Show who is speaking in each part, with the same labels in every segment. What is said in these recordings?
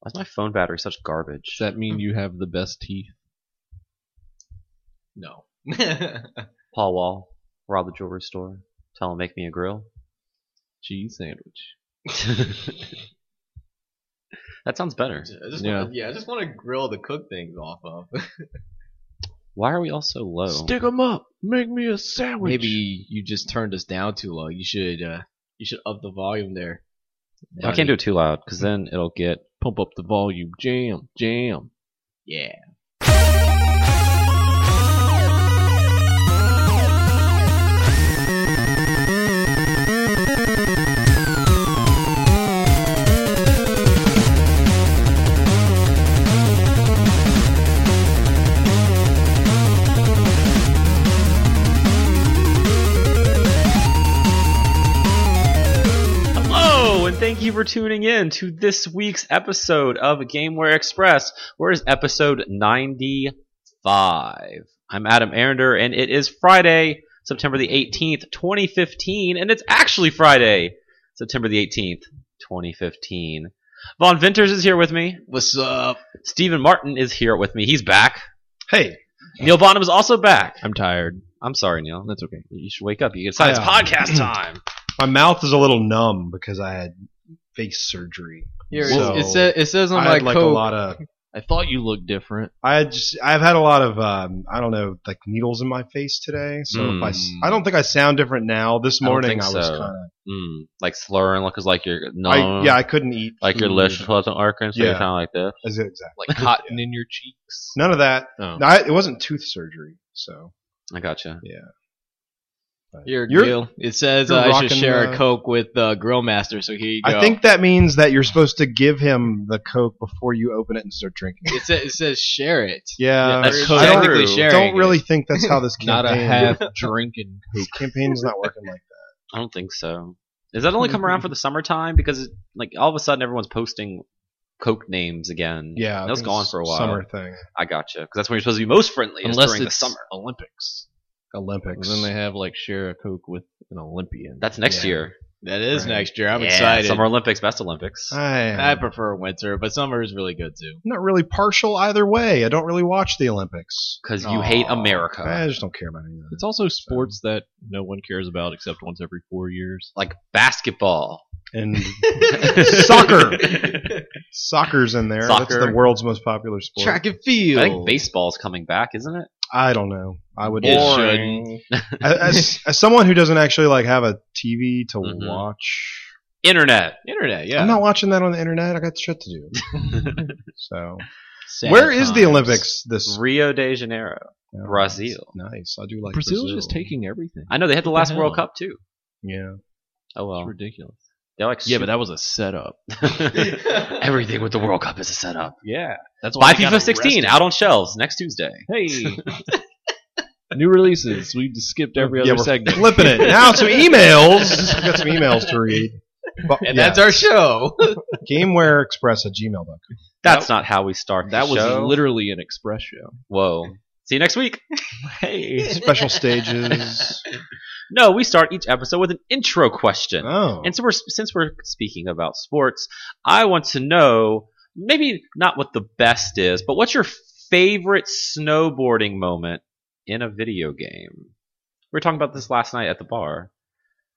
Speaker 1: Why is my phone battery such garbage?
Speaker 2: Does that mean you have the best teeth?
Speaker 3: No.
Speaker 1: Paul Wall, rob the jewelry store. Tell him make me a grill.
Speaker 2: Cheese sandwich.
Speaker 1: that sounds better.
Speaker 3: I just
Speaker 2: Yeah.
Speaker 3: Wanna, yeah, I just want to grill the cook things off of.
Speaker 1: Why are we all so low?
Speaker 2: Stick 'em up. Make me a sandwich.
Speaker 3: Maybe you just turned us down too low. You should uh, you should up the volume there.
Speaker 1: I can't do it too loud because then it'll get.
Speaker 2: pump up the volume. Jam, jam.
Speaker 3: Yeah.
Speaker 1: Hello, and thank you for tuning in to this week's episode of GameWare Express. Where is episode 95? I'm Adam Arender, and it is Friday, September the 18th, 2015, and it's actually Friday, September the 18th, 2015. Von Venters is here with me.
Speaker 3: What's up?
Speaker 1: Stephen Martin is here with me. He's back.
Speaker 3: Hey.
Speaker 1: Neil Bonham is also back.
Speaker 2: I'm tired.
Speaker 1: I'm sorry, Neil.
Speaker 2: That's okay.
Speaker 1: You should wake up. You decide it's
Speaker 4: Yeah.
Speaker 1: podcast time.
Speaker 4: my mouth is a little numb because I had face surgery.
Speaker 3: Here
Speaker 4: So,
Speaker 3: it, is. it, sa- it says on
Speaker 4: I
Speaker 3: my
Speaker 4: had like a
Speaker 3: coat.
Speaker 4: lot of.
Speaker 2: I thought you looked different.
Speaker 4: I had just. I've had a lot of. Um, I don't know, like needles in my face today. So if I, s-
Speaker 3: Hmm.
Speaker 2: Mm.
Speaker 4: I don't think I sound different now. This
Speaker 1: I don't
Speaker 4: morning
Speaker 1: think
Speaker 4: I, was
Speaker 1: so.
Speaker 4: kind
Speaker 1: Mm, like slurring, like cause like you're no,
Speaker 4: of. I yeah, I couldn't eat.
Speaker 1: like your
Speaker 4: food.
Speaker 1: lips wasn't working, so you're
Speaker 4: Yeah.
Speaker 1: kind of like this.
Speaker 4: Is it exactly?
Speaker 2: Like cotton in your cheeks.
Speaker 4: None of that.
Speaker 2: No.
Speaker 4: No, I, it wasn't tooth surgery. So
Speaker 1: I gotcha.
Speaker 3: Here,
Speaker 4: You're-
Speaker 3: Neil. It says
Speaker 4: you're
Speaker 3: uh, I should
Speaker 4: rocking
Speaker 3: share a
Speaker 4: the-
Speaker 3: coke with uh, Grill Master. So here you go.
Speaker 4: I think that means that you're supposed to give him the coke before you open it and start drinking. it.
Speaker 3: it, sa- it says share it.
Speaker 4: Yeah,
Speaker 1: that's
Speaker 3: You're
Speaker 1: so
Speaker 3: technically
Speaker 1: true.
Speaker 3: sharing.
Speaker 4: don't
Speaker 3: it.
Speaker 4: really think that's how this
Speaker 2: Not a
Speaker 4: campaign.
Speaker 2: half drinking.
Speaker 4: This campaign's not working like that.
Speaker 1: I don't think so. Does that only come around for the summertime? Because like all of a sudden everyone's posting Coke names again.
Speaker 4: Yeah, I
Speaker 1: that was
Speaker 4: think
Speaker 1: gone
Speaker 4: it's
Speaker 1: for a while.
Speaker 4: Summer thing.
Speaker 1: I gotcha. Because that's when you're supposed to be most friendly, is
Speaker 2: Unless
Speaker 1: during
Speaker 2: it's
Speaker 1: the summer.
Speaker 2: Olympics.
Speaker 4: Olympics.
Speaker 2: then they have like share a coke with an Olympian.
Speaker 1: That's next
Speaker 4: Yeah.
Speaker 1: year.
Speaker 3: That is
Speaker 4: Right.
Speaker 3: next year. I'm
Speaker 1: Yeah,
Speaker 3: excited.
Speaker 1: Summer Olympics, best Olympics.
Speaker 4: I,
Speaker 3: I prefer winter, but summer is really good too.
Speaker 4: I'm not really partial either way. I don't really watch the Olympics.
Speaker 1: Because you hate
Speaker 3: Aw.
Speaker 1: America.
Speaker 4: I just don't care about any of that.
Speaker 2: It's also sports that no one cares about except once every four years.
Speaker 1: Like basketball.
Speaker 4: And soccer, soccer's in there.
Speaker 1: Soccer.
Speaker 4: That's the world's most popular sport.
Speaker 3: Track and field.
Speaker 1: I think baseball's coming back, isn't it?
Speaker 4: I don't know. I would.
Speaker 3: It
Speaker 4: as,
Speaker 3: shouldn't.
Speaker 4: as, as someone who doesn't actually like have a TV to
Speaker 1: Mhm.
Speaker 4: watch,
Speaker 1: Internet.
Speaker 3: Internet, Mm-hmm. yeah.
Speaker 4: I'm not watching that on the internet. I got shit to do. so,
Speaker 3: Sad
Speaker 4: where is the
Speaker 3: times.
Speaker 4: Olympics this?
Speaker 1: Rio de Janeiro.
Speaker 4: Oh,
Speaker 1: Brazil.
Speaker 4: that's Nice. I do like
Speaker 2: Brazil's
Speaker 4: Brazil.
Speaker 2: just taking everything.
Speaker 1: I know they had the
Speaker 2: What
Speaker 1: last
Speaker 2: the
Speaker 1: World
Speaker 2: hell?
Speaker 1: Cup too.
Speaker 4: Yeah.
Speaker 1: Oh
Speaker 2: It's
Speaker 1: well,
Speaker 2: ridiculous.
Speaker 1: they're like
Speaker 2: Yeah, but that was a setup.
Speaker 1: super- everything with the World Cup is a setup.
Speaker 2: Yeah, that's
Speaker 1: Buy
Speaker 2: they got
Speaker 1: FIFA 16 out on shelves next Tuesday.
Speaker 2: arrested. Hey, new releases. We just skipped every
Speaker 4: Yeah,
Speaker 2: other
Speaker 4: we're
Speaker 2: segment.
Speaker 4: Flipping it now. Some emails. I've got some emails to read. But,
Speaker 3: And
Speaker 4: yeah.
Speaker 3: that's our show.
Speaker 4: GamewareExpress at gmail.com.
Speaker 1: That's not how we start.
Speaker 2: That
Speaker 1: the
Speaker 2: was
Speaker 1: show.
Speaker 2: literally an express show.
Speaker 1: Whoa. See you next week. hey.
Speaker 4: Special stages.
Speaker 1: No, we start each episode with an intro question.
Speaker 4: Oh.
Speaker 1: And so we're since we're speaking about sports, I want to know maybe not what the best is, but what's your favorite snowboarding moment in a video game? We were talking about this last night at the bar.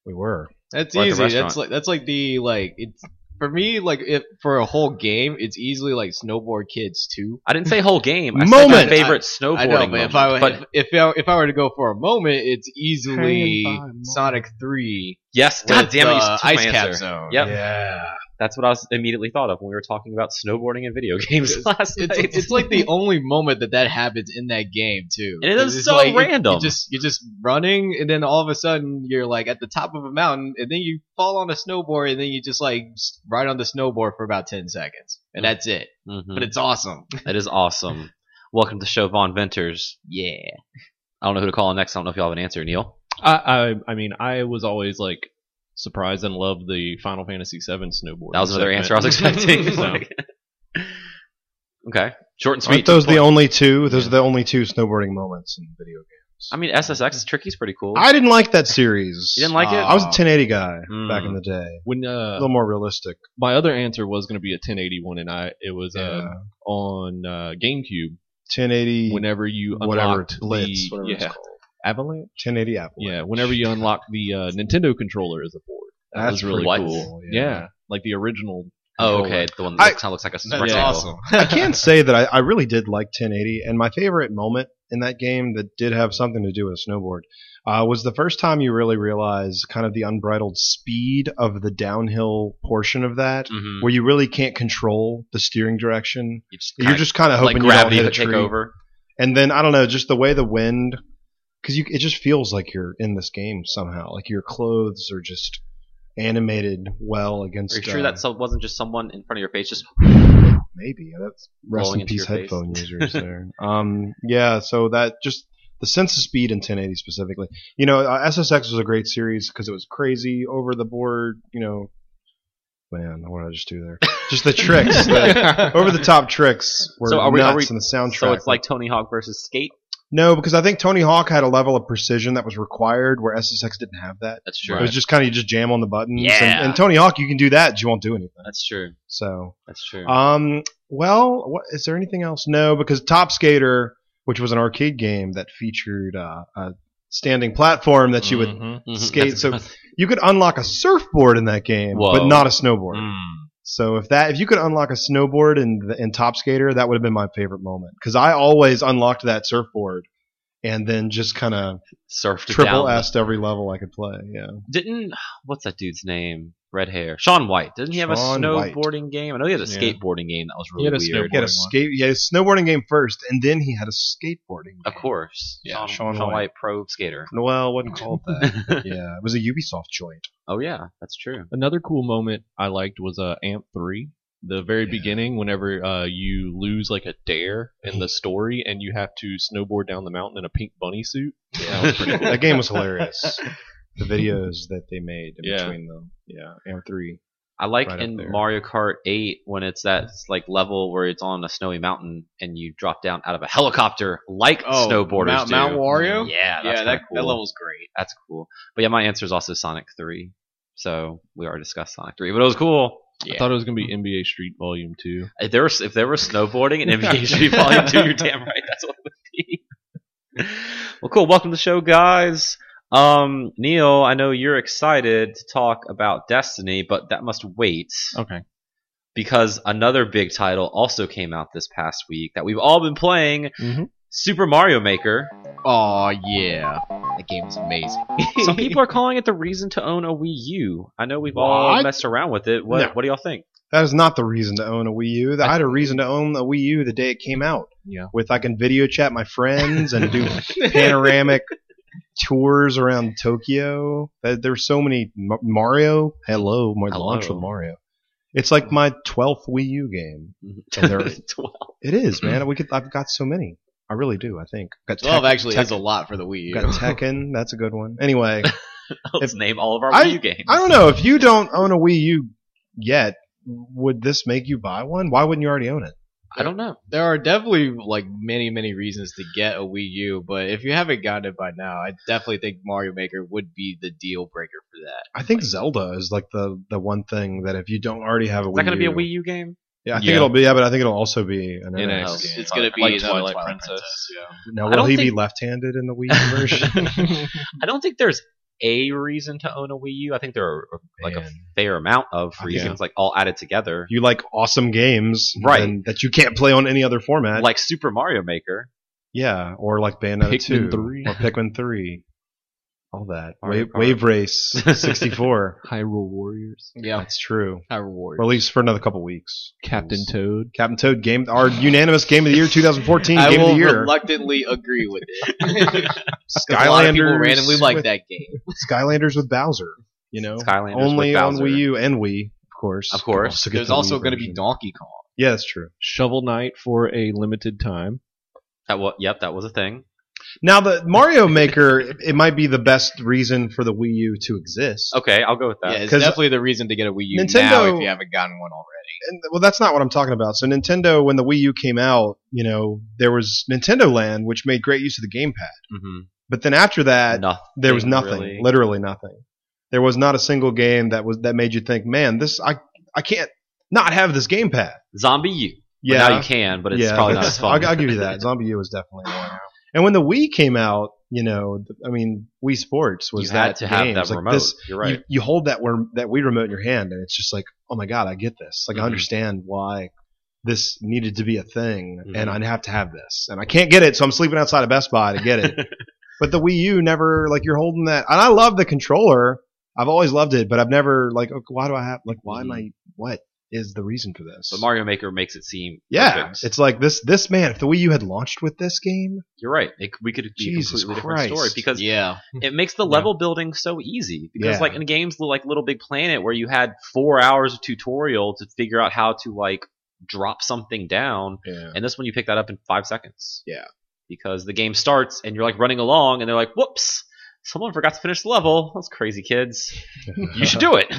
Speaker 4: we were.
Speaker 3: That's
Speaker 1: Or at the
Speaker 3: easy.
Speaker 1: restaurant.
Speaker 3: That's like that's like the like it's for me like if for a whole game it's easily like snowboard kids too.
Speaker 1: I didn't say whole game. I said
Speaker 4: Moment.
Speaker 1: my favorite
Speaker 3: I
Speaker 1: snowboarding
Speaker 3: know, but
Speaker 1: moment.
Speaker 3: if I,
Speaker 1: But
Speaker 3: if, if I if I were to go for a moment, it's easily
Speaker 4: Hanging by a moment.
Speaker 3: Sonic Three.
Speaker 1: yes,
Speaker 3: with,
Speaker 1: God damn it, you
Speaker 3: uh,
Speaker 1: took my
Speaker 3: ice cap
Speaker 1: answer.
Speaker 3: zone.
Speaker 1: Yep.
Speaker 4: Yeah.
Speaker 1: That's what I was immediately thought of when we were talking about snowboarding and video games last night.
Speaker 3: It's, it's like the only moment that that happens in that game too.
Speaker 1: And it is
Speaker 3: It's
Speaker 1: so
Speaker 3: like,
Speaker 1: random.
Speaker 3: You're just you're just running, and then all of a sudden you're like at the top of a mountain, and then you fall on a snowboard, and then you just like s- ride on the snowboard for about ten seconds, and
Speaker 1: Mm.
Speaker 3: that's it.
Speaker 1: Mhm.
Speaker 3: But it's awesome.
Speaker 1: That is awesome. Welcome to the show, Von Venters.
Speaker 3: Yeah.
Speaker 1: I don't know who to call next. I don't know if y'all have an answer, Neil.
Speaker 2: I, I, I mean, I was always like surprised and loved the Final Fantasy VII snowboard.
Speaker 1: That was another
Speaker 2: segment.
Speaker 1: answer I was expecting.
Speaker 2: So,
Speaker 1: okay, short and sweet.
Speaker 4: Aren't those the only two? Those are the only two snowboarding moments in the video game.
Speaker 1: I mean, SSX is tricky's pretty cool.
Speaker 4: I didn't like that series. Uh,
Speaker 1: You didn't like it?
Speaker 4: I was a 1080 guy
Speaker 1: Mm.
Speaker 4: back in the day.
Speaker 3: When
Speaker 4: A
Speaker 3: uh,
Speaker 4: little more realistic. Uh,
Speaker 3: my other answer was going to be a 1081, and I it
Speaker 2: uh,
Speaker 3: was
Speaker 4: Yeah.
Speaker 3: um, on uh, GameCube.
Speaker 4: 1080,
Speaker 3: Whenever you
Speaker 4: Whatever,
Speaker 3: unlocked
Speaker 4: Blitz,
Speaker 3: the
Speaker 4: whatever it's
Speaker 3: yeah, Avalanche,
Speaker 4: 1080 Apple.
Speaker 3: yeah, whenever you unlock the uh, Nintendo controller as a board, that
Speaker 4: That's
Speaker 3: was really
Speaker 1: pretty
Speaker 3: cool.
Speaker 4: cool,
Speaker 3: Yeah.
Speaker 4: yeah.
Speaker 3: like the original.
Speaker 1: oh,
Speaker 3: controller.
Speaker 1: okay, the one that
Speaker 4: I-
Speaker 1: looks, kind of looks like a
Speaker 5: That's
Speaker 1: rectangle.
Speaker 5: awesome.
Speaker 4: I can say that I, I really did like 1080, and my favorite moment in that game that did have something to do with snowboard uh, was the first time you really realize kind of the unbridled speed of the downhill portion of that,
Speaker 1: Mhm.
Speaker 4: where you really can't control the steering direction.
Speaker 1: You just
Speaker 4: You're
Speaker 1: kinda-
Speaker 4: just kind of hoping
Speaker 1: like
Speaker 4: you don't
Speaker 1: gravity
Speaker 4: hit a
Speaker 1: would take
Speaker 4: tree.
Speaker 1: over.
Speaker 4: And then I don't know, just the way the wind, because you it just feels like you're in this game somehow. Like your clothes are just animated well against.
Speaker 1: Are you
Speaker 4: uh,
Speaker 1: sure that so- wasn't just someone in front of your face? Just
Speaker 4: maybe that's rest
Speaker 1: Rolling
Speaker 4: in
Speaker 1: into
Speaker 4: peace
Speaker 1: your face.
Speaker 4: headphone users there. Um, yeah, so that just the sense of speed in 1080 specifically. You know, uh, SSX was a great series because it was crazy, over the board. You know, man, what did I just do there? Just the tricks, the over the top tricks were
Speaker 1: So are we- are
Speaker 4: nuts,
Speaker 1: we-
Speaker 4: and the soundtrack.
Speaker 1: so it's
Speaker 4: was
Speaker 1: like Tony Hawk versus Skate.
Speaker 4: No, because I think Tony Hawk had a level of precision that was required where SSX didn't have that.
Speaker 1: That's true.
Speaker 4: It was just kind of you just jam on the buttons.
Speaker 1: Yeah.
Speaker 4: And, and Tony Hawk, you can do that, you won't do anything.
Speaker 1: That's true.
Speaker 4: So,
Speaker 1: That's true.
Speaker 4: um, well, what, is there anything else? No, because Top Skater, which was an arcade game that featured uh, a standing platform that you would
Speaker 3: Mhm.
Speaker 1: Mhm.
Speaker 4: skate, so-
Speaker 1: That's-
Speaker 4: you could unlock a surfboard in that game,
Speaker 1: Whoa.
Speaker 4: but not a snowboard.
Speaker 3: Mm.
Speaker 4: So if that if you could unlock a snowboard in the, in Top Skater, that would have been my favorite moment because I always unlocked that surfboard and then just kind of
Speaker 1: surfed it
Speaker 4: triple
Speaker 1: down.
Speaker 4: S to every level I could play. Yeah,
Speaker 1: Didn't what's that dude's name? Red hair, Sean White. Didn't he have
Speaker 4: Sean
Speaker 1: a
Speaker 4: White.
Speaker 1: snowboarding game? I know he had a
Speaker 3: Yeah.
Speaker 1: skateboarding game that was
Speaker 3: He
Speaker 1: really
Speaker 3: had a
Speaker 1: weird.
Speaker 4: he had
Speaker 3: Skateboarding
Speaker 4: a
Speaker 3: one.
Speaker 4: skate, he had a snowboarding game first, and then he had a skateboarding.
Speaker 1: Of
Speaker 4: game.
Speaker 1: course,
Speaker 4: Yeah,
Speaker 1: Sean,
Speaker 4: Shaun
Speaker 1: Shaun
Speaker 4: White.
Speaker 1: White, pro skater.
Speaker 4: Well, it wasn't called that. but yeah, it was a Ubisoft joint.
Speaker 1: Oh yeah, that's true.
Speaker 3: Another cool moment I liked was uh, Amp 3. The very
Speaker 4: Yeah.
Speaker 3: beginning, whenever uh, you lose like a dare in the story and you have to snowboard down the mountain in a pink bunny suit. That was pretty cool.
Speaker 4: That game was hilarious. The videos that they made in
Speaker 3: Yeah.
Speaker 4: between them. Yeah, and three.
Speaker 1: I like
Speaker 4: Right up
Speaker 1: in
Speaker 4: there.
Speaker 1: Mario Kart 8 when it's that like level where it's on a snowy mountain and you drop down out of a helicopter like
Speaker 5: Oh,
Speaker 1: snowboarders
Speaker 5: Mount,
Speaker 1: do.
Speaker 5: Mount Wario.
Speaker 1: Yeah, that's
Speaker 5: yeah, that,
Speaker 1: kinda
Speaker 5: that
Speaker 1: cool.
Speaker 5: level's great.
Speaker 1: That's cool. But yeah, my answer is also Sonic 3. So we already discussed Sonic 3, but it was cool.
Speaker 3: I thought it was going to be NBA Street Volume 2.
Speaker 1: If there was if there was snowboarding in NBA Street Volume 2, you're damn right that's what it would be. well, cool. Welcome to the show, guys. Um, Neil, I know you're excited to talk about Destiny, but that must wait
Speaker 3: Okay.
Speaker 1: because another big title also came out this past week that we've all been playing.
Speaker 4: Mm-hmm.
Speaker 3: Mhm.
Speaker 1: Super Mario Maker.
Speaker 5: Oh yeah, that game is amazing.
Speaker 1: Some people are calling it the reason to own a Wii U. I know we've all
Speaker 4: What?
Speaker 1: messed around with it. What,
Speaker 4: No.
Speaker 1: what do y'all think?
Speaker 4: That is not the reason to own a Wii U. I had a reason to own a Wii U the day it came out.
Speaker 3: Yeah.
Speaker 4: With I can video chat my friends and do panoramic tours around Tokyo. There- There's so many Ma- Mario. Hello, my
Speaker 1: Hello.
Speaker 4: launch with Mario. It's like my 12th Wii U game. And there-
Speaker 1: Twelve.
Speaker 4: It is, man. We could. I've got so many. I really do. I think got
Speaker 5: Twelve
Speaker 4: Tek-
Speaker 5: actually
Speaker 4: Tek-
Speaker 5: is a lot for the Wii U.
Speaker 4: Got Tekken. That's a good one. Anyway,
Speaker 1: Let's name all of our
Speaker 4: I-
Speaker 1: Wii U games.
Speaker 4: I don't know if you don't own a Wii U yet. Would this make you buy one? Why wouldn't you already own it?
Speaker 1: I don't know.
Speaker 5: there are definitely like many many reasons to get a Wii U, but if you haven't gotten it by now, I definitely think Mario Maker would be the deal breaker for that.
Speaker 4: I think Zelda is like the the one thing that if you don't already have a
Speaker 1: Is
Speaker 4: Wii,
Speaker 1: that going to be a
Speaker 4: U-
Speaker 1: Wii U game?
Speaker 4: Yeah, I think
Speaker 3: Yeah.
Speaker 4: it'll be. Yeah, but I think it'll also be an
Speaker 3: NX.
Speaker 4: NX.
Speaker 1: It's-
Speaker 5: It's,
Speaker 1: Yeah.
Speaker 5: going to be
Speaker 3: Like
Speaker 5: another
Speaker 3: Twilight
Speaker 5: Twilight,
Speaker 3: Princess.
Speaker 5: Princess.
Speaker 4: Now,
Speaker 1: I
Speaker 4: will
Speaker 1: don't
Speaker 4: he be
Speaker 1: think-
Speaker 4: left-handed in the Wii U version?
Speaker 1: I don't think there's a reason to own a Wii U. I think there are uh, like a
Speaker 4: Man.
Speaker 1: fair amount of
Speaker 4: I think
Speaker 1: reasons, like all added together,
Speaker 4: If you like awesome games,
Speaker 1: Right.
Speaker 4: and that you can't play on any other format,
Speaker 1: like Super Mario Maker.
Speaker 4: yeah, or like Bayonetta
Speaker 3: Pikmin
Speaker 4: 2,
Speaker 3: 3.
Speaker 4: or Pikmin Three, all that.
Speaker 1: Mario
Speaker 4: Wave,
Speaker 1: Kart.
Speaker 4: Wave Race 64.
Speaker 3: Hyrule Warriors.
Speaker 5: Yeah, yeah.
Speaker 4: That's true.
Speaker 5: High reward.
Speaker 4: Or at least for another couple weeks.
Speaker 3: Captain Toad.
Speaker 4: Captain Toad game, our unanimous game of the year, 2014
Speaker 5: I
Speaker 4: game of
Speaker 5: will
Speaker 4: the year.
Speaker 5: reluctantly agree with it. a lot of people
Speaker 4: Skylanders
Speaker 5: randomly like
Speaker 4: with-
Speaker 5: that game.
Speaker 4: Skylanders with Bowser. You know,
Speaker 1: Skylanders
Speaker 4: only
Speaker 1: with
Speaker 4: on
Speaker 1: Bowser.
Speaker 4: Wii U and Wii, of course.
Speaker 1: Of course.
Speaker 4: To get
Speaker 5: There's
Speaker 4: the Wii
Speaker 5: also going to be
Speaker 4: version.
Speaker 5: Donkey Kong.
Speaker 4: Yeah, that's true.
Speaker 3: Shovel Knight for a limited time.
Speaker 1: That wa- yep, that was a thing.
Speaker 4: Now the Mario Maker, it- it might be the best reason for the Wii U to exist.
Speaker 1: Okay, I'll go with
Speaker 5: Yeah,
Speaker 1: that.
Speaker 5: it's
Speaker 4: 'cause
Speaker 5: definitely the reason to get a Wii U now
Speaker 4: Nintendo-
Speaker 5: if you haven't gotten one already.
Speaker 4: And, well, that's not what I'm talking about. So Nintendo, when the Wii U came out, you know, there was Nintendo Land, which made great use of the gamepad.
Speaker 1: hmm
Speaker 4: But then after that,
Speaker 1: Nothing.
Speaker 4: there was nothing,
Speaker 1: really.
Speaker 4: literally nothing. There was not a single game that was that made you think, man, this I I can't not have this gamepad.
Speaker 1: Zombie U. But
Speaker 4: Yeah,
Speaker 1: now you can, but it's probably not
Speaker 4: that's-
Speaker 1: as fun.
Speaker 4: I'll, I'll give you that. Zombie U was definitely one. And when the Wii came out, you know, th- I mean, Wii Sports was
Speaker 1: you
Speaker 4: that
Speaker 1: had to have
Speaker 4: game. It
Speaker 1: that
Speaker 4: was like
Speaker 1: remote.
Speaker 4: this-
Speaker 1: You're right.
Speaker 4: you, you hold that worm, that Wii remote in your hand, and it's just like, oh my god, I get this. Like
Speaker 1: Mhm.
Speaker 4: I understand why this needed to be a thing,
Speaker 1: Mhm.
Speaker 4: and I'd have to have this, and I can't get it, so I'm sleeping outside of Best Buy to get it. but the Wii U never like you're holding that, and I love the controller. I've always loved it, but I've never like, okay, why do I have like, why am I? What is the reason for this?
Speaker 1: Mm-hmm. but Mario Maker makes it seem
Speaker 4: yeah,
Speaker 1: perfect.
Speaker 4: it's like this. This man, if the Wii U had launched with this game,
Speaker 1: You're right. It, we could be
Speaker 4: Jesus
Speaker 1: a completely
Speaker 4: Christ.
Speaker 1: different story because
Speaker 3: Yeah.
Speaker 1: it makes the
Speaker 4: Yeah.
Speaker 1: level building so easy. Because
Speaker 4: Yeah.
Speaker 1: like in games like Little Big Planet, where you had four hours of tutorial to figure out how to like drop something down,
Speaker 4: yeah,
Speaker 1: and this one you pick that up in five seconds.
Speaker 4: Yeah.
Speaker 1: Because the game starts and you're like running along, and they're like, "Whoops, someone forgot to finish the level." Those crazy kids. You should do it.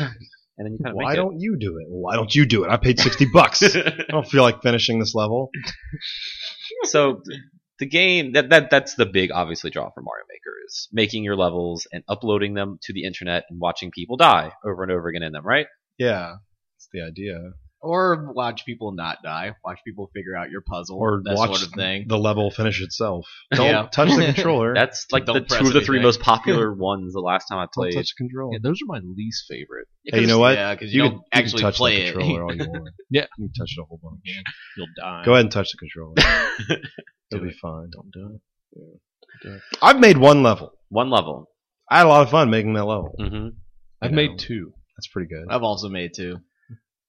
Speaker 1: And then you kind of
Speaker 4: Why
Speaker 1: make
Speaker 4: don't you do it? Why don't you do it? I paid sixty bucks. I
Speaker 1: it.
Speaker 4: don't feel like finishing this level.
Speaker 1: so th- the game that, that that's the big obviously draw for Mario Maker is making your levels and uploading them to the internet and watching people die over and over again in them, right?
Speaker 4: Yeah, that's the idea.
Speaker 3: Or watch people not die. Watch people figure out your puzzle.
Speaker 4: Or
Speaker 3: that
Speaker 4: watch
Speaker 3: sort of thing.
Speaker 4: The level finish itself. Don't
Speaker 3: Yeah.
Speaker 4: touch the controller.
Speaker 1: That's like
Speaker 3: Don't
Speaker 1: the two
Speaker 3: press
Speaker 1: of the three
Speaker 3: anything.
Speaker 1: most popular ones the last time I
Speaker 4: Don't
Speaker 1: played.
Speaker 4: touch the controller.
Speaker 3: Hmm.
Speaker 6: Yeah, those are my least favorite.
Speaker 1: Yeah, 'cause
Speaker 4: hey, you know what?
Speaker 3: Yeah, because
Speaker 4: You
Speaker 3: you,
Speaker 4: can-
Speaker 3: don't
Speaker 4: you can
Speaker 3: actually
Speaker 4: touch the
Speaker 3: play
Speaker 4: controller
Speaker 3: it.
Speaker 4: all you want.
Speaker 6: Yeah.
Speaker 4: you can touch it a whole bunch.
Speaker 6: You'll die.
Speaker 4: Go ahead and touch the controller. It'll
Speaker 6: Do
Speaker 4: be fine. Don't
Speaker 6: do it.
Speaker 4: I've made one level.
Speaker 1: One level.
Speaker 4: I had a lot of fun making that level.
Speaker 1: hmm
Speaker 6: I've
Speaker 4: You know.
Speaker 6: made two.
Speaker 4: That's pretty
Speaker 1: Oh.
Speaker 4: good.
Speaker 3: I've also made two.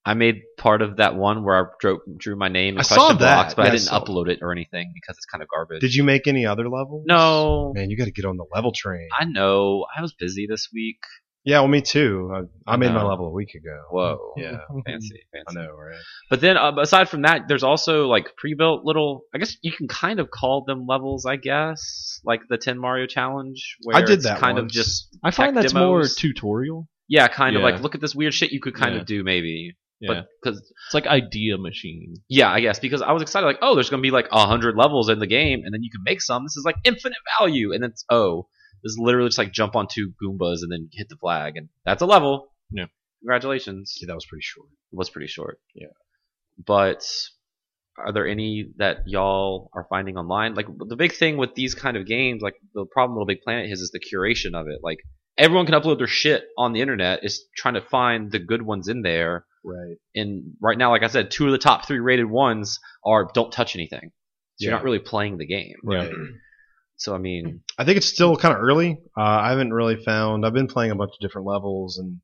Speaker 1: I made part of that one where I drew, drew my name in
Speaker 4: I
Speaker 1: question
Speaker 4: saw that.
Speaker 1: blocks, but
Speaker 4: Yeah,
Speaker 1: I
Speaker 4: I
Speaker 1: didn't
Speaker 4: saw
Speaker 1: upload it or anything because it's kind of garbage.
Speaker 4: Did you make any other levels?
Speaker 1: No.
Speaker 4: Man, you got to get on the level train.
Speaker 1: I know. I was busy this week.
Speaker 4: yeah, well, me too. I, I made my
Speaker 1: No.
Speaker 4: level a week ago.
Speaker 1: Whoa.
Speaker 4: Mm, Yeah, Mm,
Speaker 1: Fancy, fancy.
Speaker 4: I know, right?
Speaker 1: But then, uh, aside from that, there's also like pre-built little. I guess you can kind of call them levels. I guess like the Ten Mario Challenge, where
Speaker 4: I did
Speaker 1: it's
Speaker 4: that
Speaker 1: kind of
Speaker 4: once.
Speaker 1: just
Speaker 6: I find
Speaker 1: tech
Speaker 6: that's more
Speaker 1: demos.
Speaker 6: tutorial.
Speaker 1: yeah, kind of
Speaker 6: Yeah.
Speaker 1: like look at this weird shit you could kind
Speaker 6: Yeah.
Speaker 1: of do maybe.
Speaker 6: Yeah.
Speaker 1: But because
Speaker 6: It's like idea machine.
Speaker 1: yeah, I guess because I was excited like oh, there's gonna be like a hundred levels in the game, and then you can make some. This is like infinite value, and then it's oh, this is literally just like jump on two Goombas and then hit the flag, and that's a level.
Speaker 6: Yeah.
Speaker 1: Congratulations.
Speaker 4: Yeah, that was pretty short.
Speaker 1: was pretty short.
Speaker 4: Yeah.
Speaker 1: But are there any that y'all are finding online? Like the big thing with these kind of games, like the problem Little Big Planet has is the curation of it. Like everyone can upload their shit on the internet. It's trying to find the good ones in there.
Speaker 4: Right.
Speaker 1: And right now, like I said, two of the top three rated ones are don't touch anything. So you're
Speaker 4: Yeah.
Speaker 1: not really playing the game.
Speaker 4: Right.
Speaker 1: So I mean,
Speaker 4: I think it's still kind of early. Uh, I haven't really found. I've been playing a bunch of different levels, and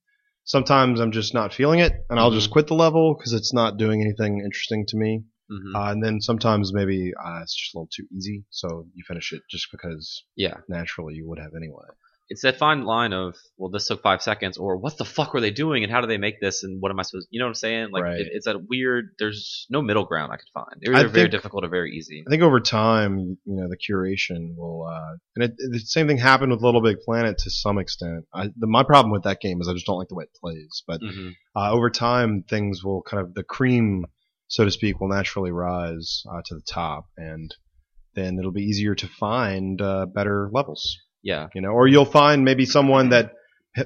Speaker 4: sometimes I'm just not feeling it, and I'll just quit the level because it's not doing anything interesting to me.
Speaker 1: mhm.
Speaker 4: Uh, and then sometimes maybe uh, it's just a little too easy, so you finish it just because
Speaker 1: Yeah.
Speaker 4: naturally you would have anyway.
Speaker 1: it's that fine line of well this took five seconds or what the fuck were they doing and how do they make this and what am i supposed you know what i'm saying like
Speaker 4: Right.
Speaker 1: it, it's a weird there's no middle ground i could find they're
Speaker 4: I
Speaker 1: either very
Speaker 4: think-
Speaker 1: difficult or very easy
Speaker 4: I think over time, you know, the curation will, uh, and it, the same thing happened with Little Big Planet to some extent. I, the, my problem with that game is I just don't like the way it plays, but
Speaker 1: hmm
Speaker 4: uh, over time things will kind of the cream so to speak will naturally rise uh, to the top and then it'll be easier to find uh, better levels
Speaker 1: yeah
Speaker 4: you know or you'll find maybe someone that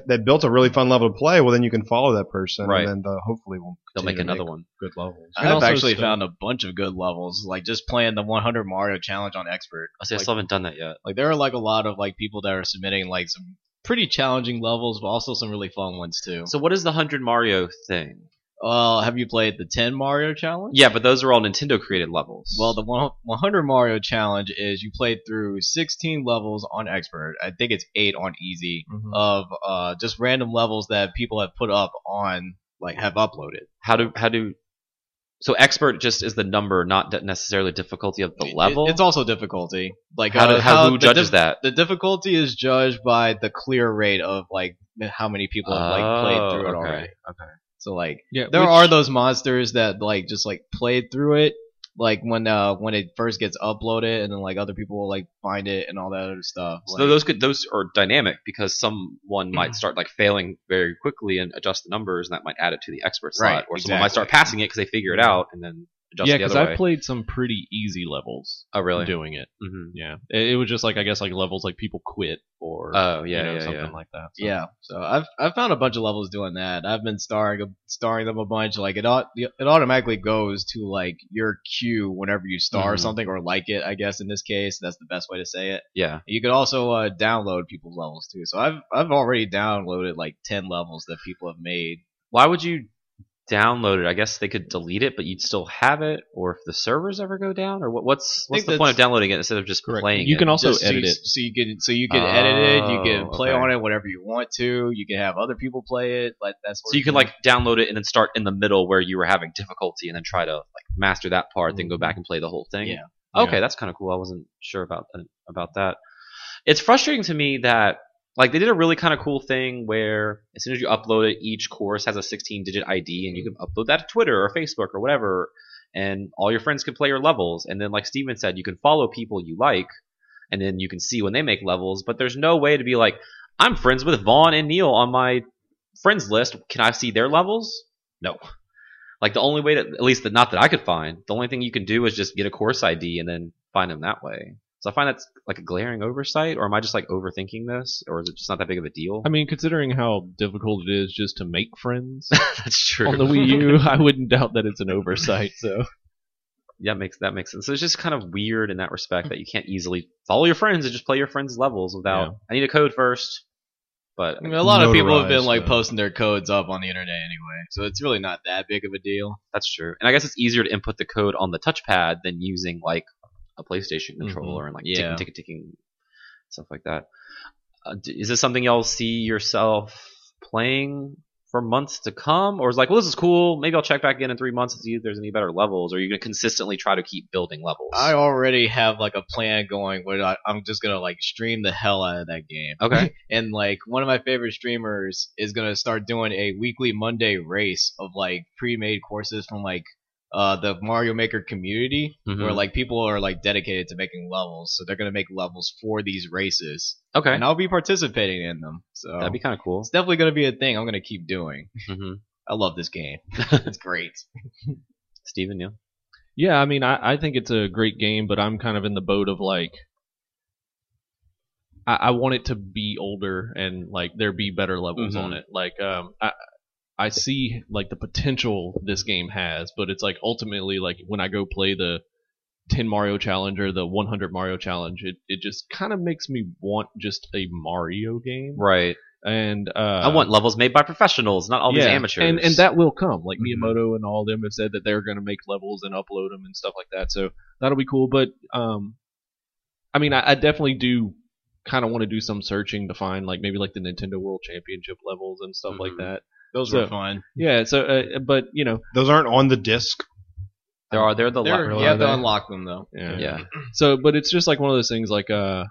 Speaker 4: that built a really fun level to play well then you can follow that person
Speaker 1: Right.
Speaker 4: and then the, hopefully we'll
Speaker 1: they'll make
Speaker 4: continue to
Speaker 1: another one
Speaker 4: good levels
Speaker 6: I
Speaker 3: I've
Speaker 6: also
Speaker 3: actually
Speaker 6: still-
Speaker 3: found a bunch of good levels, like just playing the 100 Mario Challenge on Expert.
Speaker 1: i say i
Speaker 3: Like-
Speaker 1: still haven't done that yet
Speaker 3: Like there are like a lot of like people that are submitting like some pretty challenging levels, but also some really fun ones too.
Speaker 1: so what is the 100 mario thing
Speaker 3: Well, have you played the 10 Mario Challenge?
Speaker 1: yeah but those are all nintendo created levels
Speaker 3: Well, the one- 100 Mario Challenge is you played through 16 levels on Expert. I think it's eight on Easy of uh, just random levels that people have put up on like have uploaded.
Speaker 1: how do how do so expert just is the number not de- necessarily difficulty of the
Speaker 3: It-
Speaker 1: level
Speaker 3: it's also difficulty. Like
Speaker 1: how,
Speaker 3: uh,
Speaker 1: do, how, who
Speaker 3: the
Speaker 1: judges
Speaker 3: dif-
Speaker 1: that
Speaker 3: The difficulty is judged by the clear rate of like how many people have like played through it
Speaker 1: Oh, okay,
Speaker 3: already.
Speaker 1: okay.
Speaker 3: So like
Speaker 6: Yeah,
Speaker 3: there are those monsters that like just like played through it like when uh when it first gets uploaded and then like other people will like find it and all that other stuff
Speaker 1: So
Speaker 3: like- Mm-hmm.
Speaker 1: those could those are dynamic because someone might start like failing very quickly and adjust the numbers, and that might add it to the expert slot,
Speaker 3: Right,
Speaker 1: or someone might start
Speaker 3: exactly. Mm-hmm.
Speaker 1: passing it because they figure it out, and then adjust
Speaker 3: yeah,
Speaker 1: the
Speaker 3: because
Speaker 1: other way.
Speaker 3: I played some pretty easy levels
Speaker 1: oh really?
Speaker 3: doing it.
Speaker 1: hmm
Speaker 3: Yeah, it, it was just like I guess like levels like people quit or
Speaker 1: Oh
Speaker 3: you
Speaker 1: yeah,
Speaker 3: know,
Speaker 1: yeah,
Speaker 3: something
Speaker 1: yeah.
Speaker 3: like that. So-
Speaker 4: Yeah, so I've I've found a bunch of levels doing that. I've been starring starring them a bunch. Like it au- it automatically goes to like your queue whenever you star
Speaker 1: Mhm.
Speaker 4: something or like it. I guess in this case, that's the best way to say it.
Speaker 1: yeah.
Speaker 4: You could also uh, download people's levels too. So I've I've already downloaded like ten levels that people have made.
Speaker 1: Why would you download it? I guess they could delete it, but you'd still have it. Or if the servers ever go down, or what, what's
Speaker 4: I think
Speaker 1: what's the point of
Speaker 4: that's-
Speaker 1: downloading it instead of just
Speaker 3: Correct.
Speaker 1: playing?
Speaker 3: You can
Speaker 1: it?
Speaker 3: also
Speaker 4: Just so
Speaker 3: edit
Speaker 4: you,
Speaker 3: it.
Speaker 4: so you can so you can edit it. You can
Speaker 1: Oh,
Speaker 4: play
Speaker 1: okay.
Speaker 4: on it whatever you want to. You can have other people play it. Like that's
Speaker 1: So you can like download it and then start in the middle where you were having difficulty, and then try to like master that part, then go back and play the whole thing.
Speaker 4: Yeah.
Speaker 1: Mm-hmm. Okay, that's kind of cool. I wasn't sure about that, about that. It's frustrating to me that like they did a really kind of cool thing where as soon as you upload it, each course has a 16-digit ID, and you can upload that to Twitter or Facebook or whatever, and all your friends can play your levels. And then like Steven said, you can follow people you like, and then you can see when they make levels. But there's no way to be like, I'm friends with Vaughn and Neil on my friends list. Can I see their levels? No. Like the only way to, at least the, not that I could find, the only thing you can do is just get a course ID and then find them that way. So I find that's like a glaring oversight, or am I just like overthinking this, or is it just not that big of a deal?
Speaker 3: I mean, considering how difficult it is just to make friends
Speaker 1: that's true.
Speaker 3: on the Wii U, I wouldn't doubt that it's an oversight. So
Speaker 1: that makes that makes sense. So it's just kind of weird in that respect that you can't easily follow your friends and just play your friends' levels without.
Speaker 3: Yeah.
Speaker 1: I need a code first, but
Speaker 4: I mean, a lot of people have been
Speaker 7: Notarized,
Speaker 4: like
Speaker 7: uh,
Speaker 4: posting their codes up on the internet anyway, so it's really not that big of a deal.
Speaker 1: That's true. And I guess it's easier to input the code on the touchpad than using like a PlayStation controller and like
Speaker 4: Yeah.
Speaker 1: ticking, ticking, ticking, stuff like that. Uh, d- is this something y'all see yourself playing for months to come, or is like, well, this is cool. Maybe I'll check back in in three months and see if there's any better levels, or are you gonna consistently try to keep building levels?
Speaker 4: I already have like a plan going where I, I'm just gonna like stream the hell out of that game.
Speaker 1: Okay.
Speaker 4: and like one of my favorite streamers is gonna start doing a weekly Monday race of like pre-made courses from like uh the Mario Maker community,
Speaker 1: Mhm.
Speaker 4: where like people are like dedicated to making levels, so they're gonna make levels for these races,
Speaker 1: okay,
Speaker 4: and I'll be participating in them. So
Speaker 1: that'd be kind of cool.
Speaker 4: it's definitely gonna be a thing I'm gonna keep doing.
Speaker 1: hmm
Speaker 4: I love this game. it's great.
Speaker 1: Steven, yeah.
Speaker 3: yeah, I mean, I, I think it's a great game, but I'm kind of in the boat of like, I, I want it to be older and like there be better levels
Speaker 1: Mhm.
Speaker 3: on it. Like, um, I. I see like the potential this game has, but it's like ultimately like when I go play the 10 Mario challenge or the 100 Mario challenge, it, it just kind of makes me want just a Mario game.
Speaker 1: Right. Um,
Speaker 3: and uh,
Speaker 1: I want levels made by professionals, not all these amateurs.
Speaker 3: and and that will come. Like
Speaker 1: Mhm.
Speaker 3: Miyamoto and all them have said that they're going to make levels and upload them and stuff like that. So that'll be cool. But um, I mean, I, I definitely do kind of want to do some searching to find like maybe like the Nintendo World Championship levels and stuff like
Speaker 1: Mhm.
Speaker 3: that.
Speaker 4: Those
Speaker 3: So-
Speaker 4: were fun.
Speaker 3: Yeah. So, uh, but you know,
Speaker 7: Those aren't on the disc.
Speaker 1: there are they're the
Speaker 4: They're-
Speaker 1: le-
Speaker 7: really
Speaker 4: you have to
Speaker 7: there.
Speaker 4: unlock them though.
Speaker 3: yeah.
Speaker 1: yeah.
Speaker 3: So, but it's just like one of those things. Like uh,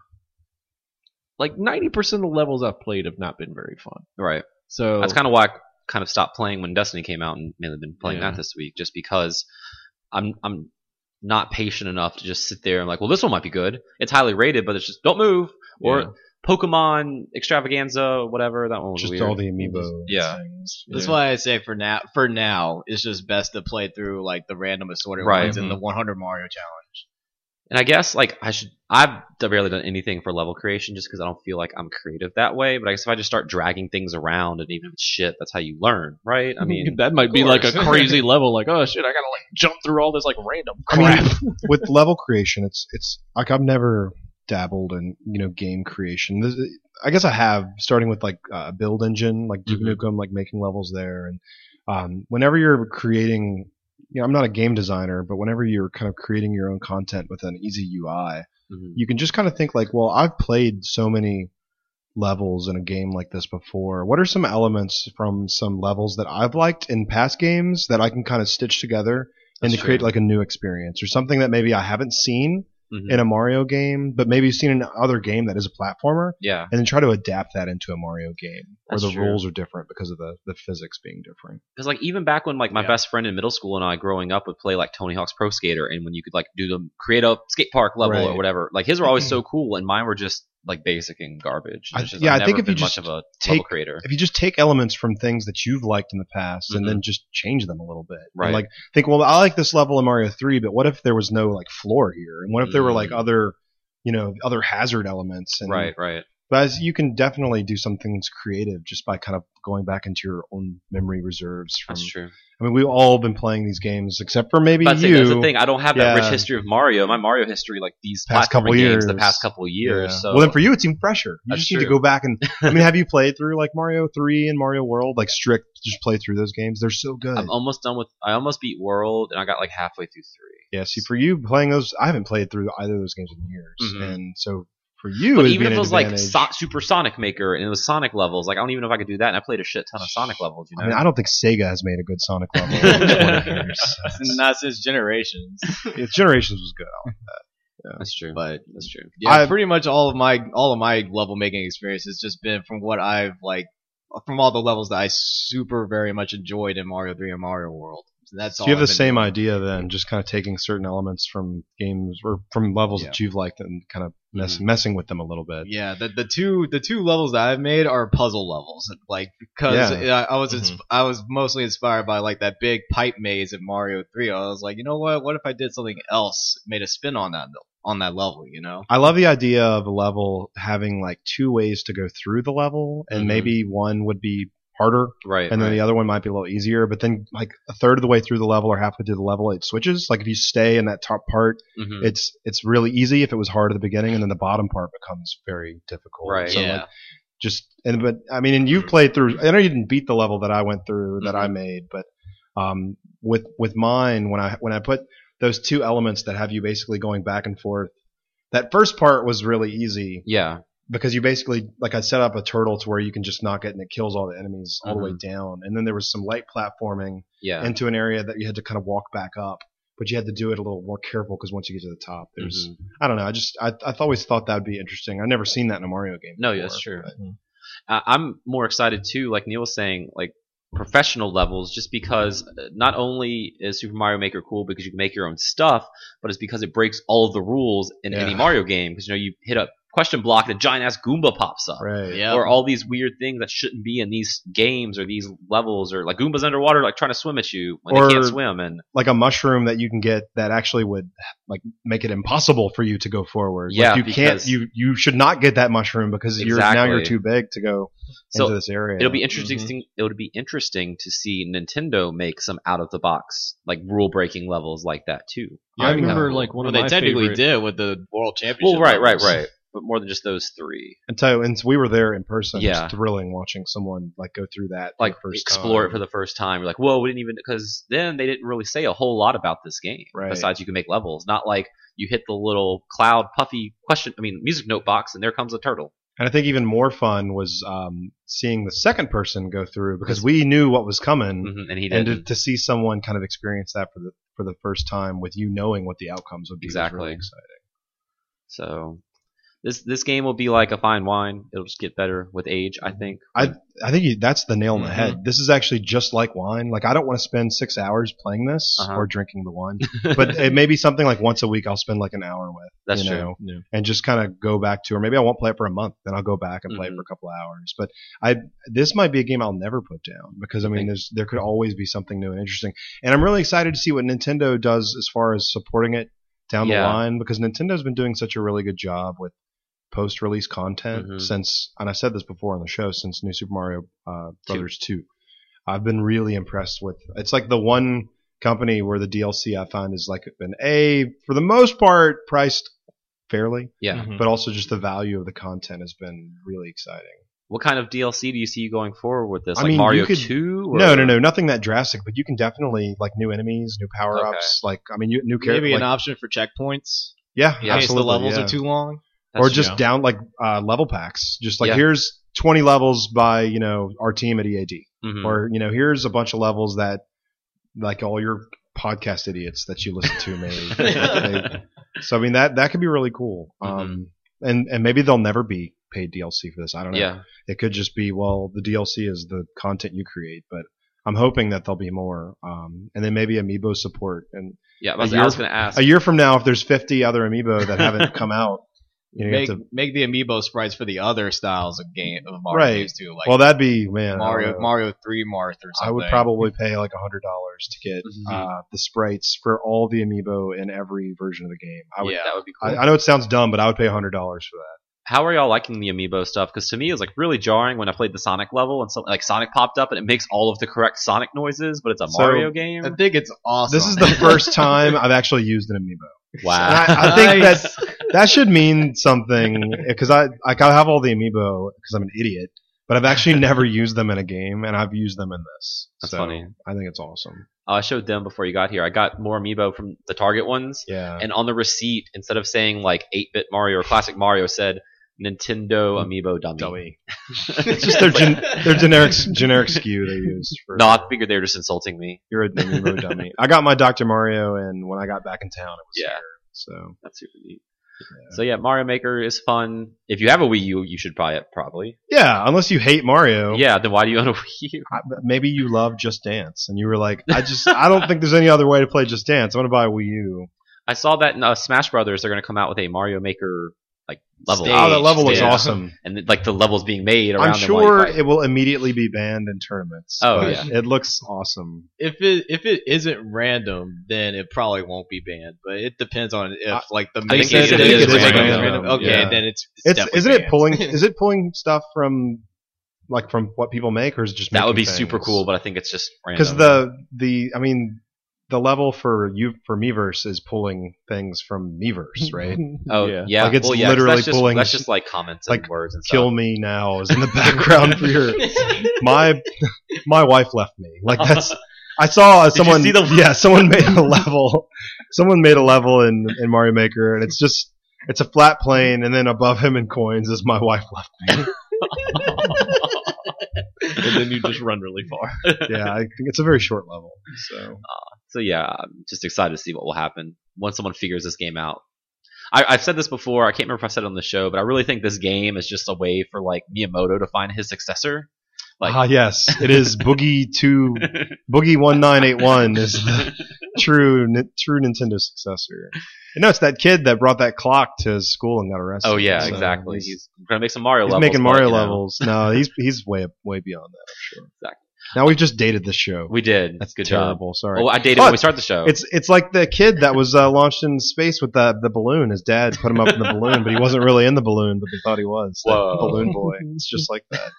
Speaker 3: like ninety percent of the levels I've played have not been very fun.
Speaker 1: right.
Speaker 3: So
Speaker 1: That's kind of why I kind of stopped playing when Destiny came out, and mainly been playing
Speaker 3: Yeah.
Speaker 1: that this week, just because I'm I'm not patient enough to just sit there and like, well, this one might be good. It's highly rated, but it's just don't move or
Speaker 3: Yeah.
Speaker 1: Pokemon Extravaganza, whatever. That one was
Speaker 7: Just
Speaker 1: weird.
Speaker 7: all the amiibo.
Speaker 1: Yeah.
Speaker 7: Things.
Speaker 4: That's
Speaker 3: Yeah.
Speaker 4: why I say for now, for now, it's just best to play through like the random assorted
Speaker 1: Right.
Speaker 4: ones in the 100 Mario challenge.
Speaker 1: And I guess like I should I've d- barely done anything for level creation just because I don't feel like I'm creative that way. But I guess if I just start dragging things around and even if it's shit, that's how you learn, right? I mean,
Speaker 3: that might be like a
Speaker 4: course.
Speaker 3: crazy level. Like, oh shit, I gotta like jump through all this like random
Speaker 7: I mean,
Speaker 3: crap.
Speaker 7: with level creation, it's it's like I've never dabbled in you know game creation. This, I guess I have, starting with like uh, build engine, like Duke
Speaker 4: Mm-hmm.
Speaker 1: Mhm.
Speaker 7: Nukem, like making levels there, and um, whenever you're creating, you know, I'm not a game designer, but whenever you're kind of creating your own content with an easy UI,
Speaker 1: mhm.
Speaker 7: you can just kind of think like, well, I've played so many levels in a game like this before. What are some elements from some levels that I've liked in past games that I can kind of stitch together and
Speaker 1: That's
Speaker 7: to create
Speaker 1: true.
Speaker 7: like a new experience or something that maybe I haven't seen
Speaker 1: Mhm.
Speaker 7: in a Mario game, but maybe seen in other game that is a platformer,
Speaker 1: yeah,
Speaker 7: and then try to adapt that into a Mario game
Speaker 1: That's
Speaker 7: where the
Speaker 1: true.
Speaker 7: rules are different because of the, the physics being different.
Speaker 1: because like even back when like my
Speaker 3: Yeah.
Speaker 1: best friend in middle school and I growing up would play like Tony Hawk's Pro Skater and when you could like do the create a skate park level or
Speaker 7: Right.
Speaker 8: Mm-hmm.
Speaker 1: whatever like his were always so cool and mine were just
Speaker 8: like basic and garbage.
Speaker 7: I-
Speaker 8: It's just,
Speaker 7: yeah,
Speaker 8: I've
Speaker 7: I think
Speaker 8: never
Speaker 7: if you
Speaker 8: been much
Speaker 7: just
Speaker 8: of a level
Speaker 7: take-
Speaker 8: creator.
Speaker 7: if you just take elements from things that you've liked in the past and
Speaker 1: Mm-hmm.
Speaker 7: then just change them a little bit, And,
Speaker 8: Right.
Speaker 7: Like think, well, I like this level in Mario Three, but what if there was no like floor here, and what if there were like
Speaker 8: Mm.
Speaker 7: other, you know, other hazard elements? And,
Speaker 8: Right, right.
Speaker 7: But as you can definitely do some things creative just by kind of going back into your own memory reserves. From,
Speaker 8: That's true.
Speaker 7: I mean, we've all been playing these games except for maybe
Speaker 1: But
Speaker 7: you.
Speaker 1: that's the thing. I don't have that
Speaker 7: yeah.
Speaker 1: rich history of Mario. My Mario history, like these
Speaker 7: Past
Speaker 1: platform
Speaker 7: couple
Speaker 1: games,
Speaker 7: years.
Speaker 1: the past couple years.
Speaker 7: Yeah.
Speaker 1: So
Speaker 7: well, then for you, it's even fresher. You
Speaker 8: That's
Speaker 7: just need to
Speaker 8: true.
Speaker 7: go back and. I mean, have you played through like Mario Three and Mario World? Like strict, just play through those games. They're so good.
Speaker 1: I'm almost done with. I almost beat World, and I got like halfway through three.
Speaker 7: Yeah, see, for you playing those, I haven't played through either of those games in years,
Speaker 4: Mm-hmm.
Speaker 1: Mhm.
Speaker 7: and so for you,
Speaker 1: But
Speaker 7: it'd
Speaker 1: even
Speaker 7: be
Speaker 1: if
Speaker 7: an
Speaker 1: it was like
Speaker 7: advantage.
Speaker 1: so- Super Sonic Maker and it was Sonic levels, like I don't even know if I could do that. And I played a shit ton of Sonic levels. You know,
Speaker 7: I mean, I don't think Sega has made a good Sonic level in 20 years.
Speaker 4: Not since generations.
Speaker 7: Its Generations was good.
Speaker 1: that's true.
Speaker 4: But
Speaker 1: That's true.
Speaker 4: yeah,
Speaker 7: I've-
Speaker 4: pretty much all of my all of my level making experience has just been from what I've like from all the levels that I super very much enjoyed in Mario Three and Mario World. So that's
Speaker 7: So
Speaker 4: all
Speaker 7: you have
Speaker 4: I've
Speaker 7: the
Speaker 4: been
Speaker 7: same
Speaker 4: doing.
Speaker 7: idea then, just kind of taking certain elements from games or from levels
Speaker 4: Yeah.
Speaker 7: that you've liked and kind of mess,
Speaker 1: Mm-hmm.
Speaker 7: messing with them a little bit.
Speaker 4: Yeah, the, the two the two levels that I've made are puzzle levels, like because I, I was ins- I was mostly inspired by like that big pipe maze in Mario Three. I was like, you know what? What if I did something else, made a spin on that on that level? You know,
Speaker 7: I love the idea of a level having like two ways to go through the level, and
Speaker 1: Mhm.
Speaker 7: maybe one would be harder
Speaker 1: Right.
Speaker 7: and then
Speaker 1: right.
Speaker 7: the other one might be a little easier. But then, like a third of the way through the level or halfway through the level, it switches. Like if you stay in that top part,
Speaker 3: Mm-hmm.
Speaker 1: Mhm.
Speaker 7: it's it's really easy. If it was hard at the beginning, and then the bottom part becomes very difficult.
Speaker 1: Right.
Speaker 7: So
Speaker 4: yeah.
Speaker 7: like, just and but I mean, and you've played through. I know you didn't beat the level that I went
Speaker 1: Mm-hmm.
Speaker 7: through that I made, but um, with with mine when I when I put those two elements that have you basically going back and forth. That first part was really easy
Speaker 1: yeah.
Speaker 7: because you basically like I set up a turtle to where you can just knock it and it kills all the enemies all the way down. And then there was some light platforming
Speaker 1: Mm-hmm. Yeah.
Speaker 7: into an area that you had to kind of walk back up, but you had to do it a little more careful because once you get to the top, there's
Speaker 1: Mhm.
Speaker 7: I don't know. I just I I always thought that would be interesting. I've never seen that in a Mario game.
Speaker 1: No, yeah,
Speaker 7: before,
Speaker 1: that's true.
Speaker 7: but-
Speaker 1: I- I'm more excited too, like Neil was saying, like professional levels, just because uh, not only is Super Mario Maker cool because you can make your own stuff, but it's because it breaks all of the rules in any
Speaker 7: Yeah.
Speaker 1: Mario game. Because you know you hit a question block and a giant ass Goomba pops up.
Speaker 7: Right.
Speaker 4: yeah.
Speaker 1: Or all these weird things that shouldn't be in these games or these levels, or like Goombas underwater, like trying to swim at you when
Speaker 7: Or-
Speaker 1: they can't swim, and
Speaker 7: Like a mushroom that you can get that actually would like make it impossible for you to go forward. Like,
Speaker 1: Yeah,
Speaker 7: you can't.
Speaker 1: because-
Speaker 7: You you should not get that mushroom because you're now you're
Speaker 1: Exactly.
Speaker 7: too big to go
Speaker 1: so
Speaker 7: into this area.
Speaker 1: It'll be interesting.
Speaker 7: Mm-hmm.
Speaker 1: It would be interesting to see Nintendo make some out of the box, like rule breaking levels like that too.
Speaker 3: Yeah, I
Speaker 7: I'm
Speaker 3: remember
Speaker 7: not-
Speaker 3: like one
Speaker 4: Well,
Speaker 3: of
Speaker 4: they
Speaker 3: my
Speaker 4: technically
Speaker 3: favorite.
Speaker 4: did with the World
Speaker 1: Well,
Speaker 4: Championship.
Speaker 1: right, right,
Speaker 4: levels.
Speaker 1: right. But more than just those three.
Speaker 7: And so, and so we were there in person.
Speaker 1: Yeah.
Speaker 7: It's thrilling watching someone like go through that. for
Speaker 1: Like
Speaker 7: the first
Speaker 1: explore
Speaker 7: time.
Speaker 1: it for the first time. You're like, whoa, we didn't even because then they didn't really say a whole lot about this game.
Speaker 7: Right.
Speaker 1: Besides, you can make levels. Not like you hit the little cloud puffy question. I mean, music note box, and there comes a turtle.
Speaker 7: And I think even more fun was um, seeing the second person go through because we knew what was coming,
Speaker 1: hmm And he
Speaker 7: Mm-hmm. and
Speaker 1: didn't.
Speaker 7: to, to see someone kind of experience that for the for the first time with you knowing what the outcomes would be was
Speaker 1: Exactly.
Speaker 7: really exciting.
Speaker 1: so this this game will be like a fine wine. It'll just get better with age,
Speaker 7: Mm-hmm.
Speaker 1: I think.
Speaker 7: I think you, that's the nail on the
Speaker 3: Mhm.
Speaker 1: Mm-hmm.
Speaker 7: head. This is actually just like wine. Like I don't want to spend six hours playing this
Speaker 1: Uh-huh.
Speaker 7: or drinking the wine, but it may be something like once a week I'll spend like an hour with.
Speaker 1: That's
Speaker 7: you
Speaker 1: true.
Speaker 7: know,
Speaker 3: Yeah.
Speaker 7: and just kind of go back to, or maybe I won't play it for a month, then I'll go back and play
Speaker 1: Mm-hmm.
Speaker 7: it for a couple hours. But I, this might be a game I'll never put down because I mean, there's there could always be something new and interesting, and I'm really excited to see what Nintendo does as far as supporting it down the
Speaker 1: Yeah.
Speaker 7: line because Nintendo's been doing such a really good job with post-release content
Speaker 1: Mhm.
Speaker 7: since, and I said this before on the show, since New Super Mario uh,
Speaker 1: Two.
Speaker 7: Brothers Two. I've been really impressed with. It's like the one company where the DLC I find is like an A for the most part priced fairly,
Speaker 1: Yeah.
Speaker 3: Mhm.
Speaker 7: but also just the value of the content has been really exciting.
Speaker 1: What kind of DLC do you see going forward with this?
Speaker 7: I
Speaker 1: Like
Speaker 7: mean, you
Speaker 1: Mario
Speaker 7: could-
Speaker 1: Two? Or?
Speaker 7: No, no, no, nothing that drastic, but you can definitely like new enemies, new power ups, like I mean, you, new
Speaker 4: Maybe
Speaker 7: characters.
Speaker 4: an option for checkpoints
Speaker 1: Yeah.
Speaker 4: in
Speaker 7: yeah,
Speaker 4: case the
Speaker 7: absolutely.
Speaker 4: levels
Speaker 7: yeah.
Speaker 4: are too long.
Speaker 1: That's
Speaker 7: or just
Speaker 3: yeah.
Speaker 7: down like uh, level packs. Just like
Speaker 1: Yeah.
Speaker 7: here's 20 levels by you know our team at EAD,
Speaker 4: Hmm.
Speaker 1: Mhm.
Speaker 7: or you know here's a bunch of levels that like all your podcast idiots that you listen to made. They- so I mean that that could be really cool.
Speaker 4: Mm-hmm.
Speaker 7: Um, and and maybe they'll never be paid DLC for this. I don't know.
Speaker 1: yeah,
Speaker 7: It could just be well the DLC is the content you create, but I'm hoping that there'll be more. Um, and then maybe amiibo support. And
Speaker 1: yeah. I was,
Speaker 7: A year-
Speaker 1: I was going to ask.
Speaker 7: a year from now, if there's 50 other amiibo that haven't come out, You know, you have
Speaker 4: make
Speaker 7: to-
Speaker 4: make the amiibo sprites for the other styles of game of Mario
Speaker 7: Right.
Speaker 4: games too, like
Speaker 7: well, that'd be man. I don't
Speaker 4: Mario
Speaker 7: know.
Speaker 4: Mario Three Marth or something. Mm-hmm.
Speaker 7: I would probably pay like a hundred dollars to get
Speaker 1: Mm-hmm.
Speaker 7: uh, the sprites for all the amiibo in every version of the game. I would.
Speaker 4: Yeah.
Speaker 1: That would be cool.
Speaker 7: I, I know it sounds dumb, but I would pay a hundred dollars for that.
Speaker 1: How are y'all liking the amiibo stuff? Because to me, it was like really jarring when I played the Sonic level and something like Sonic popped up and it makes all of the correct Sonic noises, but it's a
Speaker 7: So, uh,
Speaker 1: Mario game.
Speaker 4: I think it's awesome.
Speaker 7: This is the first time I've actually used an amiibo. And
Speaker 1: Wow.
Speaker 7: I, I think
Speaker 4: Nice.
Speaker 7: that that should mean something because I like I have all the amiibo because I'm an idiot, but I've actually never used them in a game, and I've used them in this.
Speaker 1: That's
Speaker 7: so
Speaker 1: funny.
Speaker 7: I think it's awesome.
Speaker 1: Uh, I showed them before you got here. I got more amiibo from the Target ones,
Speaker 7: Yeah.
Speaker 1: and on the receipt, instead of saying like 8-bit Mario or classic Mario, said Nintendo Amiibo Dummy.
Speaker 7: Mm-hmm. It's just their gen- their generic generic SKU they use for
Speaker 1: No, I figured they were just insulting me.
Speaker 7: you're an amiibo dummy. I got my Dr. Mario and when I got back in town it was
Speaker 1: Yeah.
Speaker 7: here. So
Speaker 1: That's super neat. So yeah, Mario Maker is fun. If you have a Wii U, you should buy it probably.
Speaker 7: yeah, unless you hate Mario.
Speaker 1: Yeah, then why do you own a Wii U?
Speaker 7: I- Maybe you love Just Dance, and you were like, "I just, I don't think there's any other way to play Just Dance. I'm gonna buy a Wii U."
Speaker 1: I saw that in uh, Smash Brothers, they're going to come out with a Mario Maker like level.
Speaker 4: Stage.
Speaker 7: oh, that level looks
Speaker 1: yeah.
Speaker 7: awesome.
Speaker 1: and like the levels being made around.
Speaker 7: I'm
Speaker 1: them while you
Speaker 7: sure
Speaker 1: fight.
Speaker 7: it will immediately be banned in tournaments.
Speaker 1: Oh,
Speaker 7: but
Speaker 1: yeah.
Speaker 7: it looks awesome.
Speaker 4: if it if it isn't random, then it probably won't be banned. But it depends on if
Speaker 7: I-
Speaker 4: like the
Speaker 1: think
Speaker 4: mix
Speaker 1: it is- I think it is
Speaker 7: random.
Speaker 4: Okay,
Speaker 7: Yeah.
Speaker 4: then it's, it's
Speaker 7: It's
Speaker 4: definitely
Speaker 7: isn't it
Speaker 4: banned.
Speaker 7: pulling? is it pulling stuff from like from what people make, or is it just
Speaker 1: that would be
Speaker 7: making
Speaker 1: super
Speaker 7: things?
Speaker 1: cool, but I think it's just random.
Speaker 7: because the the I mean the level for you for Meverse is pulling things from Meverse, right?
Speaker 1: oh yeah,
Speaker 3: yeah.
Speaker 7: Like, it's
Speaker 1: well, yeah, 'cause
Speaker 7: literally
Speaker 1: that's just,
Speaker 7: pulling-
Speaker 1: That's just like comments and
Speaker 7: like,
Speaker 1: words and stuff.
Speaker 7: Kill me now is in the background for your my my wife left me. Like that's I saw
Speaker 1: you
Speaker 7: someone
Speaker 1: see the-
Speaker 7: yeah someone made a level someone made a level in in Mario Maker and it's just it's a flat plane and then above him in coins is my wife left
Speaker 3: and then you just run really far.
Speaker 7: me. Yeah, I think it's a very short level. So
Speaker 1: so yeah, I'm just excited to see what will happen once someone figures this game out. I, I've said this before. I can't remember if I said it on the show, but I really think this game is just a way for like Miyamoto to find his successor. Like-
Speaker 7: ah yes, it is Boogie Two Boogie One Nine Eight One is the true Ni- true Nintendo successor. And no, it's that kid that brought that clock to his school and got arrested.
Speaker 1: Oh yeah,
Speaker 7: So
Speaker 1: exactly.
Speaker 7: He's,
Speaker 1: He's gonna make some Mario
Speaker 7: he's
Speaker 1: levels.
Speaker 7: making
Speaker 1: but,
Speaker 7: Mario
Speaker 1: you know,
Speaker 7: levels. No, he's he's way way beyond that. I'm sure.
Speaker 1: Exactly.
Speaker 7: Now we've just dated the show.
Speaker 1: We did.
Speaker 7: That's
Speaker 1: Good job.
Speaker 7: terrible. Sorry.
Speaker 1: Oh, I dated when
Speaker 7: But
Speaker 1: we started the show.
Speaker 7: It's it's like the kid that was uh, launched in space with the the balloon. His dad put him up in the balloon, but he wasn't really in the balloon, but they thought he was. That
Speaker 1: Whoa.
Speaker 7: Balloon boy. It's just like that.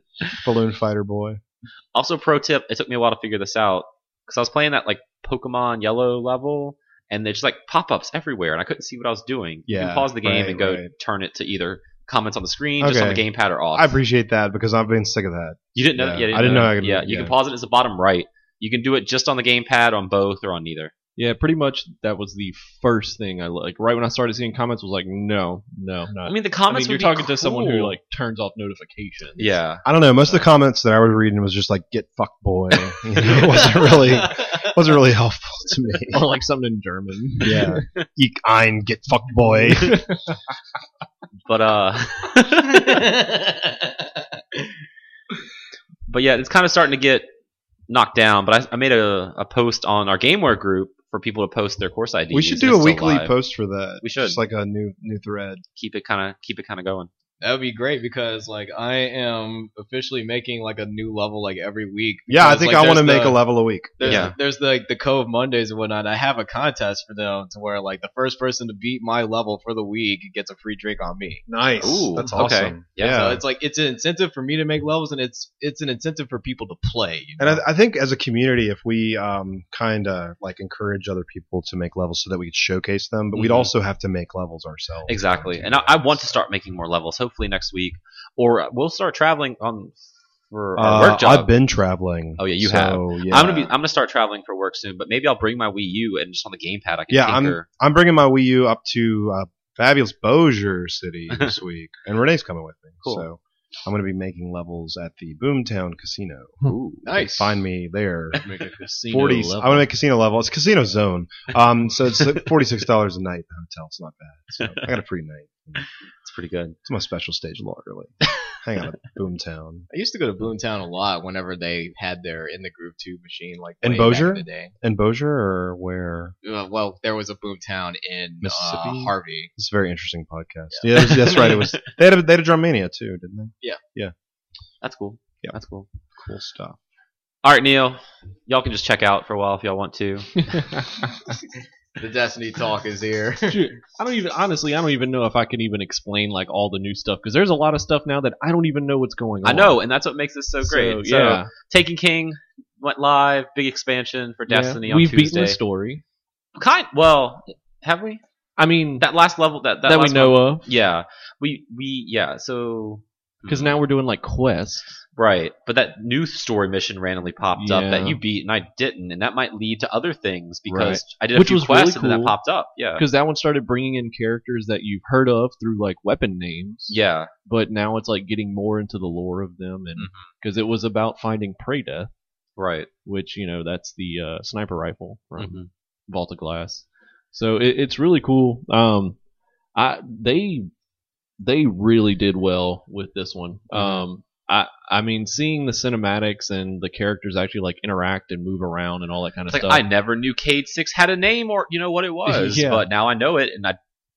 Speaker 7: balloon fighter boy.
Speaker 1: Also, pro tip: it took me a while to figure this out because I was playing that like Pokemon Yellow level, and there's like pop-ups everywhere, and I couldn't see what I was doing. you
Speaker 7: Yeah,
Speaker 1: can pause the game
Speaker 7: right,
Speaker 1: and go
Speaker 7: right.
Speaker 1: turn it to either comments on the screen, just on the gamepad, or off.
Speaker 7: I appreciate that because I've been sick of that.
Speaker 1: you didn't know?
Speaker 7: yeah,
Speaker 1: Yeah,
Speaker 7: I didn't know I
Speaker 1: that.
Speaker 7: could-
Speaker 1: yeah, you can
Speaker 7: yeah.
Speaker 1: pause it as the bottom right. You can do it just on the gamepad, on both, or on neither.
Speaker 3: Yeah, pretty much that was the first thing I like. Right when I started seeing comments, was like, no, no, not.
Speaker 1: I mean, the
Speaker 3: I
Speaker 1: comments.
Speaker 3: mean, you're
Speaker 1: would be
Speaker 3: talking to someone who
Speaker 1: cool.
Speaker 3: like turns off notifications.
Speaker 1: Yeah,
Speaker 7: I don't know. Most of the comments that I was reading was just like "get fucked boy." You know, it wasn't really wasn't really helpful to me.
Speaker 3: or like something in German.
Speaker 7: Yeah, ich ein get fucked boy.
Speaker 1: but uh, but yeah, it's kind of starting to get knocked down. But I, I made a, a post on our GameWare group for people to post their course IDs.
Speaker 7: We should
Speaker 1: and
Speaker 7: do
Speaker 1: it's
Speaker 7: a
Speaker 1: still
Speaker 7: weekly
Speaker 1: live.
Speaker 7: post for that.
Speaker 1: We should.
Speaker 7: just like a new new thread.
Speaker 1: keep it kind of keep it kind of going.
Speaker 4: That would be great because like I am officially making like a new level like every week.
Speaker 7: Yeah, I
Speaker 4: Because,
Speaker 7: think
Speaker 4: like,
Speaker 7: I want to
Speaker 4: there's
Speaker 7: make
Speaker 4: the-
Speaker 7: a level a week.
Speaker 4: There's,
Speaker 1: Yeah.
Speaker 4: there's the, like the Cove Mondays and whatnot. I have a contest for them to where like the first person to beat my level for the week gets a free drink on me.
Speaker 7: Nice.
Speaker 1: Ooh,
Speaker 7: That's
Speaker 1: okay.
Speaker 7: awesome.
Speaker 1: Yeah,
Speaker 4: So it's like it's an incentive for me to make levels and it's it's an incentive for people to play. you
Speaker 7: and
Speaker 4: know?
Speaker 7: I, I think as a community, if we um, kind of like encourage other people to make levels so that we could showcase them, but we'd
Speaker 1: Mhm.
Speaker 7: also have to make levels ourselves.
Speaker 1: Exactly. And I, I want to start making more levels. Hopefully next week, or uh, we'll start traveling on for our
Speaker 7: Uh,
Speaker 1: work job.
Speaker 7: I've been traveling.
Speaker 1: Oh, yeah, you
Speaker 7: so,
Speaker 1: have.
Speaker 7: Yeah.
Speaker 1: I'm gonna be I'm gonna start traveling for work soon, but maybe I'll bring my Wii U and just on the gamepad I can
Speaker 7: Yeah, I'm-
Speaker 1: tinker.
Speaker 7: I'm bringing my Wii U up to uh, fabulous Bossier City this week, and Renee's coming with me.
Speaker 1: Cool.
Speaker 7: So I'm going to be making levels at the Boomtown Casino.
Speaker 1: Ooh.
Speaker 7: You can
Speaker 4: nice.
Speaker 7: Find me there.
Speaker 3: Make a casino
Speaker 7: 40
Speaker 3: level.
Speaker 7: I want to make casino level. It's casino zone. Um, so it's like $46 a night at the hotel. It's not bad. So I got a free night.
Speaker 1: It's pretty good.
Speaker 7: It's my special stage law, really. Hang on, Boomtown.
Speaker 4: I used to go to Boomtown a lot whenever they had their in the Groove Two machine, like
Speaker 7: In
Speaker 4: way back
Speaker 7: Bossier?
Speaker 4: in the day.
Speaker 7: And Bozier or where?
Speaker 4: Uh, well, there was a Boomtown in
Speaker 7: Mississippi?
Speaker 4: Uh, Harvey.
Speaker 7: It's a very interesting podcast. Yeah, that's, that's right. It was they had a, they had a Drummania too, didn't they?
Speaker 1: That's cool.
Speaker 7: Yeah.
Speaker 1: That's cool.
Speaker 7: Cool stuff.
Speaker 1: All right, Neil. Y'all can just check out for a while if y'all want to.
Speaker 4: The Destiny Talk is here.
Speaker 3: Dude, I don't even honestly. I don't even know if I can even explain like all the new stuff because there's a lot of stuff now that I don't even know what's going on.
Speaker 1: I know, and that's what makes this so great. So,
Speaker 3: yeah,
Speaker 1: Taken King went live, big expansion for
Speaker 3: Yeah.
Speaker 1: Destiny on
Speaker 3: We've beaten
Speaker 1: Tuesday.
Speaker 3: the story.
Speaker 1: Kind well, have we?
Speaker 3: I mean, that,
Speaker 1: That last level that that,
Speaker 3: we
Speaker 1: last
Speaker 3: know
Speaker 1: one-
Speaker 3: of. 'Cause of
Speaker 1: Yeah, we we yeah. So Hmm.
Speaker 3: because
Speaker 1: Mm-hmm.
Speaker 3: now we're doing like quests.
Speaker 1: Right, but that new story mission randomly popped up that
Speaker 3: Yeah.
Speaker 1: you beat and I didn't, and that might lead to other things because
Speaker 3: Right.
Speaker 1: I did a
Speaker 3: Which
Speaker 1: few
Speaker 3: was
Speaker 1: quests
Speaker 3: really
Speaker 1: and then that
Speaker 3: cool.
Speaker 1: popped up. Yeah,
Speaker 3: Because that one started bringing in characters that you've heard of through like weapon names.
Speaker 1: yeah,
Speaker 3: But now it's like getting more into the lore of them, and
Speaker 1: Mm-hmm.
Speaker 3: because it was about finding Preda,
Speaker 1: right.
Speaker 3: which you know that's the uh, sniper rifle from
Speaker 1: Mhm.
Speaker 3: Vault of Glass. So it, it's really cool. Um, I they they really did well with this one.
Speaker 1: Mm-hmm.
Speaker 3: Um, I I mean, seeing the cinematics and the characters actually like interact and move around and all that kind
Speaker 1: It's
Speaker 3: of
Speaker 1: like
Speaker 3: stuff.
Speaker 1: I never knew Cade Six had a name or you know what it was,
Speaker 3: Yeah.
Speaker 1: but now I know it, and I.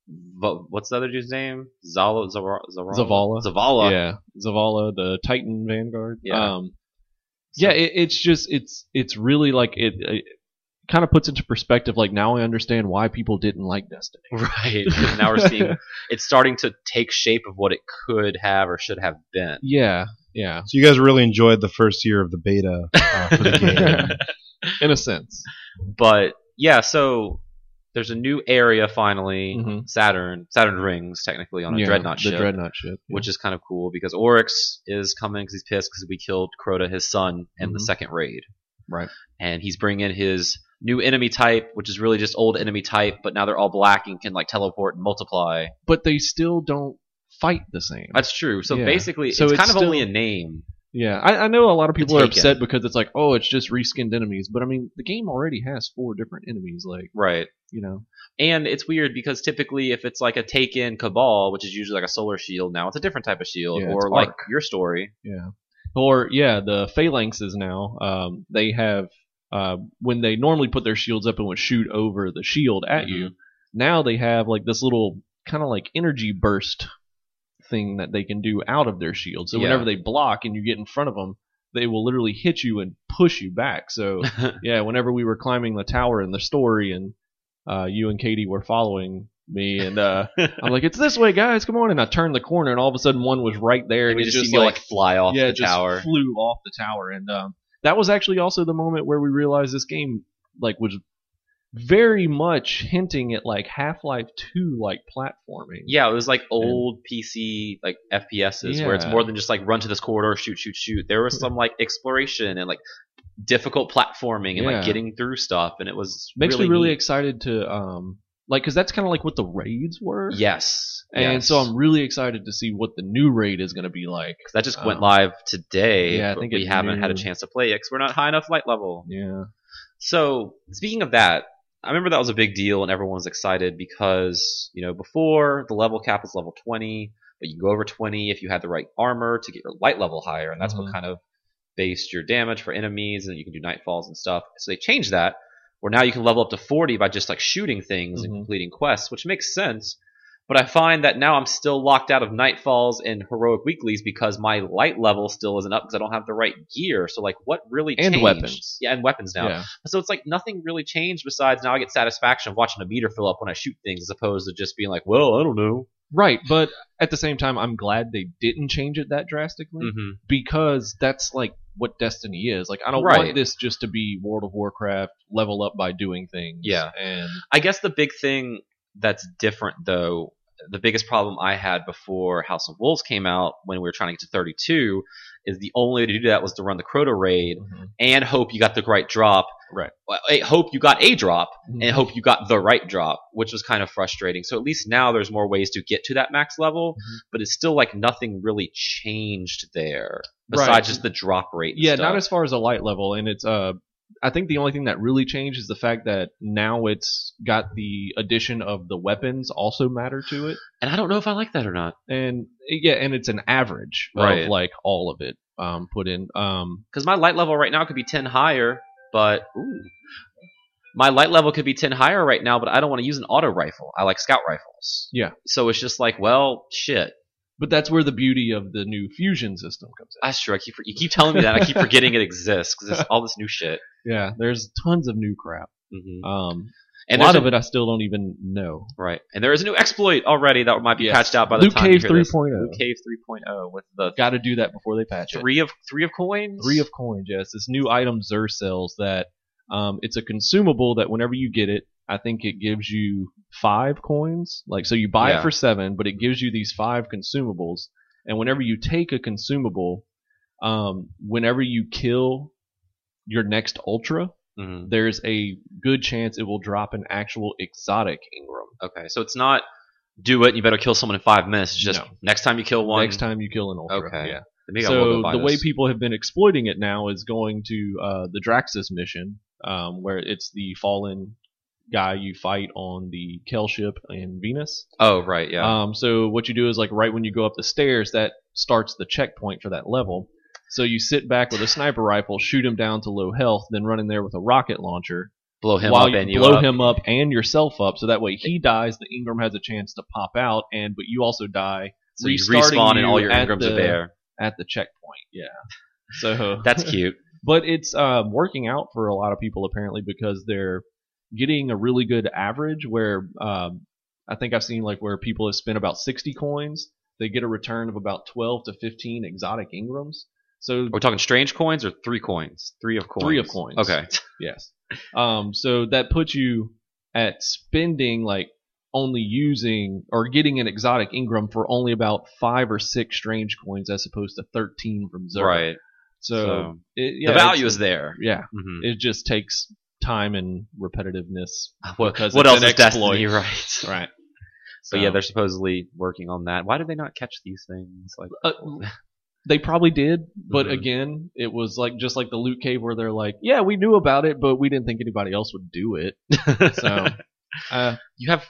Speaker 1: But what's the other dude's name? Zalo Zara, Zara,
Speaker 3: Zavala.
Speaker 1: Zavala.
Speaker 3: yeah, Zavala, the Titan Vanguard.
Speaker 1: Yeah.
Speaker 3: Um, yeah, it, it's just it's it's really like it. it Kind of puts into perspective, like now I understand why people didn't like Destiny.
Speaker 1: Right. 'cause now we're seeing it's starting to take shape of what it could have or should have been.
Speaker 3: Yeah, yeah,
Speaker 7: So you guys really enjoyed the first year of the beta uh, for the game.
Speaker 3: in a sense.
Speaker 1: but yeah, so there's a new area finally.
Speaker 3: Mhm.
Speaker 1: Saturn, Saturn rings technically on a
Speaker 3: Yeah,
Speaker 1: dreadnought ship,
Speaker 3: The dreadnought ship, yeah.
Speaker 1: which is kind of cool because Oryx is coming because he's pissed because we killed Crota, his son, in the
Speaker 3: Mhm.
Speaker 1: second raid.
Speaker 3: Right.
Speaker 1: And he's bringing in his new enemy type, which is really just old enemy type, but now they're all black and can like teleport and multiply.
Speaker 3: but they still don't fight the same.
Speaker 1: That's true. So
Speaker 3: Yeah.
Speaker 1: basically,
Speaker 3: So
Speaker 1: it's,
Speaker 3: it's
Speaker 1: kind of
Speaker 3: still-
Speaker 1: only a name.
Speaker 3: yeah, I, I know a lot of people
Speaker 1: It's
Speaker 3: are
Speaker 1: taken.
Speaker 3: upset because it's like, oh, it's just reskinned enemies. But I mean, the game already has four different enemies. Like,
Speaker 1: Right.
Speaker 3: you know,
Speaker 1: And it's weird because typically, if it's like a Taken Cabal, which is usually like a solar shield, now it's a different type of shield,
Speaker 3: Yeah, it's
Speaker 1: or like
Speaker 3: Arc.
Speaker 1: your story.
Speaker 3: yeah. Or yeah, the phalanxes now. Um, they have uh, when they normally put their shields up and would shoot over the shield at you. Now they have like this little kind of like energy burst thing that they can do out of their shield. So
Speaker 1: Yeah.
Speaker 3: whenever they block and you get in front of them, they will literally hit you and push you back. So yeah, whenever we were climbing the tower in the story, and uh, you and Katie were following me, and uh, I'm like, "It's this way, guys! Come on!" And I turned the corner, and all of a sudden, one was right there,
Speaker 1: and
Speaker 3: and
Speaker 1: we
Speaker 3: it
Speaker 1: just,
Speaker 3: just
Speaker 1: see Neil,
Speaker 3: like,
Speaker 1: like, fly off
Speaker 3: yeah,
Speaker 1: the
Speaker 3: it just
Speaker 1: tower.
Speaker 3: flew off the tower, and um, that was actually also the moment where we realized this game like was very much hinting at like Half-Life 2 like platforming.
Speaker 1: Yeah, it was like old PC like FPSs where it's
Speaker 3: Yeah.
Speaker 1: more than just like run to this corridor, shoot, shoot, shoot. There was some like exploration and like difficult platforming and like
Speaker 3: Yeah.
Speaker 1: getting through stuff, and it was
Speaker 3: makes
Speaker 1: really
Speaker 3: me really
Speaker 1: neat.
Speaker 3: excited to um like because that's kind of like what the raids were.
Speaker 1: yes.
Speaker 3: And
Speaker 1: yes.
Speaker 3: so I'm really excited to see what the new raid is going to be like.
Speaker 1: 'Cause that just went
Speaker 3: um,
Speaker 1: live today.
Speaker 3: yeah, I
Speaker 1: but
Speaker 3: think
Speaker 1: we
Speaker 3: it's
Speaker 1: haven't had a
Speaker 3: new.
Speaker 1: chance to play it because we're not high enough light level.
Speaker 3: Yeah.
Speaker 1: So speaking of that, I remember that was a big deal and everyone was excited because you know before the level cap is level 20, but you go over 20 if you had the right armor to get your light level higher, and that's what
Speaker 3: Mhm.
Speaker 1: kind of based your damage for enemies and you can do nightfalls and stuff. So they changed that where now you can level up to 40 by just like shooting things and
Speaker 3: Mhm.
Speaker 1: completing quests, which makes sense. But I find that now I'm still locked out of nightfalls and heroic weeklies because my light level still isn't up because I don't have the right gear. So like, what really
Speaker 3: And
Speaker 1: changed?
Speaker 3: weapons.
Speaker 1: Yeah, and weapons now.
Speaker 3: Yeah.
Speaker 1: So it's like nothing really changed besides now I get satisfaction of watching a meter fill up when I shoot things as opposed to just being like, well, I don't know.
Speaker 3: Right, but at the same time, I'm glad they didn't change it that drastically
Speaker 1: Mm-hmm.
Speaker 3: because that's like what Destiny is. Like, I don't
Speaker 1: Right.
Speaker 3: want this just to be World of Warcraft level up by doing things.
Speaker 1: Yeah.
Speaker 3: and
Speaker 1: I guess the big thing that's different though, the biggest problem I had before House of Wolves came out when we were trying to get to 32 is the only way to do that was to run the Crota raid and hope you got the right drop.
Speaker 3: Mm-hmm. Right.
Speaker 1: Well, I hope you got a drop and
Speaker 3: Mhm.
Speaker 1: hope you got the right drop, which was kind of frustrating. So at least now there's more ways to get to that max level,
Speaker 3: Mhm.
Speaker 1: but it's still like nothing really changed there
Speaker 3: Right.
Speaker 1: besides just the drop rate. and
Speaker 3: yeah,
Speaker 1: stuff.
Speaker 3: not as far as a light level, and it's uh, I think the only thing that really changed is the fact that now it's got the addition of the weapons also matter to it,
Speaker 1: And I don't know if I like that or not.
Speaker 3: and yeah, and it's an average
Speaker 1: Right.
Speaker 3: of like all of it um, put in. Um,
Speaker 1: because my light level right now could be 10 higher, but ooh, my light level could be 10 higher right now, but I don't want to use an auto rifle. I like scout rifles.
Speaker 3: Yeah.
Speaker 1: So it's just like, well, shit.
Speaker 3: but that's where the beauty of the new fusion system comes in.
Speaker 1: I sure I keep you keep telling me that I keep forgetting it exists because all this new shit.
Speaker 3: Yeah, there's tons of new crap.
Speaker 1: Mm-hmm.
Speaker 3: Um,
Speaker 1: And
Speaker 3: a lot
Speaker 1: there's
Speaker 3: of it I still don't even know.
Speaker 1: right, and there is a new exploit already that might be
Speaker 3: Yes.
Speaker 1: patched out by the
Speaker 3: Luke
Speaker 1: time
Speaker 3: Cage oh.
Speaker 1: you hear this.
Speaker 3: 3.0.
Speaker 1: Luke Cave 3.0 with the
Speaker 3: Got to do that before they patch it.
Speaker 1: three of three of coins.
Speaker 3: Three of coins, yes. This new item Xur sells that um, it's a consumable that whenever you get it, I think it gives you five coins. Like so, you buy
Speaker 1: Yeah.
Speaker 3: it for seven, but it gives you these five consumables. And whenever you take a consumable, um, whenever you kill your next ultra,
Speaker 1: Mhm.
Speaker 3: there's a good chance it will drop an actual exotic Ingram.
Speaker 1: Okay, so it's not do it. You better kill someone in five minutes. It's just
Speaker 3: No.
Speaker 1: next time you kill one.
Speaker 3: Next time you kill an ultra,
Speaker 1: Okay.
Speaker 3: yeah.
Speaker 1: Maybe I will
Speaker 3: so
Speaker 1: buy
Speaker 3: the way
Speaker 1: this.
Speaker 3: people have been exploiting it now is going to uh, the Draxus mission, um, where it's the fallen guy you fight on the Kel ship in Venus.
Speaker 1: Oh right, yeah.
Speaker 3: Um, so what you do is like right when you go up the stairs, that starts the checkpoint for that level. So you sit back with a sniper rifle, shoot him down to low health, then run in there with a rocket launcher
Speaker 1: blow him
Speaker 3: while
Speaker 1: up and you
Speaker 3: blow
Speaker 1: up.
Speaker 3: him up and yourself up. So that way he dies, the Ingram has a chance to pop out, and but you also die.
Speaker 1: So you
Speaker 3: restarting
Speaker 1: respawn and all
Speaker 3: you
Speaker 1: your
Speaker 3: at
Speaker 1: Ingrams
Speaker 3: the-
Speaker 1: are there.
Speaker 3: at the checkpoint. Yeah. So
Speaker 1: That's cute.
Speaker 3: but it's um, working out for a lot of people apparently because they're getting a really good average. Where um, I think I've seen like where people have spent about sixty coins, they get a return of about twelve to fifteen exotic Ingrams. So
Speaker 1: Are we talking strange coins or three coins? Three of coins.
Speaker 3: Three of coins.
Speaker 1: Okay.
Speaker 3: yes, um, so that puts you at spending like only using or getting an exotic Ingram for only about five or six strange coins as opposed to thirteen from zero.
Speaker 1: Right.
Speaker 3: So,
Speaker 1: So,
Speaker 3: it, yeah,
Speaker 1: the value
Speaker 3: it's-
Speaker 1: is there.
Speaker 3: yeah.
Speaker 1: Mhm.
Speaker 3: it just takes time and repetitiveness.
Speaker 1: What,
Speaker 3: because
Speaker 1: what
Speaker 3: it's
Speaker 1: else
Speaker 3: an
Speaker 1: is Destiny,
Speaker 3: exploit.
Speaker 1: right?
Speaker 3: Right.
Speaker 1: But yeah, they're supposedly working on that. Why did they not catch these things? Like,
Speaker 3: Uh, they probably did, but
Speaker 1: Mhm.
Speaker 3: again, it was like just like the Loot Cave where they're like, yeah, we knew about it, but we didn't think anybody else would do it. So uh,
Speaker 1: you have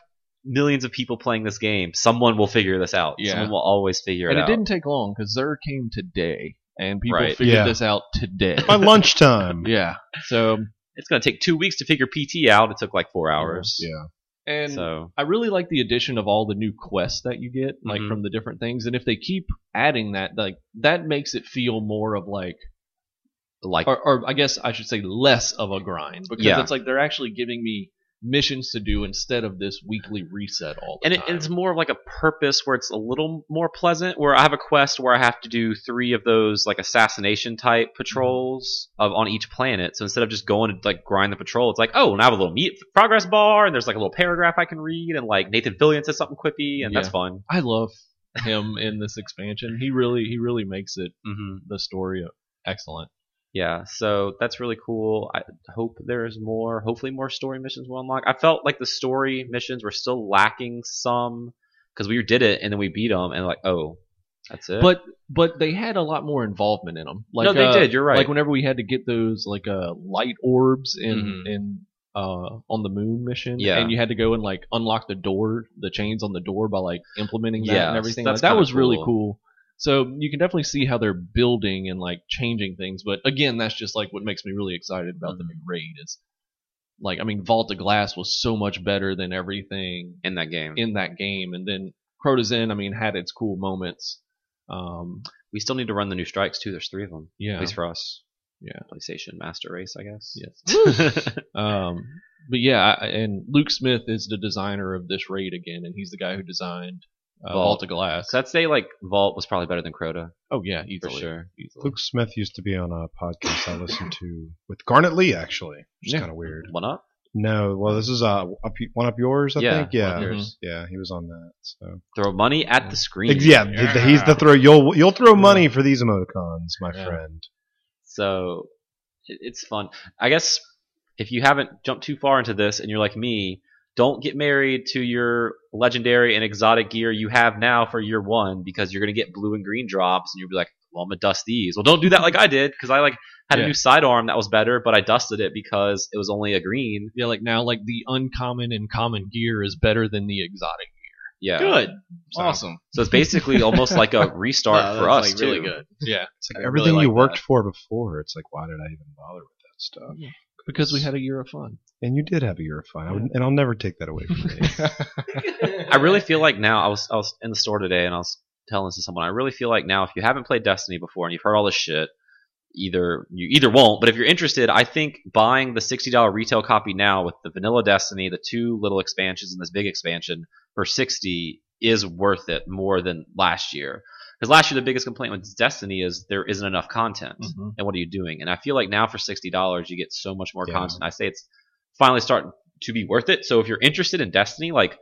Speaker 1: millions of people playing this game. Someone will figure this out.
Speaker 3: Yeah.
Speaker 1: Someone will always figure it
Speaker 3: and it
Speaker 1: out.
Speaker 3: didn't take long because Zer came today, and people
Speaker 1: Right.
Speaker 3: figured
Speaker 7: Yeah.
Speaker 3: this out today.
Speaker 7: By lunchtime.
Speaker 3: yeah. So
Speaker 1: It's going to take two weeks to figure PT out. It took like four hours.
Speaker 7: Yeah.
Speaker 3: and
Speaker 1: So
Speaker 3: I really like the addition of all the new quests that you get, like
Speaker 1: Mhm.
Speaker 3: from the different things. And if they keep adding that, like that makes it feel more of like
Speaker 1: like,
Speaker 3: or, or I guess I should say less of a grind because
Speaker 1: Yeah.
Speaker 3: it's like they're actually giving me missions to do instead of this weekly reset all the
Speaker 1: and it,
Speaker 3: time.
Speaker 1: it's more of like a purpose where it's a little more pleasant. Where I have a quest where I have to do three of those like assassination type patrols of on each planet. So instead of just going to like grind the patrol, it's like oh, and I have a little meet progress bar, and there's like a little paragraph I can read, and like Nathan Fillion says something quippy, and that's
Speaker 3: Yeah.
Speaker 1: fun.
Speaker 3: I love him in this expansion. He really he really makes it
Speaker 1: Mm-hmm.
Speaker 3: the story excellent.
Speaker 1: Yeah, so that's really cool. I hope there's more. Hopefully, more story missions will unlock. I felt like the story missions were still lacking some because we did it and then we beat them and like oh, that's it.
Speaker 3: But but they had a lot more involvement in them. Like
Speaker 1: no, they
Speaker 3: uh,
Speaker 1: did. You're right.
Speaker 3: Like whenever we had to get those like uh light orbs in
Speaker 1: Mhm.
Speaker 3: in uh on the moon mission
Speaker 1: Yeah.
Speaker 3: and you had to go and like unlock the door the chains on the door by like implementing that
Speaker 1: Yes,
Speaker 3: and everything
Speaker 1: that's
Speaker 3: like, that
Speaker 1: kinda
Speaker 3: was really
Speaker 1: cool.
Speaker 3: cool so you can definitely see how they're building and like changing things but again that's just like what makes me really excited about the
Speaker 1: Mm-hmm.
Speaker 3: new raid is like i mean vault of glass was so much better than everything
Speaker 1: in that game,
Speaker 3: in that game and then Crotazen, i mean had its cool moments um
Speaker 1: we still need to run the new strikes too. There's three of them,
Speaker 3: yeah
Speaker 1: at least for us.
Speaker 3: Yeah.
Speaker 1: PlayStation Master Race, I guess.
Speaker 3: Yes.
Speaker 1: Yes.
Speaker 3: Um, but yeah, I- and Luke Smith is the designer of this raid again, and he's the guy who designed uh,
Speaker 1: Vault.
Speaker 3: Vault of Glass.
Speaker 1: so I'd say like Vault was probably better than Crota
Speaker 3: oh yeah,
Speaker 1: for
Speaker 3: easily.
Speaker 1: sure.
Speaker 3: easily.
Speaker 7: Luke Smith used to be on a podcast I listened to with Garnet Lee, actually, which is
Speaker 3: Yeah.
Speaker 7: kind of weird.
Speaker 1: One up.
Speaker 7: No, well, this is uh, up, one up yours, I
Speaker 1: Yeah,
Speaker 7: think.
Speaker 1: One
Speaker 7: Yeah,
Speaker 1: Up
Speaker 3: Yours.
Speaker 7: yeah, he was on that. So
Speaker 1: Throw money at the screen.
Speaker 7: Ex- yeah, th- th- he's the throw. You'll you'll throw money for these emoticons, my
Speaker 3: Yeah.
Speaker 7: friend.
Speaker 1: So it, it's fun. I guess if you haven't jumped too far into this and you're like me, don't get married to your legendary and exotic gear you have now for year one because you're gonna get blue and green drops and you'll be like, well, I'm gonna dust these. Well, don't do that like I did because I like Had a
Speaker 3: Yeah.
Speaker 1: new sidearm that was better, but I dusted it because it was only a green.
Speaker 3: Yeah, like now, like the uncommon and common gear is better than the exotic.
Speaker 1: Yeah.
Speaker 4: Good.
Speaker 7: So-
Speaker 4: Awesome.
Speaker 1: So it's basically almost like a restart
Speaker 4: Wow,
Speaker 1: for us
Speaker 4: that's, like, really
Speaker 1: too.
Speaker 4: good.
Speaker 3: Yeah,
Speaker 7: It's
Speaker 4: I
Speaker 7: like
Speaker 4: really
Speaker 7: everything
Speaker 4: like
Speaker 7: you worked
Speaker 4: that.
Speaker 7: for before. It's like, why did I even bother with that stuff?
Speaker 3: because we had a year of fun.
Speaker 7: And you did have a year of fun, I would, and I'll never take that away from you.
Speaker 3: Mm-hmm,
Speaker 1: I really feel like now I was I was in the store today and I was telling this to someone. I really feel like now if you haven't played Destiny before and you've heard all this shit, either you either won't, but if you're interested, I think buying the sixty dollar retail copy now with the vanilla Destiny, the two little expansions and this big expansion for sixty is worth it more than last year. Because last year the biggest complaint with Destiny is there isn't enough content
Speaker 3: Mhm.
Speaker 1: and what are you doing? And I feel like now for sixty dollars, you get so much more
Speaker 7: Yeah.
Speaker 1: content. I say it's finally starting to be worth it. So if you're interested in Destiny, like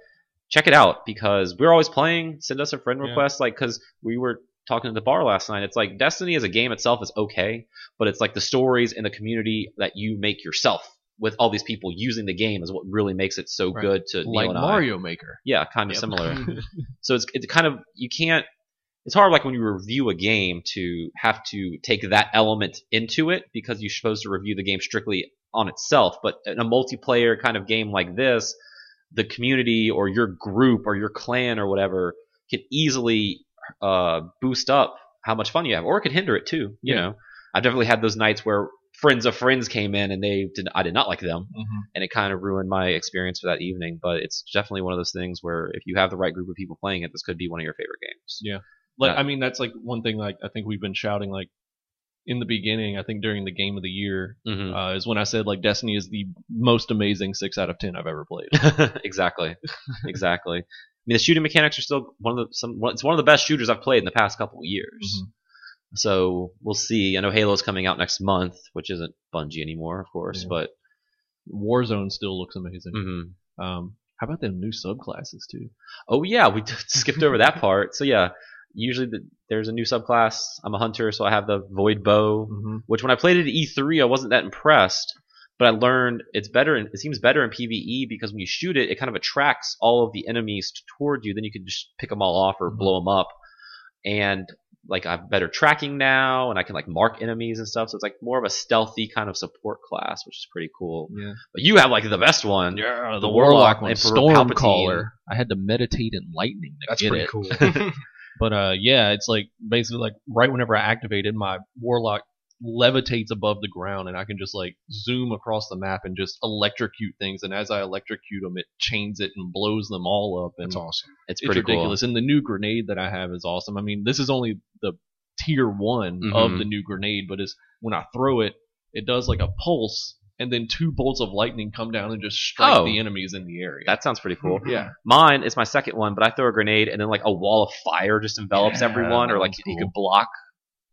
Speaker 1: check it out because we're always playing. Send us a friend
Speaker 3: Yeah.
Speaker 1: request, like because we were talking at the bar last night. It's like Destiny as a game itself is okay, but it's like the stories and the community that you make yourself with all these people using the game is what really makes it so
Speaker 3: Right.
Speaker 1: good to Neil
Speaker 3: Like
Speaker 1: and I.
Speaker 3: Mario Maker.
Speaker 1: Yeah, kind of
Speaker 3: Yep.
Speaker 1: similar. So it's it's kind of you can't. It's hard like when you review a game to have to take that element into it because you're supposed to review the game strictly on itself. But in a multiplayer kind of game like this, the community or your group or your clan or whatever can easily uh, boost up how much fun you have, or it can hinder it too. You
Speaker 3: Yeah.
Speaker 1: know, I've definitely had those nights where friends of friends came in and they did I did not like them
Speaker 3: mm-hmm.
Speaker 1: and it kind of ruined my experience for that evening. But it's definitely one of those things where if you have the right group of people playing it, this could be one of your favorite games.
Speaker 3: Yeah. Like
Speaker 1: Yeah.
Speaker 3: I mean, that's like one thing. Like I think we've been shouting like in the beginning. I think during the game of the year
Speaker 1: Mhm.
Speaker 3: uh, is when I said like Destiny is the most amazing six out of ten I've ever played.
Speaker 1: Uh, exactly, exactly. I mean, the shooting mechanics are still one of the some. one- It's one of the best shooters I've played in the past couple of years. So we'll see. I know Halo's coming out next month, which isn't Bungie anymore, of course,
Speaker 3: Yeah.
Speaker 1: but Mm.
Speaker 3: Warzone still looks amazing.
Speaker 1: mhm.
Speaker 3: Um, how about them new subclasses too?
Speaker 1: oh yeah, we skipped over that part. So yeah, usually the, there's a new subclass. I'm a hunter, so I have the void bow.
Speaker 3: Mm-hmm.
Speaker 1: which when I played it at E3, I wasn't that impressed. But I learned it's better. In, it seems better in PVE because when you shoot it, it kind of attracts all of the enemies t- toward you. Then you can just pick them all off or
Speaker 3: Mhm.
Speaker 1: blow them up. And like I have better tracking now, and I can like mark enemies and stuff. So it's like more of a stealthy kind of support class, which is pretty cool.
Speaker 3: Yeah.
Speaker 1: But you have like the best one.
Speaker 3: Yeah, the,
Speaker 1: the Warlock
Speaker 3: Warlock, one,
Speaker 1: and for Palpatine.
Speaker 3: Stormcaller. I had to meditate in lightning to
Speaker 7: That's
Speaker 3: get
Speaker 7: pretty
Speaker 3: it.
Speaker 7: cool.
Speaker 3: But uh, yeah, it's like basically like right whenever I activated my Warlock levitates above the ground, and I can just like zoom across the map and just electrocute things. And as I electrocute them, it chains it and blows them all up. And
Speaker 7: That's awesome.
Speaker 1: It's
Speaker 3: it's
Speaker 1: pretty
Speaker 3: ridiculous. And the new grenade that I have is awesome. I mean, this is only the tier one
Speaker 1: Mhm.
Speaker 3: of the new grenade, but it's when I throw it, it does like a pulse, and then two bolts of lightning come down and just strike
Speaker 1: Oh.
Speaker 3: the enemies in the area.
Speaker 1: cool. That sounds pretty cool.
Speaker 3: Mm-hmm. yeah,
Speaker 1: Mine is my second one, but I throw a grenade and then like a wall of fire just envelops
Speaker 3: Yeah,
Speaker 1: everyone, or
Speaker 3: that
Speaker 1: like
Speaker 3: one's
Speaker 1: you
Speaker 3: cool.
Speaker 1: can block,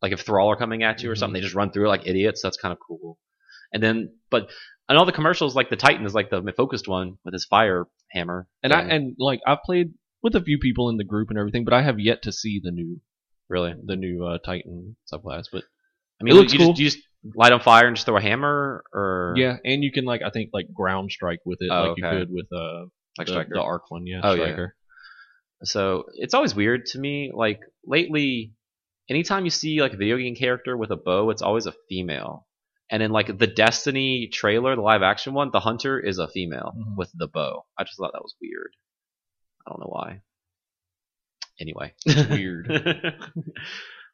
Speaker 1: like if Thrall are coming at you or
Speaker 3: Mhm.
Speaker 1: something, they just run through it like idiots. So that's kind of cool. And then, but and all the commercials, like the Titan is like the focused one with his fire hammer.
Speaker 3: and I
Speaker 1: thing.
Speaker 3: and like I've played with a few people in the group and everything, but I have yet to see the new
Speaker 1: really, I
Speaker 3: the new uh, Titan subclass. But
Speaker 1: mean,
Speaker 3: looks
Speaker 1: you,
Speaker 3: cool.
Speaker 1: just, you just light on fire and just throw a hammer, or
Speaker 3: yeah, and you can like I think like ground strike with it,
Speaker 1: Oh,
Speaker 3: like you
Speaker 1: okay.
Speaker 3: could with uh
Speaker 1: like
Speaker 3: the,
Speaker 1: striker.
Speaker 3: the arc one, yeah,
Speaker 1: Oh, yeah.
Speaker 3: striker.
Speaker 1: So it's always weird to me. Like lately, anytime you see like a video game character with a bow, it's always a female. And in like the Destiny trailer, the live action one, the hunter is a female
Speaker 3: Mhm.
Speaker 1: with the bow. I just thought that was weird. I don't know why. Anyway,
Speaker 3: Weird.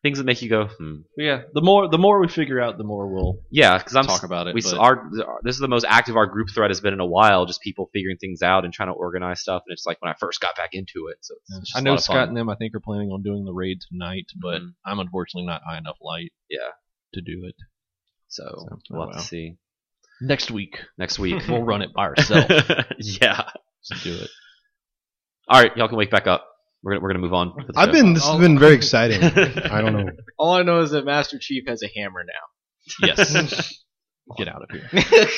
Speaker 1: things that make you go, hmm.
Speaker 3: But yeah, the more the more we figure out, the more we'll
Speaker 1: yeah, because I'm
Speaker 3: talk about it.
Speaker 1: we
Speaker 3: but-
Speaker 1: our this is the most active our group thread has been in a while. Just people figuring things out and trying to organize stuff. And it's like when I first got back into it, so it's just
Speaker 3: I
Speaker 1: a
Speaker 3: know
Speaker 1: lot of fun.
Speaker 3: Scott and Mm-hmm. them. I think are planning on doing the raid tonight, but
Speaker 1: Mhm.
Speaker 3: I'm unfortunately not high enough light.
Speaker 1: Yeah.
Speaker 3: To do it
Speaker 1: So,
Speaker 3: So,
Speaker 1: we'll
Speaker 3: oh,
Speaker 1: have
Speaker 3: well.
Speaker 1: to see
Speaker 3: next week,
Speaker 1: next week.
Speaker 3: we'll run it by ourselves.
Speaker 1: yeah.
Speaker 3: to do it.
Speaker 1: All right, y'all can wake back up. We're gonna we're gonna move on. with the
Speaker 7: I've
Speaker 1: show.
Speaker 7: been. This has been very exciting. I don't know.
Speaker 4: All I know is that Master Chief has a hammer now.
Speaker 3: Yes. Get out of here.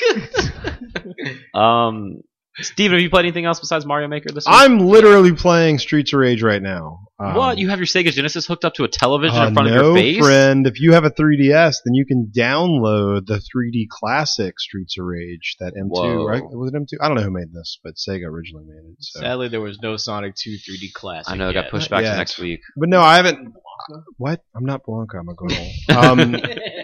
Speaker 1: Um, Steven, have you played anything else besides Mario Maker this week?
Speaker 7: I'm literally playing Streets of Rage right now. Um,
Speaker 1: what? You have your Sega Genesis hooked up to a television
Speaker 7: uh,
Speaker 1: in front of
Speaker 7: no,
Speaker 1: your face?
Speaker 7: friend. If you have a 3DS, then you can download the 3D classic Streets of Rage that M2.
Speaker 1: Whoa.
Speaker 7: Right? Was it M2? I don't know who made this, but Sega originally made it. So.
Speaker 4: Sadly, there was no Sonic 2 3D classic.
Speaker 1: I know it
Speaker 4: yet.
Speaker 1: got pushed back to
Speaker 7: Yeah.
Speaker 1: next week.
Speaker 7: But no, I haven't. What? I'm not Blanca. I'm a girl. um,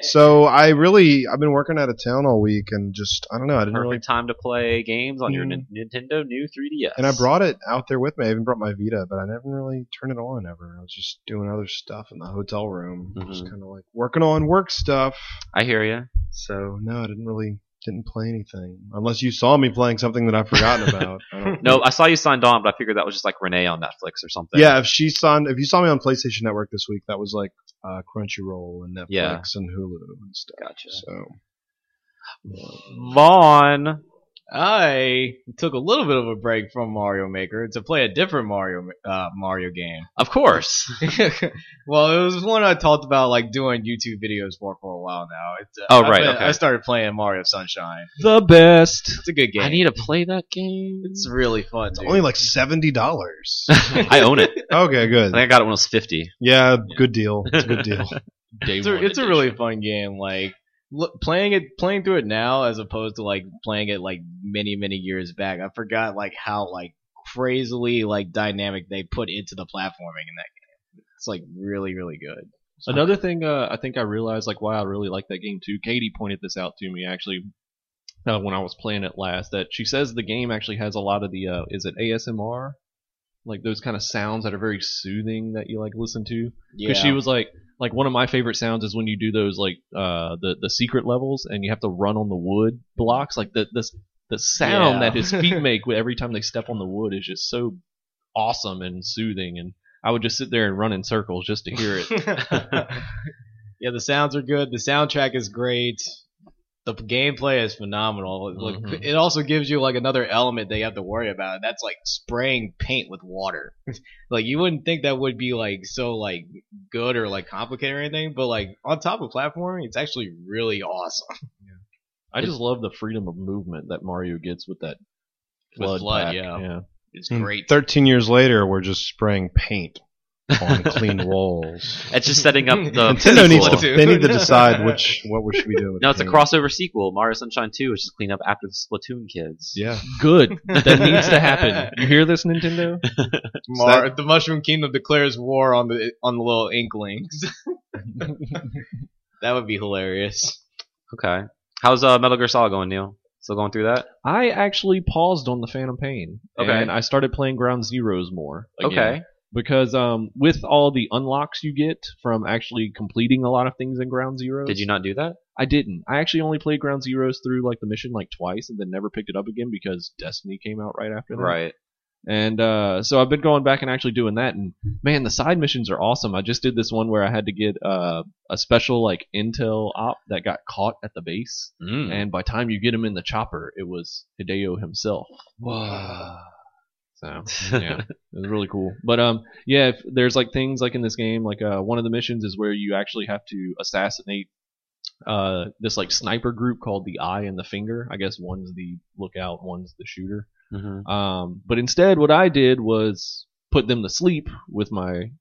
Speaker 7: so I really I've been working out of town all week and just I don't know I didn't
Speaker 1: Perfect
Speaker 7: really
Speaker 1: time to play games on your
Speaker 7: Mm.
Speaker 1: Nin- Nintendo new 3DS.
Speaker 7: and I brought it out there with me. I even brought my Vita, but I never really turned it on ever. I was just doing other stuff in the hotel room, just
Speaker 1: Mhm.
Speaker 7: kind of like working on work stuff.
Speaker 1: I hear you.
Speaker 7: So no, I didn't really didn't play anything unless you saw me playing something that I've forgotten about. I don't
Speaker 1: No, I saw you signed on, but I figured that was just like Renee on Netflix or something.
Speaker 7: Yeah, if she saw if you saw me on PlayStation Network this week, that was like uh, Crunchyroll and Netflix
Speaker 1: Yeah.
Speaker 7: and Hulu and stuff.
Speaker 1: Gotcha.
Speaker 7: So
Speaker 1: Vaughn.
Speaker 4: I took a little bit of a break from Mario Maker to play a different Mario uh, Mario game.
Speaker 1: Of course.
Speaker 4: well, it was one I talked about like doing YouTube videos for for a while now. It's, uh,
Speaker 1: Oh,
Speaker 4: I've
Speaker 1: right,
Speaker 4: been-
Speaker 1: okay.
Speaker 4: I started playing Mario Sunshine.
Speaker 3: The best.
Speaker 4: It's a good game.
Speaker 1: I need to play that game.
Speaker 4: it's really fun.
Speaker 7: it's
Speaker 4: dude.
Speaker 7: only like seventy dollars.
Speaker 1: I own it.
Speaker 7: okay,
Speaker 1: I
Speaker 7: good.
Speaker 1: think I got it when I was 50.
Speaker 7: Yeah, good deal. It's a good deal.
Speaker 3: Day
Speaker 4: it's a,
Speaker 3: one
Speaker 4: it's a
Speaker 3: edition.
Speaker 4: really fun game. Like look, playing it, playing through it now as opposed to like playing it like many many years back. I forgot like how like crazily like dynamic they put into the platforming in that game. It's like really really good.
Speaker 3: Another thing uh, I think I realized, like, why I really like that game too. Katie pointed this out to me actually uh, when I was playing it last. That she says the game actually has a lot of the uh, is it ASMR, like those kind of sounds that are very soothing that you like listen to.
Speaker 4: Yeah.
Speaker 3: Because she was like, like one of my favorite sounds is when you do those like uh, the the secret levels and you have to run on the wood blocks. Like the the the sound
Speaker 4: Yeah.
Speaker 3: that his feet make with- every time they step on the wood is just so awesome and soothing. And I would just sit there and run in circles just to hear it.
Speaker 4: yeah, the sounds are good. The soundtrack is great. The p- gameplay is phenomenal. It, look-
Speaker 3: Mhm.
Speaker 4: it also gives you like another element that you have to worry about, and that's like spraying paint with water. like you wouldn't think that would be like so like good or like complicated or anything, but like on top of platforming, it's actually really awesome.
Speaker 3: I just love the freedom of movement that Mario gets with that
Speaker 4: With
Speaker 3: blood.
Speaker 4: blood,
Speaker 3: pack.
Speaker 4: yeah. It's
Speaker 7: Hmm.
Speaker 4: great.
Speaker 7: Thirteen years later, we're just spraying paint on clean walls.
Speaker 1: It's just setting up the.
Speaker 7: Nintendo needs
Speaker 1: sequel.
Speaker 7: to they need to decide which what we should be doing. with
Speaker 1: No, it's a
Speaker 7: paint.
Speaker 1: crossover sequel. Mario Sunshine 2 is just clean up after the Splatoon kids.
Speaker 7: Yeah,
Speaker 3: Good. That needs to happen. You hear this, Nintendo?
Speaker 4: Mar- the Mushroom Kingdom declares war on the on the little inklings. that would be hilarious.
Speaker 1: Okay. How's uh, Metal Gear Solid going, Neil? Still going through that?
Speaker 3: I actually paused on the Phantom Pain.
Speaker 1: Okay.
Speaker 3: And I started playing Ground Zeroes more. again.
Speaker 1: Okay.
Speaker 3: Because um, with all the unlocks you get from actually completing a lot of things in Ground Zeroes,
Speaker 1: Did you not do that?
Speaker 3: I didn't. I actually only played Ground Zeroes through like the mission like twice, and then never picked it up again because Destiny came out right after that.
Speaker 1: Right.
Speaker 3: And uh, so I've been going back and actually doing that. And man, the side missions are awesome. I just did this one where I had to get uh, a special like intel op that got caught at the base.
Speaker 1: Mm.
Speaker 3: And by the time you get him in the chopper, it was Hideo himself. So yeah, it was really cool. But um, yeah, if there's like things like in this game, like uh, one of the missions is where you actually have to assassinate uh this like sniper group called the Eye and the Finger. I guess one's the lookout, one's the shooter.
Speaker 1: Mhm.
Speaker 3: Um, but instead, what I did was put them to sleep with my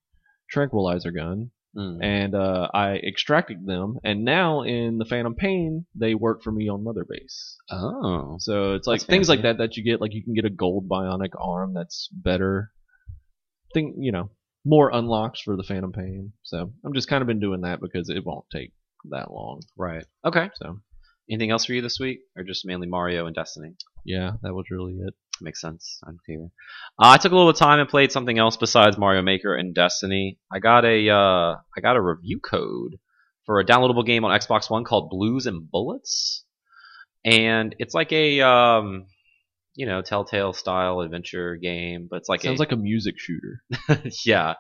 Speaker 3: tranquilizer gun,
Speaker 1: Mm.
Speaker 3: and uh, I extracted them. And now in the Phantom Pain, they work for me on Mother Base.
Speaker 1: Oh.
Speaker 3: So it's like
Speaker 1: That's
Speaker 3: things like
Speaker 1: fancy.
Speaker 3: that that you get. Like you can get a gold bionic arm that's better. Think you know more unlocks for the Phantom Pain. So I'm just kind of been doing that because it won't take that long.
Speaker 1: Right. Okay.
Speaker 3: So
Speaker 1: Anything else for you this week, or just mainly Mario and Destiny?
Speaker 3: yeah, that was really it.
Speaker 1: Makes sense. I'm clear. Uh, I took a little time and played something else besides Mario Maker and Destiny. I got a uh, I got a review code for a downloadable game on Xbox One called Blues and Bullets, and it's like a um, you know Telltale style adventure game, but it's like
Speaker 3: Sounds
Speaker 1: a
Speaker 3: like a music shooter.
Speaker 1: yeah.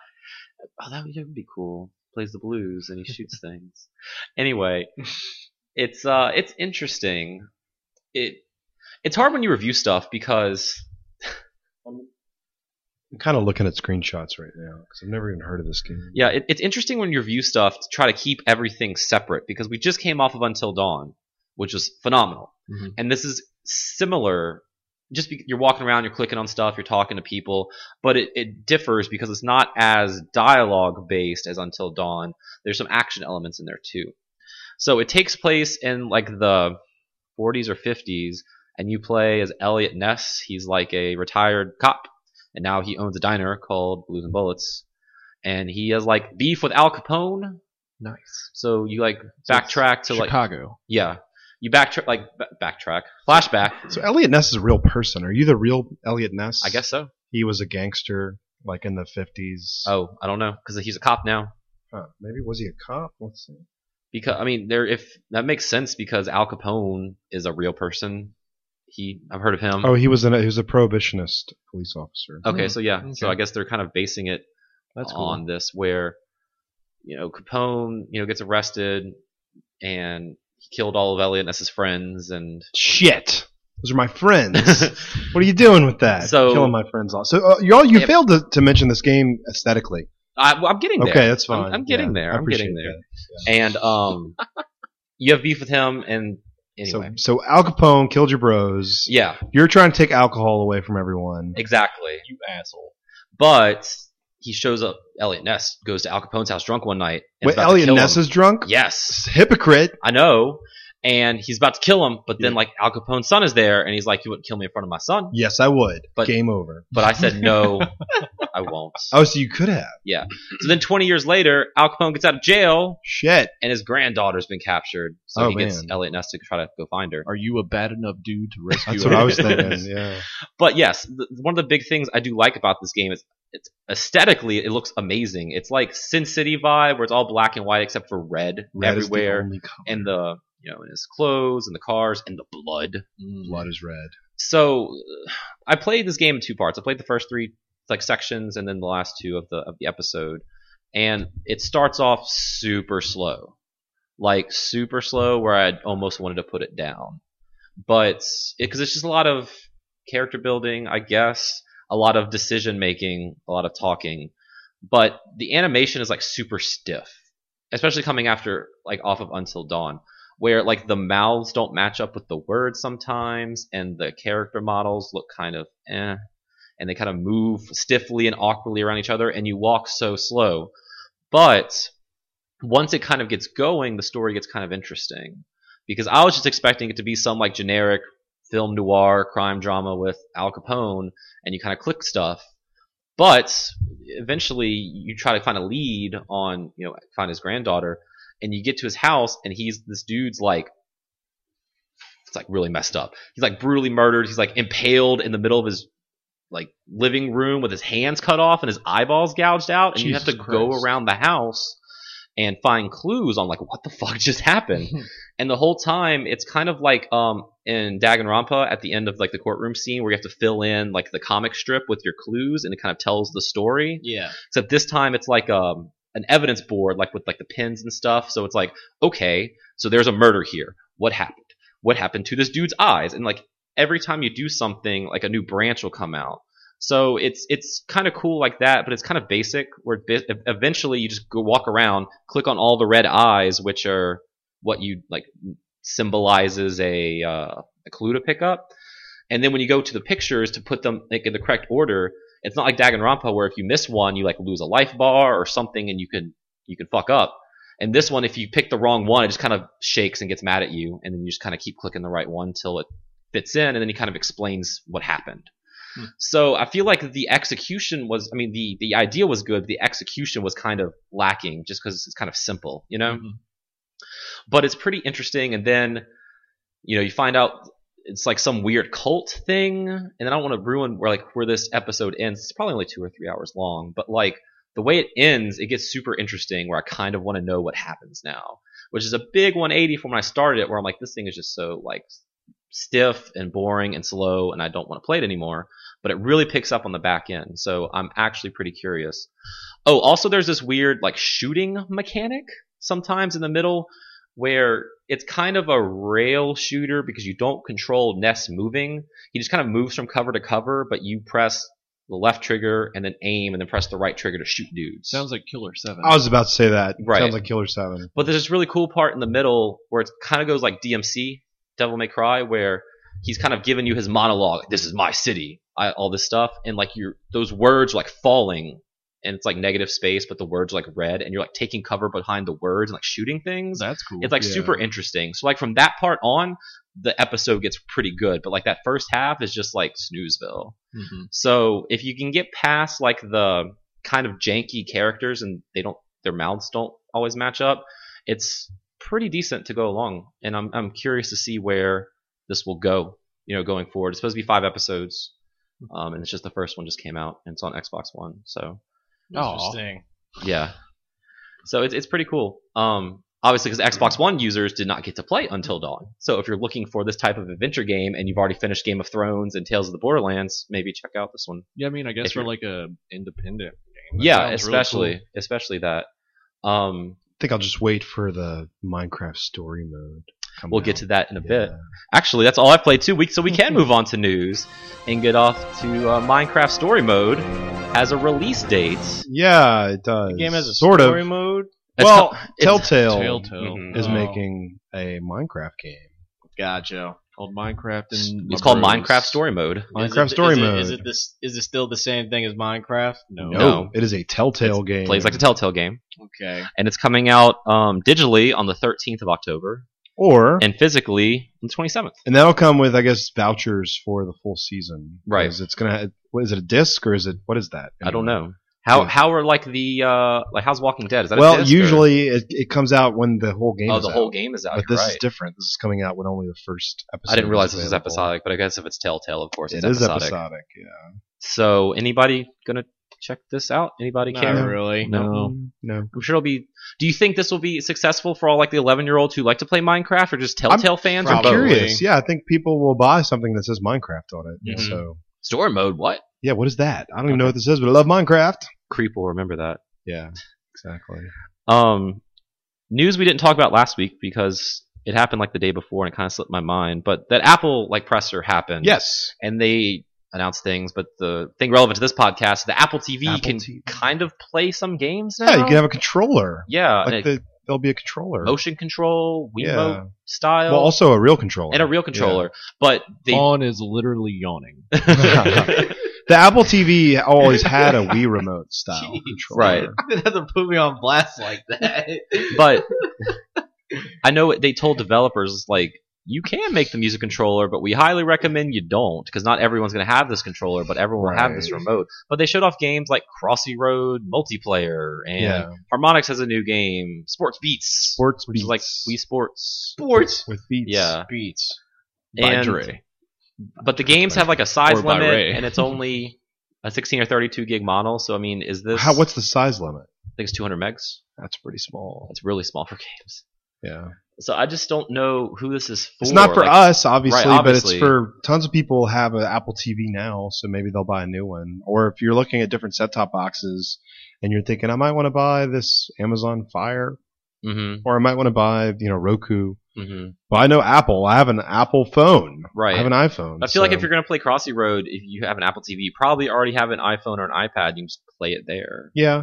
Speaker 1: Oh, that would, that would be cool. Plays the blues and he shoots things. Anyway, it's uh, it's interesting. It it's hard when you review stuff because
Speaker 7: I'm kind of looking at screenshots right now because I've never even heard of this game.
Speaker 1: yeah, it, it's interesting when you review stuff to try to keep everything separate because we just came off of Until Dawn, which was phenomenal,
Speaker 3: Mhm.
Speaker 1: and this is similar. Just be, you're walking around, you're clicking on stuff, you're talking to people, but it, it differs because it's not as dialogue based as Until Dawn. There's some action elements in there too. So it takes place in like the 40s or 50s, and you play as Elliot Ness. He's like a retired cop, and now he owns a diner called Blues and Bullets. and he has like beef with Al Capone.
Speaker 3: Nice.
Speaker 1: So you like
Speaker 3: So it's
Speaker 1: backtrack to like
Speaker 3: Chicago.
Speaker 1: yeah, you backtrack like ba- backtrack flashback.
Speaker 7: So Elliot Ness is a real person. Are you the real Elliot Ness?
Speaker 1: I guess so.
Speaker 7: he was a gangster, like in the fifties.
Speaker 1: Oh, I don't know because he's a cop now.
Speaker 7: Huh, maybe was he a cop? Let's see.
Speaker 1: Because I mean, there if that makes sense because Al Capone is a real person. He I've heard of him.
Speaker 7: Oh, he was an, he was a prohibitionist police officer.
Speaker 1: Okay,
Speaker 3: Hmm,
Speaker 1: so yeah, so
Speaker 3: okay.
Speaker 1: I guess they're kind of basing it
Speaker 3: That's cool.
Speaker 1: on this where you know Capone you know gets arrested and he killed all of Elliot Ness's friends and
Speaker 7: Shit, those are my friends. what are you doing with that?
Speaker 1: So-
Speaker 7: killing my friends off. So uh, y'all, you
Speaker 1: Yep.
Speaker 7: failed to, to mention this game aesthetically.
Speaker 1: I, well, I'm getting there.
Speaker 7: Okay, that's fine.
Speaker 1: I'm, I'm getting
Speaker 7: Yeah,
Speaker 1: there.
Speaker 7: I
Speaker 1: I'm getting
Speaker 7: appreciate
Speaker 1: there. And um, you have beef with him, and
Speaker 7: that.
Speaker 1: anyway,
Speaker 7: So so Al Capone killed your bros.
Speaker 1: yeah,
Speaker 7: You're trying to take alcohol away from everyone.
Speaker 1: exactly.
Speaker 3: You asshole.
Speaker 1: But he shows up. Elliot Ness goes to Al Capone's house drunk one night. And is
Speaker 7: Wait,
Speaker 1: about to
Speaker 7: Elliot
Speaker 1: kill
Speaker 7: Ness
Speaker 1: him.
Speaker 7: is drunk.
Speaker 1: yes,
Speaker 7: Hypocrite.
Speaker 1: I know. And he's about to kill him, but then
Speaker 7: Yeah.
Speaker 1: like Al Capone's son is there, and he's like, "You wouldn't kill me in front of my son."
Speaker 7: Yes, I would.
Speaker 1: But-
Speaker 7: game over.
Speaker 1: But I said, "No, I won't."
Speaker 7: Oh, so you could have.
Speaker 1: So then, 20 years later, Al Capone gets out of jail,
Speaker 7: Shit.
Speaker 1: and his granddaughter's been captured. So
Speaker 7: Oh,
Speaker 1: he gets
Speaker 7: man.
Speaker 1: Elliot Ness to try to go find her.
Speaker 3: Are you a bad enough dude to rescue?
Speaker 7: That's what I was
Speaker 3: us?
Speaker 7: thinking. Yeah.
Speaker 1: But yes, th- one of the big things I do like about this game is it's aesthetically it looks amazing. It's like Sin City vibe where it's all black and white except for red,
Speaker 7: Red is the
Speaker 1: everywhere,
Speaker 7: only color.
Speaker 1: and the you know in his clothes and the cars and the blood.
Speaker 7: blood is red.
Speaker 1: So I played this game in two parts. I played the first three like sections and then the last two of the of the episode, and it starts off super slow, like super slow, where I almost wanted to put it down, but because it's just a lot of character building, I guess, a lot of decision making, a lot of talking, but the animation is like super stiff, especially coming after like off of Until Dawn where like the mouths don't match up with the words sometimes and the character models look kind of eh and they kind of move stiffly and awkwardly around each other and you walk so slow but once it kind of gets going the story gets kind of interesting because i was just expecting it to be some like generic film noir crime drama with al capone and you kind of click stuff but eventually you try to find a lead on you know find his granddaughter and you get to his house and he's this dude's like it's like really messed up he's like brutally murdered he's like impaled in the middle of his like living room with his hands cut off and his eyeballs gouged out and you have to
Speaker 3: Jesus
Speaker 1: go
Speaker 3: Christ.
Speaker 1: around the house and find clues on like what the fuck just happened and the whole time it's kind of like um in Danganronpa at the end of like the courtroom scene where you have to fill in like the comic strip with your clues and it kind of tells the story
Speaker 4: Yeah.
Speaker 1: except this time it's like um an evidence board like with like the pins and stuff so it's like okay so there's a murder here what happened what happened to this dude's eyes and like every time you do something like a new branch will come out so it's it's kind of cool like that but it's kind of basic where it bi- ev- eventually you just go walk around click on all the red eyes which are what you like symbolizes a uh, a clue to pick up and then when you go to the pictures to put them like in the correct order it's not like Danganronpa where if you miss one, you like lose a life bar or something, and you can you can fuck up. And this one, if you pick the wrong one, it just kind of shakes and gets mad at you, and then you just kind of keep clicking the right one till it fits in, and then he kind of explains what happened.
Speaker 3: Hmm.
Speaker 1: So I feel like the execution was, I mean, the the idea was good, the execution was kind of lacking, just because it's kind of simple, you know
Speaker 3: Mhm.
Speaker 1: but it's pretty interesting. And then, you know, you find out it's like some weird cult thing. And then I don't want to ruin where like where this episode ends. It's probably only two or three hours long, but like the way it ends, it gets super interesting. Where I kind of want to know what happens now, which is a big 180 from when I started it. Where I'm like, this thing is just so like stiff and boring and slow, and I don't want to play it anymore. But it really picks up on the back end, so I'm actually pretty curious. Oh, also there's this weird like shooting mechanic sometimes in the middle where it's kind of a rail shooter because you don't control Ness moving. He just kind of moves from cover to cover, but you press the left trigger and then aim and then press the right trigger to shoot dudes.
Speaker 3: Sounds like Killer Seven.
Speaker 7: I was about to say that.
Speaker 1: Right.
Speaker 7: Sounds like Killer Seven.
Speaker 1: But there's this really cool part in the middle where it kind of goes like DMC, Devil May Cry, where he's kind of giving you his monologue. This is my city, I, all this stuff, and like you're those words are like falling, and it's like negative space, but the words are like red, and you're like taking cover behind the words and like shooting things.
Speaker 3: That's cool.
Speaker 1: It's like
Speaker 7: Yeah.
Speaker 1: super interesting. So like from that part on, the episode gets pretty good. But like that first half is just like snoozeville.
Speaker 3: Mhm.
Speaker 1: So if you can get past like the kind of janky characters and they don't their mouths don't always match up. It's pretty decent to go along, and I'm I'm curious to see where this will go. You know, going forward, it's supposed to be five episodes, um, and it's just the first one just came out, and it's on Xbox One. So
Speaker 3: Oh,
Speaker 4: Interesting.
Speaker 1: yeah, so it's it's pretty cool. Um, obviously, because Xbox One users did not get to play Until Dawn. So if you're looking for this type of adventure game and you've already finished Game of Thrones and Tales of the Borderlands, maybe check out this one.
Speaker 3: Yeah, I mean, I guess
Speaker 1: If
Speaker 3: we're
Speaker 1: you're-
Speaker 3: like a independent game. That
Speaker 1: yeah,
Speaker 3: sounds really
Speaker 1: especially especially that. Um,
Speaker 7: think I'll just wait for the Minecraft story mode. coming
Speaker 1: we'll get
Speaker 7: out.
Speaker 1: to that in a
Speaker 7: Yeah.
Speaker 1: bit. Actually, that's all I've played two weeks, so we can move on to news and get off to uh, Minecraft Story Mode has a release date.
Speaker 7: Yeah, it does.
Speaker 4: The game has a
Speaker 7: sort
Speaker 4: story
Speaker 7: of.
Speaker 4: mode.
Speaker 1: It's
Speaker 7: Well,
Speaker 1: co- it's-
Speaker 7: Telltale,
Speaker 3: cool. Telltale
Speaker 1: Mhm.
Speaker 7: is
Speaker 4: Oh.
Speaker 7: making a Minecraft game.
Speaker 4: Gotcha.
Speaker 3: called Minecraft and
Speaker 1: It's called
Speaker 3: Bros.
Speaker 1: Minecraft Story Mode.
Speaker 4: Is
Speaker 7: Minecraft
Speaker 4: it-
Speaker 7: story
Speaker 4: is it-
Speaker 7: mode.
Speaker 4: Is it this? Is it still the same thing as Minecraft?
Speaker 3: No.
Speaker 1: No.
Speaker 7: it is a Telltale game.
Speaker 1: Plays like a Telltale game,
Speaker 4: Okay.
Speaker 1: and it's coming out um, digitally on the 13th of October
Speaker 7: or
Speaker 1: and physically on the 27th.
Speaker 7: and that'll come with I guess vouchers for the full season.
Speaker 1: Right.
Speaker 7: 'Cause It's gonna. What is it? A disc or is it? What is that?
Speaker 1: I don't know how
Speaker 7: Yeah.
Speaker 1: how are like the uh, like how's Walking Dead? Is that a
Speaker 7: Well,
Speaker 1: disc or-
Speaker 7: usually it, it comes out when the whole game.
Speaker 1: oh
Speaker 7: is
Speaker 1: the
Speaker 7: out.
Speaker 1: whole game is out.
Speaker 7: But
Speaker 1: you're
Speaker 7: this is
Speaker 1: right.
Speaker 7: different. This is coming out when only the first episode.
Speaker 1: I didn't realize
Speaker 7: is
Speaker 1: this was
Speaker 7: available.
Speaker 1: episodic, but I guess if it's Telltale, of course,
Speaker 7: It
Speaker 1: it's
Speaker 7: is
Speaker 1: episodic.
Speaker 7: episodic. Yeah.
Speaker 1: So anybody gonna check this out? Anybody
Speaker 4: Not
Speaker 1: care?
Speaker 4: really.
Speaker 1: No.
Speaker 7: No.
Speaker 1: I'm sure it'll be. Do you think this will be successful for all like the 11 year olds who like to play Minecraft, or just Telltale fans?
Speaker 7: I'm
Speaker 1: or both?
Speaker 4: Probably.
Speaker 7: curious. Yeah, I think people will buy something that says Minecraft on it.
Speaker 1: Mhm.
Speaker 7: So
Speaker 1: Story mode, what?
Speaker 7: yeah, what is that? I don't even know what this is, but I love Minecraft.
Speaker 1: Creep will remember that.
Speaker 7: Yeah, exactly.
Speaker 1: Um, news we didn't talk about last week because it happened like the day before and it kind of slipped my mind. But that Apple like presser happened.
Speaker 7: Yes.
Speaker 1: and they announced things. But the thing relevant to this podcast, the Apple TV
Speaker 7: Apple
Speaker 1: can
Speaker 7: TV.
Speaker 1: kind of play some games now.
Speaker 7: Yeah, you can have a controller.
Speaker 1: Yeah, and
Speaker 7: Like
Speaker 1: a
Speaker 7: the, there'll be a controller.
Speaker 1: motion control, Wiimote
Speaker 7: yeah.
Speaker 1: style.
Speaker 7: Well, also a real controller
Speaker 1: and a real controller, but they
Speaker 3: Fawn is literally yawning.
Speaker 7: Yeah. The Apple TV always had a Wii remote style
Speaker 4: Jeez.
Speaker 7: controller.
Speaker 1: Right.
Speaker 4: You didn't have to put me on blast like that.
Speaker 1: but I know what they told developers like you can make the music controller, but we highly recommend you don't because not everyone's going to have this controller, but everyone will have this
Speaker 7: Right.
Speaker 1: remote. But they showed off games like Crossy Road multiplayer, and
Speaker 7: Yeah.
Speaker 1: Harmonix has a new game, Sports Beats,
Speaker 7: Sports
Speaker 1: which
Speaker 7: beats.
Speaker 1: is like Wii Sports.
Speaker 4: sports
Speaker 7: with beats.
Speaker 1: Yeah,
Speaker 4: beats.
Speaker 3: By
Speaker 1: And-
Speaker 3: Dre.
Speaker 1: but the games have like a size
Speaker 3: Or by
Speaker 1: limit,
Speaker 3: Ray.
Speaker 1: and it's only a 16 or 32 gig model. So I mean, is this?
Speaker 7: How, what's the size limit?
Speaker 1: I think it's 200 megs.
Speaker 7: That's pretty small.
Speaker 1: That's really small for games.
Speaker 7: Yeah.
Speaker 1: So I just don't know who this is for.
Speaker 7: It's not for
Speaker 1: Like,
Speaker 7: us, obviously,
Speaker 1: Right,
Speaker 7: but
Speaker 1: obviously.
Speaker 7: it's for tons of people have an Apple TV now, so maybe they'll buy a new one. Or if you're looking at different set top boxes and you're thinking, I might want to buy this Amazon Fire,
Speaker 1: Mhm,
Speaker 7: or I might want to buy, you know, Roku.
Speaker 1: mhm.
Speaker 7: Well, I know Apple. I have an Apple phone.
Speaker 1: Right.
Speaker 7: I have an iPhone.
Speaker 1: I feel like
Speaker 7: so-
Speaker 1: if you're going to play Crossy Road, if you have an Apple TV, you probably already have an iPhone or an iPad. You can just play it there.
Speaker 7: yeah,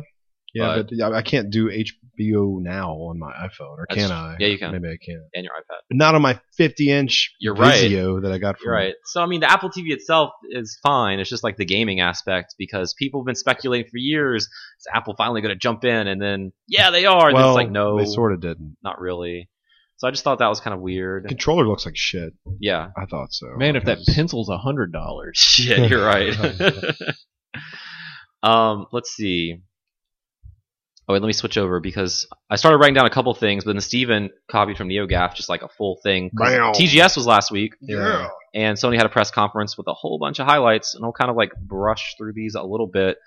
Speaker 7: yeah,
Speaker 1: But-
Speaker 7: but, yeah, I can't do HBO now on my iPhone, or
Speaker 1: That's-
Speaker 7: can I?
Speaker 1: yeah, you can.
Speaker 7: Maybe I can,
Speaker 1: And your iPad.
Speaker 7: but not on my 50 inch
Speaker 1: You're right.
Speaker 7: Vizio that I got from
Speaker 1: You're right. So, I mean, the Apple TV itself is fine. It's just like the gaming aspect because people have been speculating for years is Apple finally going to jump in? And then, yeah, they are. And then
Speaker 7: Well,
Speaker 1: it's like, no,
Speaker 7: they sort of didn't.
Speaker 1: not really. So I just thought that was kind of weird.
Speaker 7: Controller looks like shit.
Speaker 1: Yeah.
Speaker 7: I thought so.
Speaker 3: Man, if that
Speaker 7: Because-
Speaker 3: pencil's a hundred dollars.
Speaker 1: Shit, you're right. um, let's see. Oh, wait, let me switch over because I started writing down a couple things, but then Steven copied from NeoGAF just like a full thing. 'Cause
Speaker 7: Bam.
Speaker 1: TGS was last week,
Speaker 7: Yeah.
Speaker 1: and Sony had a press conference with a whole bunch of highlights, and I'll kind of like brush through these a little bit.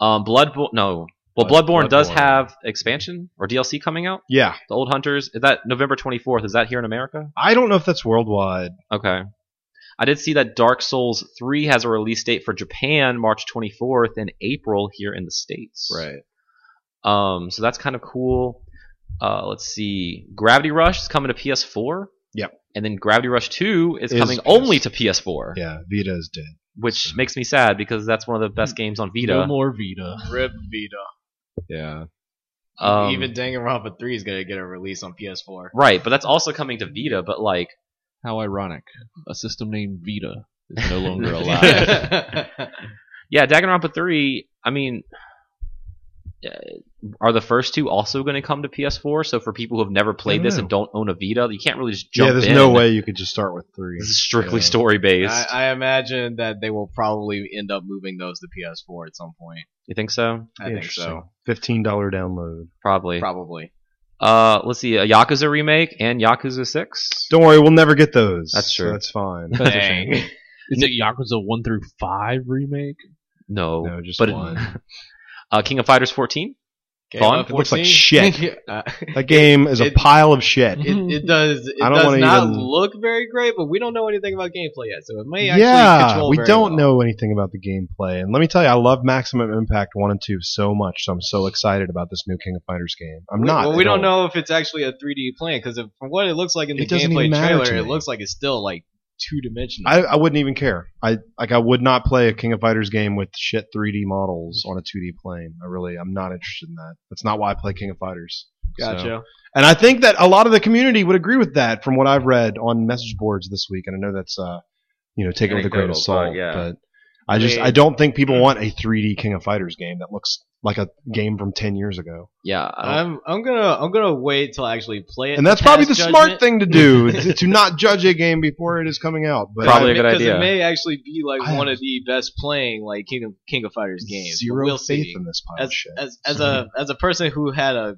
Speaker 1: Um, Bloodborne, no. Well,
Speaker 3: Blood-
Speaker 1: Bloodborne, does
Speaker 3: Bloodborne.
Speaker 1: have expansion or DLC coming out.
Speaker 7: Yeah.
Speaker 1: The Old Hunters is that November 24th? Is that here in America?
Speaker 7: I don't know if that's worldwide.
Speaker 1: Okay. I did see that Dark Souls 3 has a release date for Japan March 24th and April here in the States. Um, so that's kind of cool. Uh, let's see. Gravity Rush is coming to PS4.
Speaker 7: Yep.
Speaker 1: And then Gravity Rush 2 is,
Speaker 7: Is
Speaker 1: coming
Speaker 7: PS4.
Speaker 1: only to PS4,
Speaker 7: Yeah, Vita is dead.
Speaker 1: which makes me sad because that's one of the best games on Vita.
Speaker 3: No more Vita.
Speaker 4: Rip Vita.
Speaker 7: Yeah.
Speaker 1: Um,
Speaker 4: Even Danganronpa 3 is going to get a release on PS4.
Speaker 1: right, but that's also coming to Vita, but like
Speaker 3: How ironic. A system named Vita is no longer
Speaker 1: Yeah.
Speaker 3: alive.
Speaker 1: yeah, Danganronpa 3, I mean uh, are the first two also going to come to PS4? So for people who have never played
Speaker 7: don't
Speaker 1: this
Speaker 7: know.
Speaker 1: and don't own a Vita, you can't really just jump.
Speaker 7: Yeah, there's
Speaker 1: in.
Speaker 7: no way you could just start with three.
Speaker 1: This is strictly
Speaker 7: Yeah.
Speaker 1: story based.
Speaker 4: I, I imagine that they will probably end up moving those to PS4 at some point.
Speaker 1: you think so?
Speaker 4: I think so.
Speaker 7: Fifteen dollar download.
Speaker 1: Probably.
Speaker 4: Probably.
Speaker 1: Uh, let's see, a Yakuza remake and Yakuza Six.
Speaker 7: Don't worry, we'll never get those.
Speaker 1: That's true.
Speaker 7: So that's fine.
Speaker 4: Dang.
Speaker 3: Is it Yakuza one through five remake?
Speaker 1: No,
Speaker 7: no, just
Speaker 1: but
Speaker 7: one.
Speaker 1: uh, King of Fighters 14.
Speaker 4: Okay,
Speaker 1: Vaughn?
Speaker 4: uh,
Speaker 7: It looks like
Speaker 4: 14?
Speaker 7: shit.
Speaker 4: Uh,
Speaker 7: That game is a
Speaker 4: It-
Speaker 7: pile of shit.
Speaker 3: Mhm.
Speaker 1: Mm-hmm.
Speaker 4: it, it does. It
Speaker 7: I don't
Speaker 4: does
Speaker 7: wanna
Speaker 4: not
Speaker 7: even-
Speaker 4: look very great, but we don't know anything about gameplay yet, so it may actually
Speaker 7: Yeah,
Speaker 4: control
Speaker 7: we
Speaker 4: very
Speaker 7: don't
Speaker 4: well.
Speaker 7: know anything about the gameplay, and let me tell you, I love Maximum Impact One and Two so much, so I'm so excited about this new King of Fighters game. I'm
Speaker 4: We-
Speaker 7: not.
Speaker 4: Well, we
Speaker 7: at
Speaker 4: don't
Speaker 7: all.
Speaker 4: know if it's actually a 3D plan because from what it looks like in the
Speaker 7: It doesn't
Speaker 4: gameplay
Speaker 7: even matter
Speaker 4: trailer,
Speaker 7: to
Speaker 4: it
Speaker 7: me.
Speaker 4: looks like it's still like two dimensional.
Speaker 7: I, I wouldn't even care. I like. I would not play a King of Fighters game with shit 3D models on a 2D plane. I really, I'm not interested in that. That's not why I play King of Fighters.
Speaker 4: gotcha.
Speaker 7: So- and I think that a lot of the community would agree with that from what I've read on message boards this week. And I know that's, uh, you know, take it with a grain of
Speaker 1: Anecdotal,
Speaker 7: salt.
Speaker 1: but yeah.
Speaker 7: But I just, I don't think people want a 3D King of Fighters game that looks like a game from 10 years ago.
Speaker 1: Yeah, I don't-
Speaker 4: I'm I'm gonna I'm gonna wait till I actually play it.
Speaker 7: And that's probably the
Speaker 4: Past
Speaker 7: smart
Speaker 4: judgment.
Speaker 7: thing to do, is to not judge a game before it is coming out. But
Speaker 1: Probably a
Speaker 4: Because
Speaker 1: good idea.
Speaker 4: It may actually be like
Speaker 7: I
Speaker 4: one
Speaker 7: have
Speaker 4: of the best playing like King of King of Fighters games. but
Speaker 7: zero
Speaker 4: we'll
Speaker 7: faith
Speaker 4: see.
Speaker 7: in this pile
Speaker 4: As
Speaker 7: of Oh, shit.
Speaker 4: as as a as a person who had a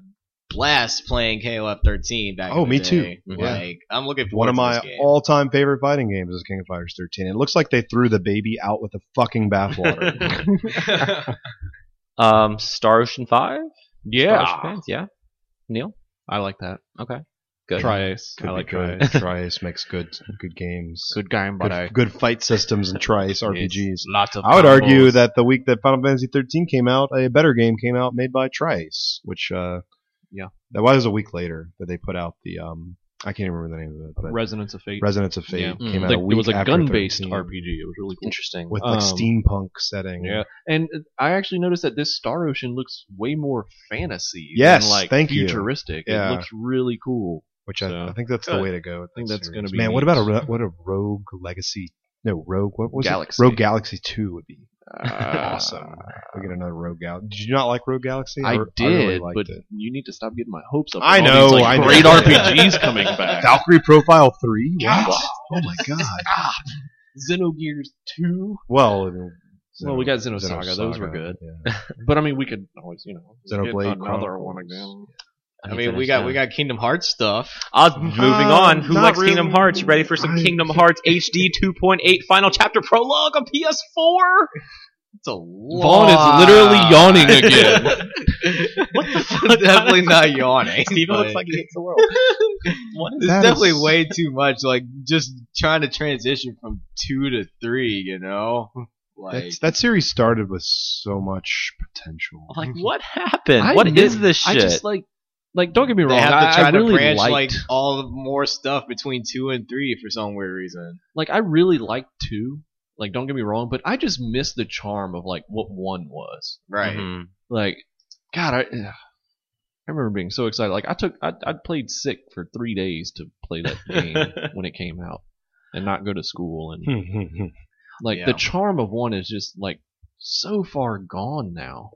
Speaker 4: blast playing KOF 13 back.
Speaker 7: Oh,
Speaker 4: in the
Speaker 7: me
Speaker 4: day,
Speaker 7: too.
Speaker 4: Like
Speaker 7: Yeah.
Speaker 4: I'm looking forward
Speaker 7: One of
Speaker 4: to
Speaker 7: my
Speaker 4: this game.
Speaker 7: all-time favorite fighting games is King of Fighters 13. It looks like they threw the baby out with the fucking bathwater.
Speaker 4: Uh,
Speaker 1: um, Star Ocean Five. Star Ocean
Speaker 3: Yeah,
Speaker 1: fans, yeah. Neil,
Speaker 3: I like that.
Speaker 1: okay, good.
Speaker 3: Triace,
Speaker 7: Could
Speaker 3: I
Speaker 7: be
Speaker 3: like
Speaker 7: good.
Speaker 3: Triace.
Speaker 7: Triace makes good good games.
Speaker 3: Good game, but I
Speaker 7: good, good fight systems and Trice RPGs.
Speaker 3: Lots of.
Speaker 7: I would argue
Speaker 3: combos.
Speaker 7: that the week that Final Fantasy 13 came out, a better game came out made by Trice, which uh,
Speaker 3: Yeah.
Speaker 7: that was a week later that they put out the um, I can't even remember the name of it, but
Speaker 3: Resonance of Fate.
Speaker 7: Resonance of Fate
Speaker 3: Yeah.
Speaker 7: came
Speaker 1: Mm.
Speaker 7: out
Speaker 3: Like,
Speaker 7: a
Speaker 3: it
Speaker 7: week
Speaker 3: was a
Speaker 7: after
Speaker 3: gun-based
Speaker 7: 13,
Speaker 3: RPG. It was really cool.
Speaker 1: Interesting.
Speaker 7: with like
Speaker 3: Um,
Speaker 7: steampunk setting.
Speaker 3: Yeah, and uh, I actually noticed that this Star Ocean looks way more fantasy.
Speaker 7: Yes,
Speaker 3: than, like
Speaker 7: thank you.
Speaker 3: futuristic.
Speaker 7: Yeah.
Speaker 3: It looks really cool.
Speaker 7: which I,
Speaker 3: So,
Speaker 7: I think that's the
Speaker 3: good.
Speaker 7: way to go. I
Speaker 3: think that's gonna be
Speaker 7: man. What
Speaker 3: neat.
Speaker 7: about a ro- what a Rogue Legacy? No, Rogue. What was
Speaker 3: Galaxy.
Speaker 7: it? Rogue Galaxy Two would be
Speaker 3: Uh,
Speaker 7: awesome. We get another Rogue Galaxy. Did you not like Rogue Galaxy?
Speaker 3: I
Speaker 7: re-
Speaker 3: did,
Speaker 7: really liked
Speaker 3: but
Speaker 7: it.
Speaker 3: you need to stop getting my hopes up.
Speaker 7: I
Speaker 3: with all
Speaker 7: know,
Speaker 3: these,
Speaker 7: I
Speaker 3: like,
Speaker 7: know.
Speaker 3: great RPGs coming back.
Speaker 7: Valkyrie Profile Three.
Speaker 3: God.
Speaker 7: What? Oh my god.
Speaker 3: Xenogears two.
Speaker 7: Well, I mean,
Speaker 3: Well, we got Xenosaga. Those were good. But I mean, we could always, you know, get
Speaker 7: Xenoblade
Speaker 3: another one again.
Speaker 7: Chronicles.
Speaker 4: I mean, we got we got Kingdom Hearts stuff.
Speaker 1: Uh, moving on. Who
Speaker 7: not
Speaker 1: likes
Speaker 7: really.
Speaker 1: Kingdom Hearts? You ready for some
Speaker 7: I-
Speaker 1: Kingdom Hearts HD 2.8 Final Chapter Prologue on PS4?
Speaker 4: It's a
Speaker 3: Vaughn is literally
Speaker 4: lot.
Speaker 3: yawning again.
Speaker 1: What the fuck?
Speaker 4: definitely not yawning.
Speaker 1: Steven
Speaker 4: but
Speaker 1: looks like he hates the world. what is
Speaker 4: It's
Speaker 7: That
Speaker 4: definitely
Speaker 7: is-
Speaker 4: way too much. Like just trying to transition from two to three, you know. Like
Speaker 7: That's, that series started with so much potential.
Speaker 1: like? What happened?
Speaker 3: I
Speaker 1: What is
Speaker 3: admit-
Speaker 1: this shit?
Speaker 3: I just like, like, don't get me
Speaker 4: they
Speaker 3: wrong.
Speaker 4: have
Speaker 3: I,
Speaker 4: to try
Speaker 3: I really
Speaker 4: to branch
Speaker 3: liked,
Speaker 4: like all the more stuff between two and three for some weird reason.
Speaker 3: like I really liked two. Like, don't get me wrong, but I just missed the charm of like what one was.
Speaker 4: Right.
Speaker 1: Mhm.
Speaker 3: Like, God, I, ugh. I remember being so excited. Like, I took, I, I played sick for three days to play that game when it came out, and not go to school.
Speaker 7: Hmm.
Speaker 3: And like,
Speaker 4: Yeah.
Speaker 3: the charm of one is just like so far gone now.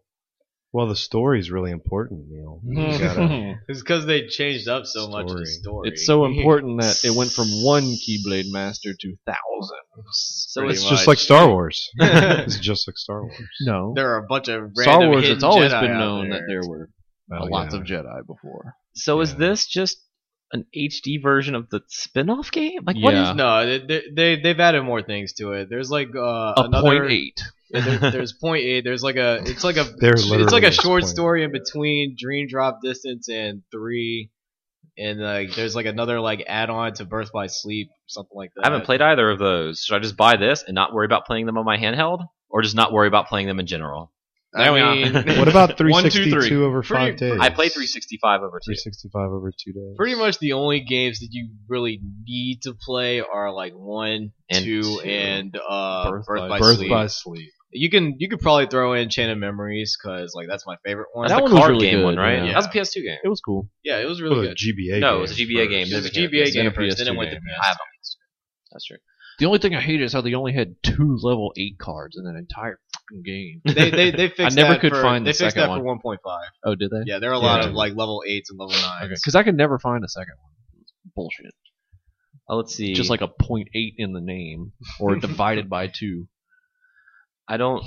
Speaker 7: well, the story's really important, Neil.
Speaker 3: Hmm.
Speaker 7: You gotta-
Speaker 4: It's because they changed up so much of the
Speaker 7: Story.
Speaker 4: story.
Speaker 3: it's so important that it went from one Keyblade Master to thousands.
Speaker 4: So
Speaker 7: it's just like Star Wars.
Speaker 4: there
Speaker 7: it's just like Star Wars.
Speaker 3: No,
Speaker 4: are a bunch of random
Speaker 3: Star Wars.
Speaker 4: hidden
Speaker 3: It's always
Speaker 4: Jedi
Speaker 3: been
Speaker 4: out
Speaker 3: known
Speaker 4: there.
Speaker 3: that there were
Speaker 7: Oh,
Speaker 3: lots
Speaker 7: yeah.
Speaker 3: of Jedi before.
Speaker 1: So is
Speaker 7: Yeah.
Speaker 1: this just an HD version of the spin-off game? Like what
Speaker 3: Yeah.
Speaker 1: is?
Speaker 4: No, they- they, they they've added more things to it. There's like uh,
Speaker 3: A
Speaker 4: another
Speaker 3: point eight.
Speaker 4: Yeah, there, there's point eight. There's like a it's like a
Speaker 7: There
Speaker 4: it's like
Speaker 7: literally
Speaker 4: a
Speaker 7: is
Speaker 4: short
Speaker 7: point
Speaker 4: story in between Dream Drop Distance and three, and like there's like another like add on to Birth by Sleep something like that.
Speaker 1: I haven't played either of those. Should I just buy this and not worry about playing them on my handheld, or just not worry about playing them in general?
Speaker 4: I
Speaker 1: There we are.
Speaker 4: mean,
Speaker 7: What about
Speaker 3: One, two, three.
Speaker 7: 362 over
Speaker 4: Pretty-
Speaker 7: five days?
Speaker 1: I played 365 over two.
Speaker 7: 365 over two days.
Speaker 4: pretty much the only games that you really need to play are like one,
Speaker 1: And
Speaker 4: two,
Speaker 1: two.
Speaker 4: and uh, Birth,
Speaker 3: Birth
Speaker 4: by,
Speaker 3: by-
Speaker 7: Birth
Speaker 4: Sleep.
Speaker 7: by Sleep.
Speaker 4: you can you could probably throw in Chain of Memories because like that's my favorite one.
Speaker 1: That's
Speaker 3: That
Speaker 1: the
Speaker 3: one was
Speaker 1: card
Speaker 3: really
Speaker 1: game
Speaker 3: good,
Speaker 1: one, right?
Speaker 4: yeah.
Speaker 1: That was a PS2 game.
Speaker 3: It was cool.
Speaker 4: yeah, it was
Speaker 7: It was
Speaker 4: really
Speaker 7: a
Speaker 4: good.
Speaker 7: GBA
Speaker 1: No,
Speaker 7: game.
Speaker 1: it was a GBA game.
Speaker 4: It was a
Speaker 1: Then it
Speaker 3: became-
Speaker 4: GBA game
Speaker 3: it's been a
Speaker 4: first, then it
Speaker 3: PS2
Speaker 4: went to
Speaker 3: game.
Speaker 1: I
Speaker 4: PS.
Speaker 1: haven't. That's true.
Speaker 3: The only thing I hate is how they only had two level eight cards in that entire fucking game.
Speaker 4: They they they fixed.
Speaker 3: never
Speaker 4: that
Speaker 3: could
Speaker 4: for,
Speaker 3: find
Speaker 4: They
Speaker 3: the
Speaker 4: fixed
Speaker 3: second
Speaker 4: that for one point five.
Speaker 3: Oh, did they?
Speaker 4: Yeah, there are a lot
Speaker 3: Yeah.
Speaker 4: of like level eights and level nines.
Speaker 3: Because I could never find a second one. It's bullshit.
Speaker 1: Uh, let's see.
Speaker 3: Just like a point eight in the name, or divided by two.
Speaker 1: I don't.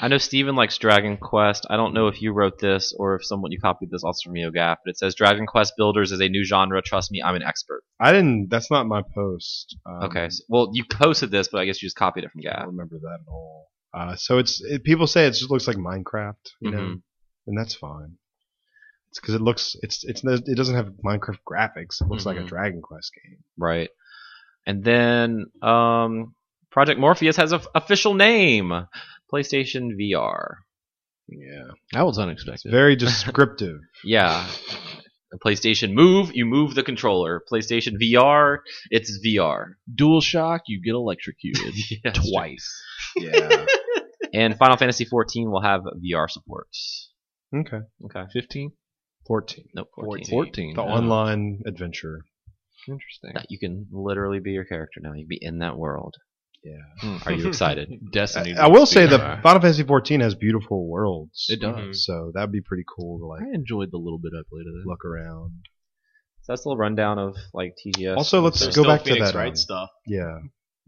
Speaker 1: I know Steven likes Dragon Quest. I don't know if you wrote this or if someone you copied this also from MeoGAF, but it says Dragon Quest Builders is a new genre. Trust me, I'm an expert.
Speaker 7: I didn't. That's not my post. Um,
Speaker 1: Okay. so- well, you posted this, but I guess you just copied it from
Speaker 7: I don't
Speaker 1: GAF.
Speaker 7: remember that at all. Uh, so it's it, people say it just looks like Minecraft, you know,
Speaker 1: Mhm.
Speaker 7: and that's fine. It's because it looks it's it's it doesn't have Minecraft graphics. It looks like
Speaker 1: Mhm.
Speaker 7: a Dragon Quest game.
Speaker 1: Right. And then um, Project Morpheus has an official name PlayStation VR.
Speaker 7: Yeah,
Speaker 3: That was
Speaker 7: it's
Speaker 3: unexpected.
Speaker 7: very descriptive.
Speaker 1: Yeah. The PlayStation Move, you move the controller. PlayStation VR, it's VR.
Speaker 3: Dual shock, you get electrocuted
Speaker 1: Yes.
Speaker 3: twice.
Speaker 7: yeah.
Speaker 1: And Final Fantasy 14 will have VR support.
Speaker 7: Okay.
Speaker 1: Okay.
Speaker 3: Fifteen.
Speaker 7: Fourteen.
Speaker 1: Nope. 14.
Speaker 3: Fourteen.
Speaker 7: The
Speaker 3: Oh,
Speaker 7: online adventure.
Speaker 3: Interesting.
Speaker 1: That you can literally be your character now. You can be in that world.
Speaker 7: Yeah.
Speaker 1: Are you excited?
Speaker 3: Hmm. Destiny.
Speaker 7: I, I will say
Speaker 3: VR.
Speaker 7: that Final Fantasy 14 has beautiful worlds.
Speaker 3: It does.
Speaker 7: So that'd be pretty cool to
Speaker 3: I
Speaker 7: like
Speaker 3: enjoyed the little bit I played of that.
Speaker 7: look around.
Speaker 1: So that's a little rundown of like TGS.
Speaker 7: Also, let's
Speaker 4: There's
Speaker 7: go
Speaker 4: still
Speaker 7: back to
Speaker 4: Phoenix
Speaker 7: that. um,
Speaker 4: Wright stuff.
Speaker 7: Yeah.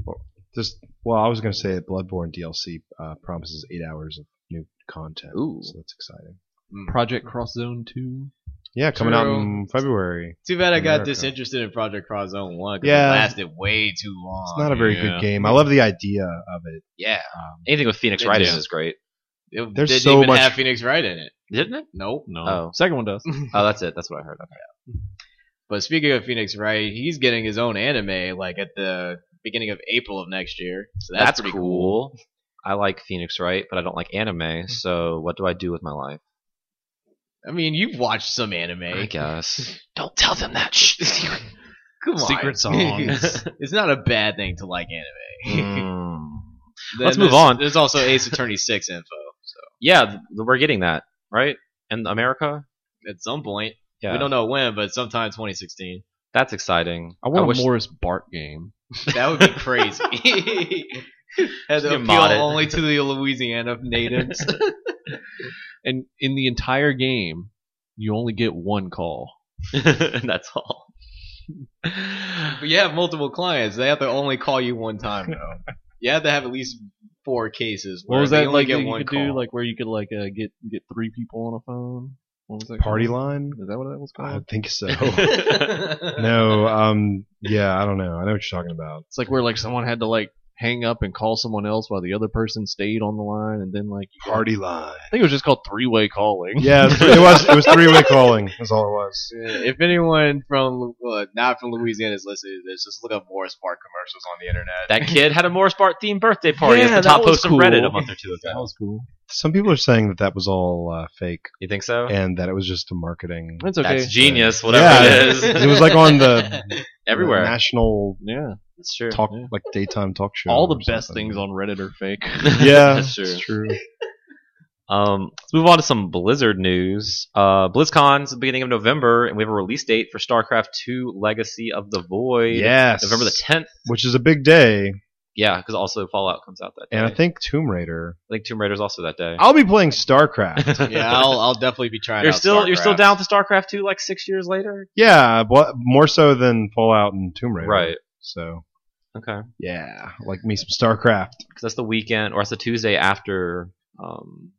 Speaker 7: Well, Just well, I was gonna say that Bloodborne DLC uh, promises eight hours of new content.
Speaker 1: Ooh.
Speaker 7: So that's exciting.
Speaker 4: Mm.
Speaker 3: Project Cross Zone Two.
Speaker 7: Yeah, coming out
Speaker 4: True.
Speaker 7: in February.
Speaker 4: Too bad I got
Speaker 7: America.
Speaker 4: disinterested in Project Cross Zone One because
Speaker 7: Yeah.
Speaker 4: it lasted way too long.
Speaker 7: It's not a very
Speaker 3: Oh, yeah.
Speaker 7: good game. I love the idea of it.
Speaker 4: yeah.
Speaker 7: Um,
Speaker 1: Anything with Phoenix
Speaker 4: It
Speaker 1: Wright
Speaker 4: just-
Speaker 1: is great,
Speaker 4: It
Speaker 7: There's
Speaker 4: didn't
Speaker 7: so
Speaker 4: even
Speaker 7: much-
Speaker 4: have Phoenix Wright in it.
Speaker 1: didn't it?
Speaker 4: Nope. Uh,
Speaker 3: No.
Speaker 1: Oh.
Speaker 3: Second one does.
Speaker 1: Oh, that's it. That's what I heard. Okay.
Speaker 4: But speaking of Phoenix Wright, he's getting his own anime like at the beginning of April of next year. So that's,
Speaker 1: That's,
Speaker 4: pretty cool.
Speaker 1: cool. Mm-hmm. I like Phoenix Wright, but I don't like anime. So what do I do with my life?
Speaker 4: I mean, you've watched some anime.
Speaker 1: I guess. don't tell them that.
Speaker 4: Come on.
Speaker 3: Secret songs.
Speaker 4: it's not a bad thing to like anime. Then
Speaker 1: Let's move
Speaker 4: there's-
Speaker 1: on.
Speaker 4: There's also Ace Attorney 6 info. So
Speaker 1: yeah, th- we're getting that right in America.
Speaker 4: at some point,
Speaker 1: Yeah,
Speaker 4: we don't know when, but sometime 2016.
Speaker 1: that's exciting.
Speaker 3: I want a
Speaker 1: wish-
Speaker 3: Morris Bart game.
Speaker 4: That would be crazy. Had
Speaker 1: Just
Speaker 4: to
Speaker 1: get
Speaker 4: appeal
Speaker 1: modded.
Speaker 4: only to the Louisiana natives.
Speaker 3: And in the entire game, you only get one call.
Speaker 1: that's all.
Speaker 4: But you have multiple clients. They have to only call you one time, though. you have to have at least four cases.
Speaker 3: What
Speaker 4: where
Speaker 3: was
Speaker 4: they
Speaker 3: that
Speaker 4: only
Speaker 3: like?
Speaker 4: get
Speaker 3: that you
Speaker 4: one
Speaker 3: could
Speaker 4: call.
Speaker 3: do like where you could like uh, get get three people on a phone. What was that?
Speaker 7: Party
Speaker 3: called?
Speaker 7: line?
Speaker 3: Is that what that was
Speaker 7: I
Speaker 3: called?
Speaker 7: think so.
Speaker 4: no.
Speaker 7: no, um yeah, I don't know. I know what you're talking about.
Speaker 3: It's like where like someone had to like hang up and call someone else while the other person stayed on the line, and then like you-
Speaker 7: Party line.
Speaker 3: I think it was just called three way calling.
Speaker 7: Yeah, it was it was three way calling, is all it was.
Speaker 4: If anyone from uh, not from Louisiana is listening to this, just look up Morris Park commercials on the internet.
Speaker 1: That kid had a Morris Bart themed birthday party
Speaker 3: Yeah,
Speaker 1: as the
Speaker 3: that
Speaker 1: top
Speaker 3: was
Speaker 1: post of Reddit
Speaker 3: cool.
Speaker 1: a month or two
Speaker 3: that
Speaker 1: ago.
Speaker 3: was cool.
Speaker 7: Some people are saying that that was all uh, fake
Speaker 1: You think so?
Speaker 7: and that it was just a marketing.
Speaker 3: That's okay.
Speaker 1: That's genius, whatever
Speaker 7: Yeah.
Speaker 1: it is.
Speaker 7: It was like on the
Speaker 1: Everywhere.
Speaker 7: national
Speaker 3: yeah,
Speaker 1: That's true.
Speaker 7: talk
Speaker 3: Yeah.
Speaker 7: like daytime talk show.
Speaker 3: all
Speaker 7: or
Speaker 3: the best
Speaker 7: something.
Speaker 3: things on Reddit are fake.
Speaker 7: Yeah,
Speaker 1: That's true.
Speaker 7: It's true.
Speaker 1: Um, let's move on to some Blizzard news. Uh, BlizzCon's the beginning of November, and we have a release date for StarCraft II Legacy of the Void.
Speaker 7: Yes,
Speaker 1: November the 10th.
Speaker 7: which is a big day,
Speaker 1: Yeah, because also Fallout comes out that day.
Speaker 7: and I think Tomb Raider.
Speaker 1: I think Tomb Raider's also that day.
Speaker 7: I'll be playing StarCraft.
Speaker 4: Oh, yeah, I'll, I'i'll definitely be trying.
Speaker 1: you're
Speaker 4: out
Speaker 1: still you're still
Speaker 4: StarCraft.
Speaker 1: down with the StarCraft 2 like six years later?
Speaker 7: yeah, but more so than Fallout and Tomb Raider.
Speaker 1: Right.
Speaker 7: So
Speaker 1: Okay.
Speaker 7: yeah, like me some StarCraft.
Speaker 1: because that's the weekend or that's the Tuesday after um,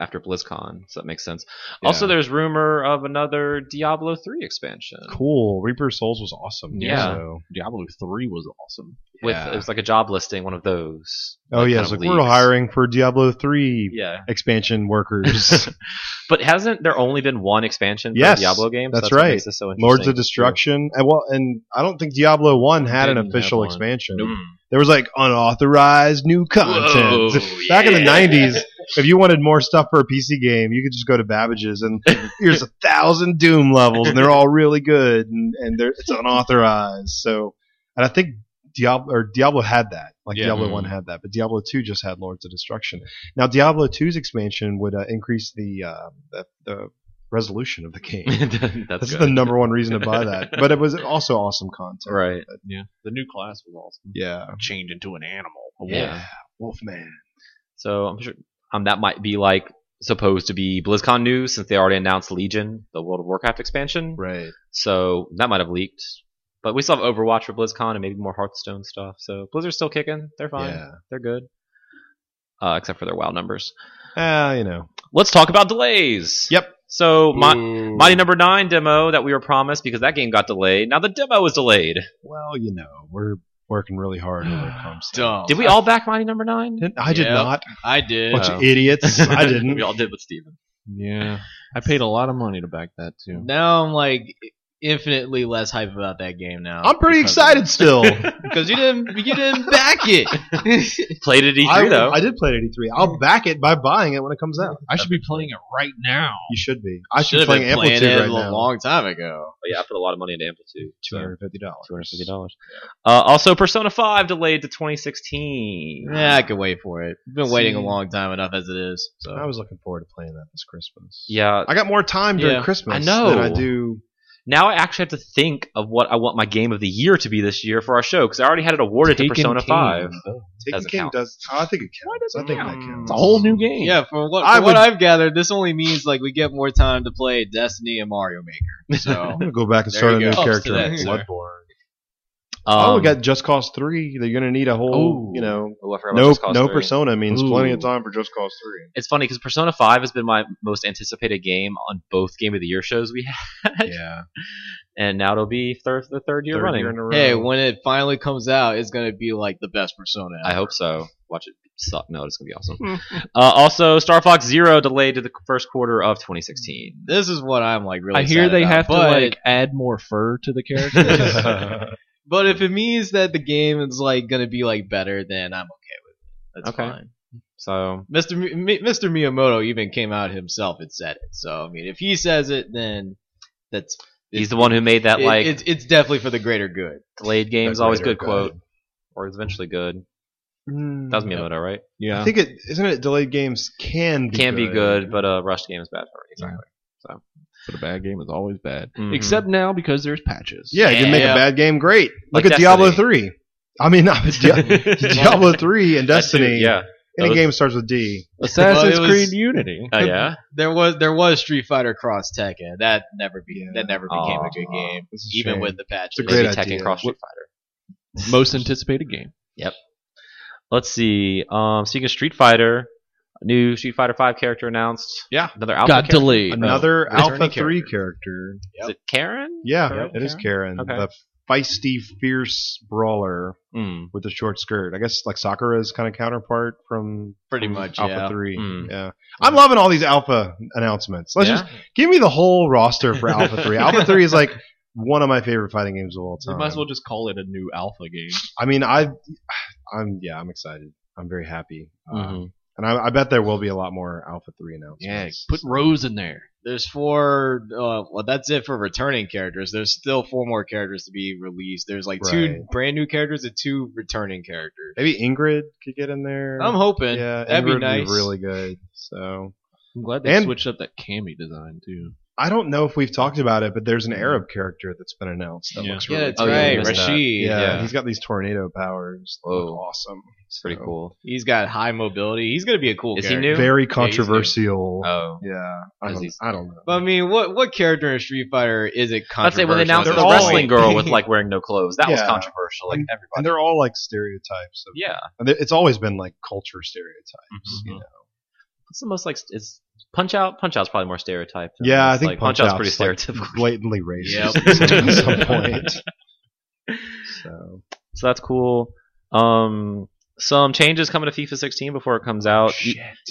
Speaker 1: after BlizzCon, so that makes sense. Also, there's rumor of another Diablo three expansion
Speaker 7: Cool. Reaper of Souls was awesome.
Speaker 1: Yeah.
Speaker 7: so-
Speaker 3: Diablo three was awesome.
Speaker 1: with
Speaker 7: yeah.
Speaker 1: it was like a job listing, one of those.
Speaker 7: Oh yeah, it's
Speaker 1: kind
Speaker 7: like
Speaker 1: of
Speaker 7: we're
Speaker 1: leaks.
Speaker 7: hiring for Diablo three
Speaker 1: Yeah,
Speaker 7: expansion workers.
Speaker 1: but hasn't there only been one expansion for
Speaker 7: Yes,
Speaker 1: the Diablo games?
Speaker 7: that's
Speaker 1: what
Speaker 7: right.
Speaker 1: makes this so
Speaker 7: Lords
Speaker 1: interesting.
Speaker 7: of Destruction. And well, and I don't think Diablo One had an
Speaker 3: Didn't have
Speaker 7: official
Speaker 3: one.
Speaker 7: expansion.
Speaker 1: Nope.
Speaker 7: There was like unauthorized new content.
Speaker 1: Whoa,
Speaker 7: Back in the
Speaker 1: yeah.
Speaker 7: '90s, if you wanted more stuff for a PC game, you could just go to Babbage's and here's a thousand Doom levels, and they're all really good, and, and they're, it's unauthorized. So, and I think Diablo or Diablo had that, like
Speaker 3: Yeah.
Speaker 7: Diablo
Speaker 1: Mhm.
Speaker 7: One had that, but Diablo Two just had Lords of Destruction. Now, Diablo 2's expansion would uh, increase the, uh, the the resolution of the game.
Speaker 1: that's
Speaker 7: This is
Speaker 1: good.
Speaker 7: the number one reason to buy that. But it was also awesome content.
Speaker 1: right.
Speaker 3: Yeah, the new class was awesome.
Speaker 7: Yeah.
Speaker 3: Change into an animal. A wolf.
Speaker 1: Yeah.
Speaker 7: Wolfman.
Speaker 1: So I'm sure um, that might be like supposed to be BlizzCon news since they already announced Legion, the World of Warcraft expansion.
Speaker 4: Right.
Speaker 1: So that might have leaked. But we still have Overwatch for BlizzCon and maybe more Hearthstone stuff. So Blizzard's still kicking. They're fine.
Speaker 4: Yeah.
Speaker 1: They're good. Uh, except for their WoW numbers.
Speaker 7: Ah, you know.
Speaker 1: Let's talk about delays.
Speaker 7: Yep.
Speaker 1: So Mi-
Speaker 7: Ooh.
Speaker 1: Mighty Number Nine demo that we were promised because that game got delayed. Now the demo is delayed.
Speaker 7: Well, you know, we're working really hard over at Comstock.
Speaker 4: Dumb.
Speaker 1: Did we all back Mighty Number Nine?
Speaker 7: Didn't- I did
Speaker 4: Yep.
Speaker 7: not.
Speaker 4: I did.
Speaker 7: Bunch
Speaker 1: Oh.
Speaker 7: of idiots. I didn't.
Speaker 1: we all did with Steven.
Speaker 3: Yeah, I paid a lot of money to back that too.
Speaker 4: Now I'm like infinitely less hype about that game now.
Speaker 7: I'm pretty excited still.
Speaker 4: because you didn't you didn't back it.
Speaker 1: Played at E3
Speaker 7: I,
Speaker 1: though.
Speaker 7: I did play it at E3. I'll back it by buying it when it comes out.
Speaker 3: I should be playing it right now.
Speaker 7: You should be. I should be
Speaker 4: Should've
Speaker 7: playing
Speaker 4: been playing
Speaker 7: Amplitude
Speaker 4: it
Speaker 7: right
Speaker 4: a
Speaker 7: now.
Speaker 4: long time ago.
Speaker 1: But yeah, I put a lot of money into Amplitude.
Speaker 7: Two hundred fifty dollars.
Speaker 1: Two hundred fifty dollars. Uh, also, Persona Five delayed to twenty sixteen.
Speaker 4: Yeah, I could wait for it. I've been waiting a
Speaker 7: See.
Speaker 4: long time enough as it is. So
Speaker 7: I was looking forward to playing that this Christmas.
Speaker 1: Yeah.
Speaker 7: I got more time during
Speaker 4: Yeah.
Speaker 7: Christmas
Speaker 1: I know.
Speaker 7: than I do.
Speaker 1: Now I actually have to think of what I want my game of the year to be this year for our show because I already had it awarded to
Speaker 3: Taken
Speaker 1: Persona
Speaker 3: King.
Speaker 1: Five.
Speaker 7: Taking
Speaker 1: Doesn't
Speaker 7: King
Speaker 1: count.
Speaker 7: does. Oh, I think it counts. I think
Speaker 1: count?
Speaker 7: that
Speaker 3: It's
Speaker 7: counts.
Speaker 3: a whole new game.
Speaker 4: yeah, from what,
Speaker 7: I
Speaker 4: from what
Speaker 7: would-
Speaker 4: I've gathered, this only means like we get more time to play Destiny and Mario Maker.
Speaker 7: I'm
Speaker 4: So
Speaker 7: gonna go back and
Speaker 4: There
Speaker 7: start
Speaker 4: you
Speaker 7: a
Speaker 4: go.
Speaker 7: new
Speaker 4: Ups
Speaker 7: character
Speaker 4: to
Speaker 7: in
Speaker 4: that,
Speaker 7: Bloodborne.
Speaker 4: sir.
Speaker 7: oh,
Speaker 1: Um,
Speaker 7: we got Just Cause Three. They're gonna need a whole,
Speaker 1: Ooh.
Speaker 7: you know,
Speaker 1: oh, I forgot about
Speaker 7: no,
Speaker 1: Just Cause
Speaker 7: no
Speaker 1: 3.
Speaker 7: persona means
Speaker 1: Ooh.
Speaker 7: plenty of time for Just Cause Three.
Speaker 1: It's funny because Persona Five has been my most anticipated game on both Game of the Year shows we had,
Speaker 7: Yeah,
Speaker 1: and now it'll be thir- the third year
Speaker 7: Third
Speaker 1: running.
Speaker 7: year in a row.
Speaker 4: hey, when it finally comes out, it's gonna be like the best Persona.
Speaker 1: I hope so. Watch it suck. No, it's gonna be awesome.
Speaker 7: Hmm.
Speaker 1: uh, also, Star Fox Zero delayed to the first quarter of 2016.
Speaker 4: This is what I'm like really.
Speaker 3: I hear
Speaker 4: sad
Speaker 3: they
Speaker 4: about,
Speaker 3: have to
Speaker 4: but-
Speaker 3: like add more fur to the characters.
Speaker 4: But if it means that the game is like gonna be like better, then I'm okay with it. That's
Speaker 1: Okay.
Speaker 4: fine.
Speaker 1: So
Speaker 4: Mr. M- Mi- Mr. Miyamoto even came out himself and said it. So I mean, if he says it, then that's
Speaker 1: he's the one who made that
Speaker 4: it-
Speaker 1: like
Speaker 4: it's it's definitely for the greater good.
Speaker 1: delayed games
Speaker 7: That
Speaker 1: always
Speaker 7: greater
Speaker 1: good quote, or it's eventually good. That
Speaker 7: Hmm.
Speaker 1: was Miyamoto, right?
Speaker 7: I
Speaker 3: yeah,
Speaker 7: think it isn't it. Delayed games can be
Speaker 1: Can
Speaker 7: good.
Speaker 1: be good, but a rushed game is bad for me. Exactly.
Speaker 3: but a bad game is always bad.
Speaker 1: Mhm.
Speaker 3: Except now because there's patches.
Speaker 7: yeah, you can make
Speaker 4: Yeah.
Speaker 7: a bad game great. Look
Speaker 1: Like
Speaker 7: at Diablo
Speaker 1: Destiny.
Speaker 7: Three. I mean, not Di- Diablo Three and
Speaker 1: That too,
Speaker 7: Destiny.
Speaker 1: Yeah.
Speaker 7: any
Speaker 1: Those-
Speaker 7: game starts with D.
Speaker 3: Assassin's
Speaker 4: Well, it was-
Speaker 3: Creed Unity.
Speaker 1: Oh yeah.
Speaker 4: There was there was Street Fighter Cross Tekken that never be
Speaker 7: Yeah.
Speaker 4: that never became
Speaker 1: Aw,
Speaker 4: a good game,
Speaker 7: It's a
Speaker 4: even
Speaker 7: shame.
Speaker 4: with the patches.
Speaker 7: It's a
Speaker 1: Maybe
Speaker 7: great
Speaker 1: Tekken
Speaker 7: idea.
Speaker 1: Cross Street Fighter.
Speaker 3: Most anticipated game.
Speaker 1: Let's see. Um, speaking of Street Fighter, new Street Fighter Five character announced.
Speaker 7: Yeah.
Speaker 1: Another alpha
Speaker 3: Got
Speaker 1: character.
Speaker 3: delayed.
Speaker 7: another
Speaker 4: Oh,
Speaker 7: Alpha
Speaker 4: returning
Speaker 7: Three character.
Speaker 1: Is it Karen?
Speaker 7: Yeah,
Speaker 1: Karen?
Speaker 7: it is Karen,
Speaker 1: Okay.
Speaker 7: the feisty, fierce brawler
Speaker 1: Mm.
Speaker 7: with the short skirt. I guess like Sakura's kind of counterpart from
Speaker 4: Pretty much,
Speaker 7: Alpha
Speaker 4: yeah. Hmm.
Speaker 7: Three.
Speaker 1: Mm.
Speaker 7: Yeah, I'm loving all these Alpha announcements. Let's
Speaker 1: yeah.
Speaker 7: just give me the whole roster for Alpha Three. Alpha Three is like one of my favorite fighting games of all
Speaker 3: We
Speaker 7: time.
Speaker 3: might as well just call it a new alpha game.
Speaker 7: I mean, I, I'm yeah, I'm excited. I'm very happy, uh,
Speaker 4: Mm-hmm.
Speaker 3: Mm-hmm.
Speaker 1: Mhm.
Speaker 7: and I, I bet there will be a lot more Alpha Three announcements.
Speaker 3: put Rose in there.
Speaker 4: There's four. Uh, well, that's it for returning characters. There's still four more characters to be released. There's like two
Speaker 7: Right.
Speaker 4: brand new characters and two returning characters.
Speaker 7: Maybe Ingrid could get in there.
Speaker 4: I'm hoping.
Speaker 7: Yeah,
Speaker 4: that'd
Speaker 7: Ingrid
Speaker 4: be nice.
Speaker 7: would be really good. So
Speaker 3: I'm glad they
Speaker 7: And-
Speaker 3: switched up that Cammy design too.
Speaker 7: I don't know if we've talked about it, but there's an Arab character that's been announced that
Speaker 3: Yeah.
Speaker 7: looks
Speaker 4: Hmm. yeah,
Speaker 7: really
Speaker 4: that's
Speaker 1: Oh,
Speaker 7: cool.
Speaker 1: yeah, we
Speaker 4: right.
Speaker 1: missed that.
Speaker 4: Rashid.
Speaker 7: Yeah,
Speaker 1: Yeah.
Speaker 7: he's got these tornado powers. that
Speaker 1: Whoa.
Speaker 7: Look awesome.
Speaker 1: It's pretty
Speaker 7: So,
Speaker 1: cool.
Speaker 4: He's got high mobility. He's gonna be a cool.
Speaker 1: Is he
Speaker 4: character.
Speaker 1: new?
Speaker 7: Very
Speaker 4: he's new.
Speaker 7: controversial.
Speaker 1: Oh.
Speaker 7: yeah, I
Speaker 1: Is
Speaker 7: don't,
Speaker 1: he-
Speaker 7: I don't know.
Speaker 4: But I mean, what what character in Street Fighter is it
Speaker 1: I'd say
Speaker 4: controversial?
Speaker 1: when they announced
Speaker 4: at
Speaker 1: the
Speaker 7: all-
Speaker 4: this
Speaker 1: wrestling
Speaker 4: point?
Speaker 1: girl with like wearing no clothes, that was
Speaker 7: Yeah.
Speaker 1: controversial. Like
Speaker 7: and
Speaker 1: everybody.
Speaker 7: they're all like stereotypes. Of,
Speaker 1: Yeah.
Speaker 7: and they- It's always been like culture stereotypes. You know.
Speaker 1: What's the most like is Punch Out? Punch Out's probably more stereotyped.
Speaker 7: Yeah, I
Speaker 1: It's
Speaker 7: think
Speaker 1: like,
Speaker 7: Punch,
Speaker 1: Out's pretty
Speaker 7: Out's,
Speaker 1: stereotypical.
Speaker 7: Like blatantly racist
Speaker 1: Yep.
Speaker 7: at some point. So
Speaker 1: so that's cool. Um, some changes coming to FIFA 16 before it comes
Speaker 3: Oh,
Speaker 1: out.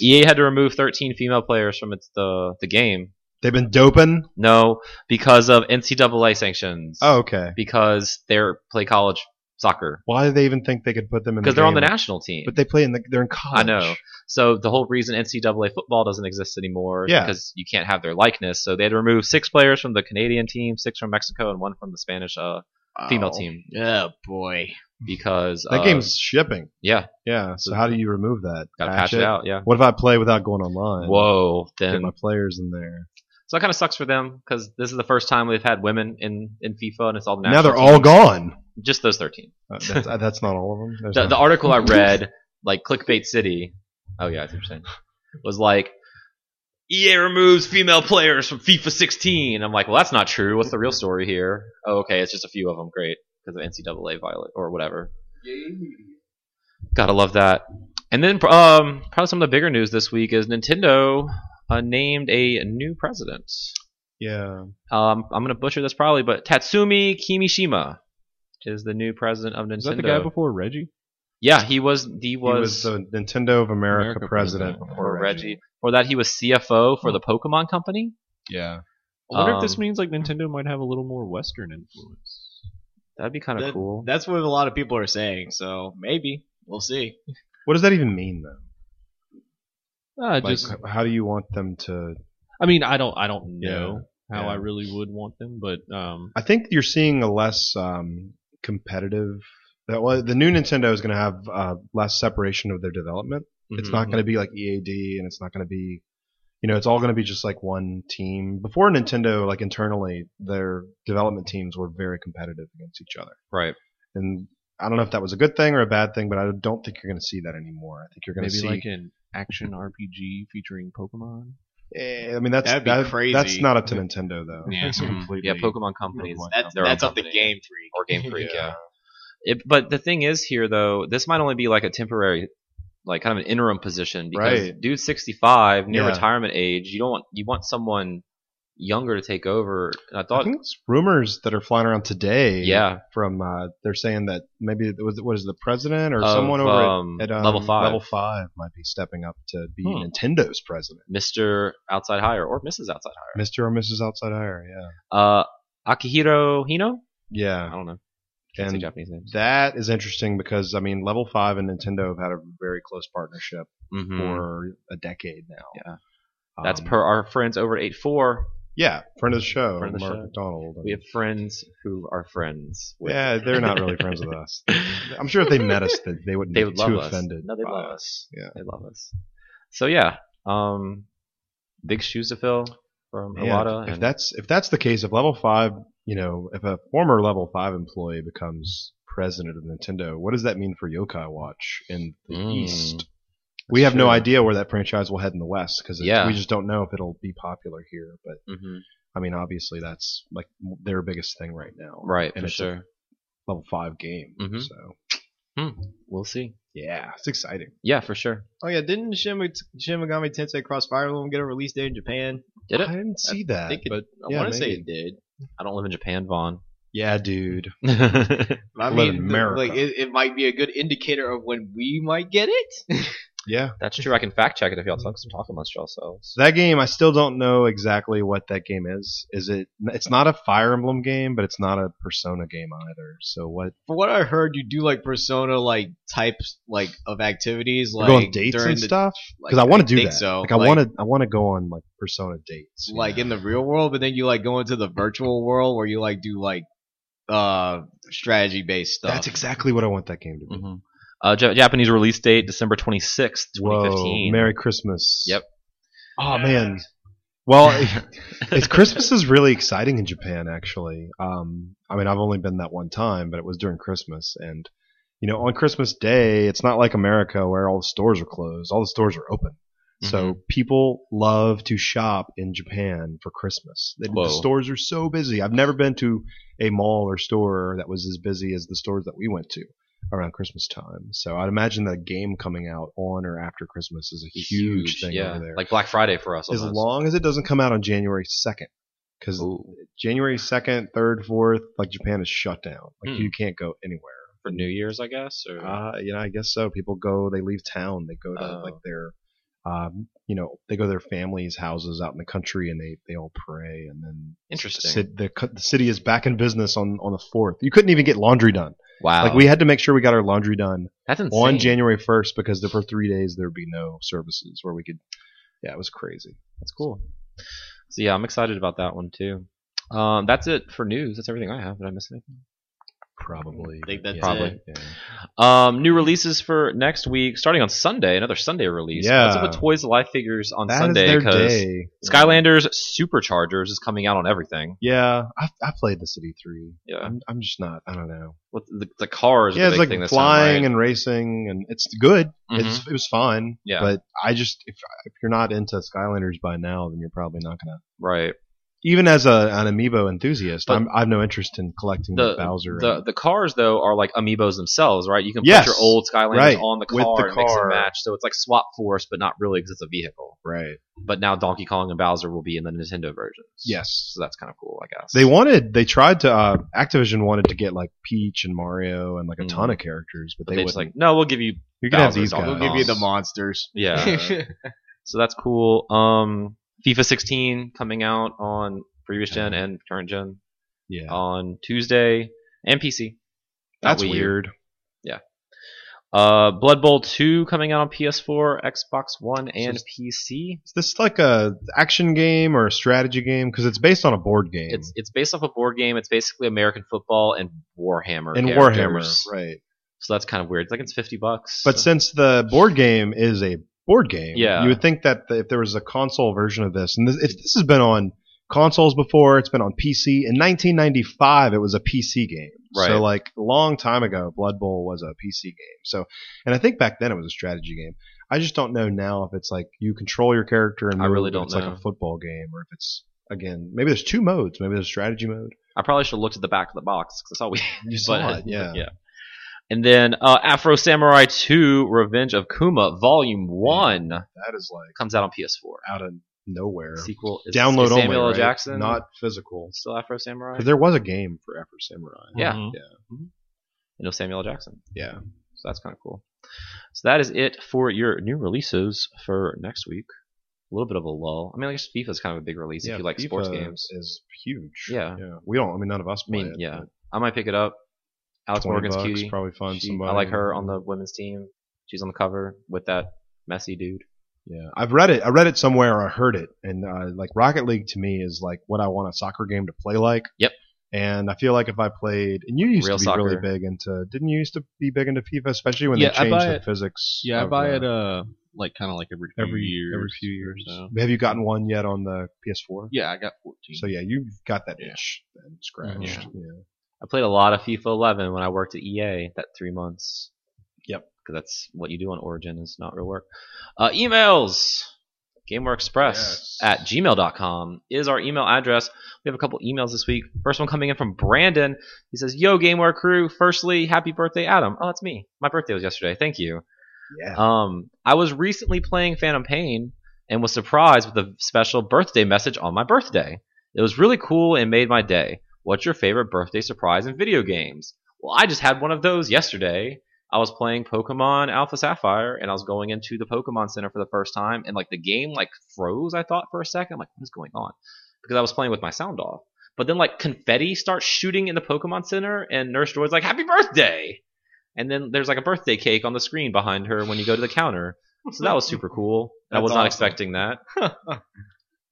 Speaker 1: EA had to remove 13 female players from its the the game.
Speaker 7: they've been doping.
Speaker 1: No, because of NCAA sanctions.
Speaker 7: Oh, okay.
Speaker 1: because they're play college soccer
Speaker 7: Why do they even think they could put them in?
Speaker 1: because
Speaker 7: the
Speaker 1: they're on the
Speaker 7: game?
Speaker 1: national team.
Speaker 7: But they play in the. They're in college.
Speaker 1: I know. So the whole reason NCAA football doesn't exist anymore
Speaker 7: Yeah.
Speaker 1: is because you can't have their likeness. So they had to remove six players from the Canadian team, six from Mexico, and one from the Spanish uh, female
Speaker 4: Oh.
Speaker 1: team
Speaker 4: Yeah, boy.
Speaker 1: because
Speaker 7: That
Speaker 1: uh,
Speaker 7: game's shipping.
Speaker 1: yeah,
Speaker 7: Yeah. So how do you remove that?
Speaker 1: got to patch it out. Yeah.
Speaker 7: What if I play without going online?
Speaker 1: Whoa.
Speaker 7: Get
Speaker 1: Then
Speaker 7: my players in there.
Speaker 1: so that kind of sucks for them because this is the first time they've had women in in FIFA, and it's all the
Speaker 7: now
Speaker 1: national
Speaker 7: they're
Speaker 1: team.
Speaker 7: all gone.
Speaker 1: just those thirteen.
Speaker 7: Uh, that's, uh, that's not all of them. There's
Speaker 1: The, the
Speaker 7: not-
Speaker 1: article I read, like Clickbait City, Oh yeah, I see what you're saying. Was like EA removes female players from FIFA 16. I'm like, well, that's not true. What's the real story here? Oh, okay, it's just a few of them. Great, because of NCAA violet or whatever. Gotta love that. And then, um, probably some of the bigger news this week is Nintendo uh, named a new president.
Speaker 7: Yeah.
Speaker 1: Um, I'm gonna butcher this probably, but Tatsumi Kimishima is the new president of Nintendo.
Speaker 3: Is that the guy before Reggie?
Speaker 1: Yeah, he was. He
Speaker 7: He
Speaker 1: was,
Speaker 7: was the Nintendo of America,
Speaker 3: America
Speaker 7: president,
Speaker 3: president
Speaker 1: for Reggie. For that, he was CFO
Speaker 7: Hmm.
Speaker 1: for the Pokemon Company.
Speaker 4: Yeah.
Speaker 3: I wonder if this
Speaker 1: Um,
Speaker 3: means like Nintendo might have a little more Western influence.
Speaker 1: That'd be kind of
Speaker 4: That-
Speaker 1: cool.
Speaker 4: That's what a lot of people are saying. So maybe we'll see.
Speaker 7: What does that even mean, though?
Speaker 3: Uh,
Speaker 7: Like,
Speaker 3: just,
Speaker 7: how do you want them to?
Speaker 3: I mean, I don't, I don't
Speaker 7: Yeah,
Speaker 3: know how
Speaker 7: yeah.
Speaker 3: I really would want them, but um,
Speaker 7: I think you're seeing a less um, competitive. That well, the new Nintendo is going to have uh, less separation of their development. It's
Speaker 3: Mm-hmm.
Speaker 7: not going to be like EAD, and it's not going to be, you know, it's all going to be just like one team. Before Nintendo, like internally, their development teams were very competitive against each other.
Speaker 1: right.
Speaker 7: And I don't know if that was a good thing or a bad thing, but I don't think you're going to see that anymore. I think you're going to
Speaker 3: maybe
Speaker 7: see.
Speaker 3: like an action RPG featuring Pokemon.
Speaker 7: eh, I mean, that's
Speaker 4: That'd be
Speaker 7: that-
Speaker 4: crazy.
Speaker 7: That's not up to Nintendo though.
Speaker 3: Yeah.
Speaker 7: It's completely.
Speaker 1: Mm-hmm. Yeah, Pokemon companies.
Speaker 4: That's
Speaker 1: their own
Speaker 4: that's up to
Speaker 1: company.
Speaker 4: Game Freak.
Speaker 1: or Game Freak.
Speaker 7: Yeah.
Speaker 1: yeah. It, but the thing is here though, this might only be like a temporary, like kind of an interim position because
Speaker 7: Right.
Speaker 1: dude's 65, near
Speaker 7: Yeah.
Speaker 1: retirement age. You don't want you want someone younger to take over. And I
Speaker 7: I
Speaker 1: thought,
Speaker 7: think it's rumors that are flying around today.
Speaker 1: yeah,
Speaker 7: From uh, they're saying that maybe it was what is it, the president or
Speaker 1: Of,
Speaker 7: someone over at-
Speaker 1: um,
Speaker 7: at, um,
Speaker 1: Level Five.
Speaker 7: Level five might be stepping up to be
Speaker 3: Hmm.
Speaker 7: Nintendo's president.
Speaker 1: Mr. Outside Hire or Mrs. Outside Hire.
Speaker 7: Mr. or Mrs. Outside Hire, yeah.
Speaker 1: Uh, Akihiro Hino. I
Speaker 7: Yeah.
Speaker 1: don't know. Can't say
Speaker 7: And
Speaker 1: Japanese names.
Speaker 7: That is interesting because, I mean, Level 5 and Nintendo have had a very close partnership
Speaker 1: Mhm.
Speaker 7: for a decade now.
Speaker 1: Yeah. That's
Speaker 7: Um,
Speaker 1: per our friends over at 84.
Speaker 7: Yeah, friend of the show,
Speaker 1: Friend of the
Speaker 7: Mark
Speaker 1: show.
Speaker 7: McDonald.
Speaker 1: We have friends who are friends. With
Speaker 7: yeah, they're not really friends with us. I'm sure if they met us, they, they wouldn't
Speaker 1: they
Speaker 7: be
Speaker 1: would love
Speaker 7: too
Speaker 1: us.
Speaker 7: offended.
Speaker 1: No, they
Speaker 7: by
Speaker 1: love us.
Speaker 7: Yeah.
Speaker 1: they love us. So yeah, um, big shoes to fill from
Speaker 7: Man,
Speaker 1: Iwata.
Speaker 7: if
Speaker 1: and-
Speaker 7: that's if that's the case, if level five, you know, if a former level five employee becomes president of Nintendo, what does that mean for Yokai Watch in the
Speaker 1: Mm.
Speaker 7: East? We have no
Speaker 1: true.
Speaker 7: idea where that franchise will head in the West because
Speaker 1: Yeah.
Speaker 7: we just don't know if it'll be popular here. But
Speaker 1: Mhm.
Speaker 7: I mean, obviously, that's like their biggest thing right now,
Speaker 1: right
Speaker 7: And
Speaker 1: for
Speaker 7: it's a
Speaker 1: sure,
Speaker 7: level five game.
Speaker 1: Mhm.
Speaker 7: So
Speaker 1: we'll see.
Speaker 7: yeah, it's exciting.
Speaker 1: Yeah, for sure.
Speaker 4: Oh yeah, didn't Shin, Meg- Shin Megami Tensei Cross Fire Emblem get a release date in Japan?
Speaker 1: Did it?
Speaker 7: I didn't see that.
Speaker 4: I think it,
Speaker 3: but-
Speaker 4: I
Speaker 7: yeah,
Speaker 4: want to say
Speaker 7: maybe.
Speaker 4: it did.
Speaker 1: I don't live in Japan, Vaughn.
Speaker 7: yeah, dude.
Speaker 1: yeah,
Speaker 4: I
Speaker 7: I live
Speaker 4: mean,
Speaker 7: in
Speaker 4: the-
Speaker 7: America.
Speaker 4: like it, it might be a good indicator of when we might get it.
Speaker 7: Yeah,
Speaker 1: that's true. I can fact check it if y'all talk, talk amongst yourselves.
Speaker 7: So that game, I still don't know exactly what that game is. Is it? It's not a Fire Emblem game, but it's not a Persona game either. So what?
Speaker 4: From what I heard, you do like Persona like types like of activities
Speaker 7: We're
Speaker 4: like
Speaker 7: going dates
Speaker 4: during
Speaker 7: and
Speaker 4: the,
Speaker 7: stuff
Speaker 4: like,
Speaker 7: because I want to do
Speaker 4: think
Speaker 7: that.
Speaker 4: So
Speaker 7: like I want to, I want to go on like Persona dates. you
Speaker 4: like
Speaker 7: know?
Speaker 4: in the real world, but then you like go into the virtual world where you like do like uh strategy based stuff.
Speaker 7: that's exactly what I want that game to be.
Speaker 1: hmm Uh, Ja- Japanese release date December twenty sixth, twenty
Speaker 7: Whoa!
Speaker 1: fifteen.
Speaker 7: Merry Christmas.
Speaker 1: Yep.
Speaker 7: Oh man. Well, it's Christmas is really exciting in Japan. Actually, um, I mean, I've only been that one time, but it was during Christmas, and you know, on Christmas Day, it's not like America where all the stores are closed. All the stores are open. So
Speaker 1: Mm-hmm.
Speaker 7: people love to shop in Japan for Christmas. The, the
Speaker 1: Whoa.
Speaker 7: stores are so busy. I've never been to a mall or store that was as busy as the stores that we went to around Christmas time. So I'd imagine the game coming out on or after Christmas is a huge, thing
Speaker 1: yeah,
Speaker 7: over there.
Speaker 1: like Black Friday for us.
Speaker 7: as
Speaker 1: almost.
Speaker 7: long as it doesn't come out on January 2nd cuz
Speaker 1: Ooh,
Speaker 7: January 2nd, 3rd, 4th, like Japan is shut down. Like
Speaker 1: Hmm.
Speaker 7: you can't go anywhere.
Speaker 1: for New Year's, I guess. Or
Speaker 7: Uh, you know, I guess so. People go, they leave town, they go to
Speaker 1: Oh.
Speaker 7: like their, um, you know, they go to their families' houses out in the country, and they they all pray, and then the,
Speaker 1: interesting.
Speaker 7: cit- the, cu- the city is back in business on on the fourth. You couldn't even get laundry done.
Speaker 1: wow,
Speaker 7: Like we had to make sure we got our laundry done
Speaker 1: that's insane.
Speaker 7: on January first because there, for three days there would be no services where we could. Yeah, it was crazy.
Speaker 1: That's cool. So yeah, I'm excited about that one too. Um, that's it for news. That's everything I have. Did I miss anything?
Speaker 7: Probably.
Speaker 4: I think that's
Speaker 1: Probably.
Speaker 4: it.
Speaker 7: Yeah.
Speaker 1: Um, new releases for next week, starting on Sunday. Another Sunday release.
Speaker 7: Yeah.
Speaker 1: What's up with Toys Alive figures on
Speaker 7: That is
Speaker 1: Sunday?
Speaker 7: their
Speaker 1: Because
Speaker 7: day.
Speaker 1: Skylanders Superchargers is coming out on everything.
Speaker 7: Yeah, I, I played this at E3.
Speaker 1: Yeah.
Speaker 7: I'm, I'm just not. I don't know.
Speaker 1: What the, the cars?
Speaker 7: yeah,
Speaker 1: the
Speaker 7: it's
Speaker 1: big
Speaker 7: like
Speaker 1: thing this
Speaker 7: flying
Speaker 1: Time,
Speaker 7: and racing, and it's good.
Speaker 1: right? Mhm.
Speaker 7: It's it was fun.
Speaker 1: Yeah.
Speaker 7: but I just if, if you're not into Skylanders by now, then you're probably not gonna.
Speaker 1: right.
Speaker 7: Even as a, an amiibo enthusiast,
Speaker 1: But
Speaker 7: I'm, I have no interest in collecting
Speaker 1: The-
Speaker 7: the, Bowser
Speaker 1: The the cars though are like amiibos themselves, right? You can
Speaker 7: Yes.
Speaker 1: put your old Skylanders
Speaker 7: Right.
Speaker 1: on the car
Speaker 7: With the
Speaker 1: and mix and
Speaker 7: car.
Speaker 1: match. So it's like Swap Force, but not really because it's a vehicle.
Speaker 7: right.
Speaker 1: But now Donkey Kong and Bowser will be in the Nintendo versions.
Speaker 7: Yes,
Speaker 1: So that's kind of cool, I guess.
Speaker 7: they wanted. They tried to. Uh, Activision wanted to get like Peach and Mario and like a
Speaker 1: Mm.
Speaker 7: ton of characters, but
Speaker 1: They
Speaker 7: they,
Speaker 1: just
Speaker 7: was
Speaker 1: like
Speaker 7: like
Speaker 1: no, we'll give you
Speaker 7: you can have
Speaker 1: Bowser,
Speaker 7: these
Speaker 1: Donkey
Speaker 7: guys.
Speaker 4: We'll
Speaker 1: Uh,
Speaker 4: give you the
Speaker 1: awesome.
Speaker 4: monsters.
Speaker 1: yeah. So that's cool. Um, FIFA 16 coming out on previous gen and current gen
Speaker 7: yeah,
Speaker 1: on Tuesday and PC. Not
Speaker 7: that's
Speaker 1: Wii U.
Speaker 7: weird.
Speaker 1: Uh, Blood Bowl 2 coming out on PS4, Xbox One, and
Speaker 7: Just-
Speaker 1: PC.
Speaker 7: Is this like a action game or a strategy game? Because it's based on a board game.
Speaker 1: It's it's based off a board game. It's basically American football and Warhammer.
Speaker 7: and Warhammer,
Speaker 1: characters.
Speaker 7: right?
Speaker 1: So that's kind of weird. It's like it's 50 bucks.
Speaker 7: But since the board game is a board game,
Speaker 1: Yeah.
Speaker 7: you would think that the, if there was a console version of this, and this, if this has been on consoles before, it's been on PC. In 1995, it was a PC game.
Speaker 1: Right.
Speaker 7: So like a long time ago, Blood Bowl was a PC game. So, and I think back then it was a strategy game. I just don't know now if it's like you control your character and
Speaker 1: I
Speaker 7: move,
Speaker 1: really
Speaker 7: if
Speaker 1: don't
Speaker 7: it's
Speaker 1: know.
Speaker 7: like a football game or if it's again maybe there's two modes. Maybe there's strategy mode.
Speaker 1: I probably should have looked at the back of the box because that's all we
Speaker 7: You saw
Speaker 1: But- uh,
Speaker 7: it, yeah.
Speaker 1: yeah. And then uh, Afro Samurai 2 Revenge of Kuma Volume 1
Speaker 7: That is like
Speaker 1: comes out on PS4.
Speaker 7: out of nowhere.
Speaker 1: Sequel is
Speaker 7: Download
Speaker 1: is
Speaker 7: only,
Speaker 1: Samuel L.
Speaker 7: right?
Speaker 1: Jackson,
Speaker 7: not physical.
Speaker 1: still Afro Samurai.
Speaker 7: Because there was a game for Afro Samurai.
Speaker 1: Yeah.
Speaker 3: Mhm.
Speaker 1: You know Samuel L. Jackson,
Speaker 7: Yeah.
Speaker 1: so that's kind of cool. So that is it for your new releases for next week. A little bit of a lull. I mean, I guess FIFA is kind of a big release if you like sports
Speaker 7: FIFA
Speaker 1: games.
Speaker 7: is huge.
Speaker 1: Yeah.
Speaker 7: We don't. I mean, none of us.
Speaker 1: I
Speaker 7: Play
Speaker 1: mean,
Speaker 7: it,
Speaker 1: yeah,
Speaker 7: but
Speaker 1: I might pick it up. Alex
Speaker 7: 20
Speaker 1: Morgan's
Speaker 7: bucks,
Speaker 1: cutie.
Speaker 7: Probably find
Speaker 1: She-
Speaker 7: somebody.
Speaker 1: I like her on the women's team. She's on the cover with that messy dude.
Speaker 7: Yeah, I've read it. I read it somewhere. or I heard it, and uh, like Rocket League to me is like what I want a soccer game to play like.
Speaker 1: Yep.
Speaker 7: And I feel like if I played, and you used
Speaker 1: Real
Speaker 7: to be
Speaker 1: soccer.
Speaker 7: really big into, didn't you used to be big into FIFA, especially when
Speaker 3: Yeah,
Speaker 7: they
Speaker 3: I
Speaker 7: changed
Speaker 3: buy
Speaker 7: the
Speaker 3: it-
Speaker 7: physics?
Speaker 3: Yeah, I
Speaker 7: of,
Speaker 3: buy
Speaker 7: uh,
Speaker 3: it uh like kind of like every few
Speaker 7: every
Speaker 3: years,
Speaker 7: every few
Speaker 3: or
Speaker 7: years.
Speaker 3: so.
Speaker 7: Have you gotten one yet on the PS4?
Speaker 3: Yeah, I got 14.
Speaker 7: So yeah, you've got that
Speaker 3: Yeah.
Speaker 7: itch and scratched.
Speaker 3: Yeah.
Speaker 7: yeah.
Speaker 1: I played a lot of FIFA 11 when I worked at EA that three months.
Speaker 7: Yep.
Speaker 1: Because that's what you do on Origin is not real work. Uh, emails. GameWareExpress
Speaker 7: Yes.
Speaker 1: at gmail.com is our email address. We have a couple emails this week. First one coming in from Brandon. He says, Yo, GameWare crew. Firstly, happy birthday, Adam. Oh, that's me. My birthday was yesterday. Thank you.
Speaker 7: Yeah.
Speaker 1: Um, I was recently playing Phantom Pain and was surprised with a special birthday message on my birthday. It was really cool and made my day. What's your favorite birthday surprise in video games? Well, I just had one of those yesterday. I was playing Pokemon Alpha Sapphire and I was going into the Pokemon Center for the first time and like the game like froze I thought for a second. I'm like, what is going on? Because I was playing with my sound off. But then like confetti starts shooting in the Pokemon Center and Nurse Joy's like, Happy birthday! And then there's like a birthday cake on the screen behind her when you go to the counter. So that was super cool. And I
Speaker 4: That's
Speaker 1: was not
Speaker 4: awesome.
Speaker 1: expecting that.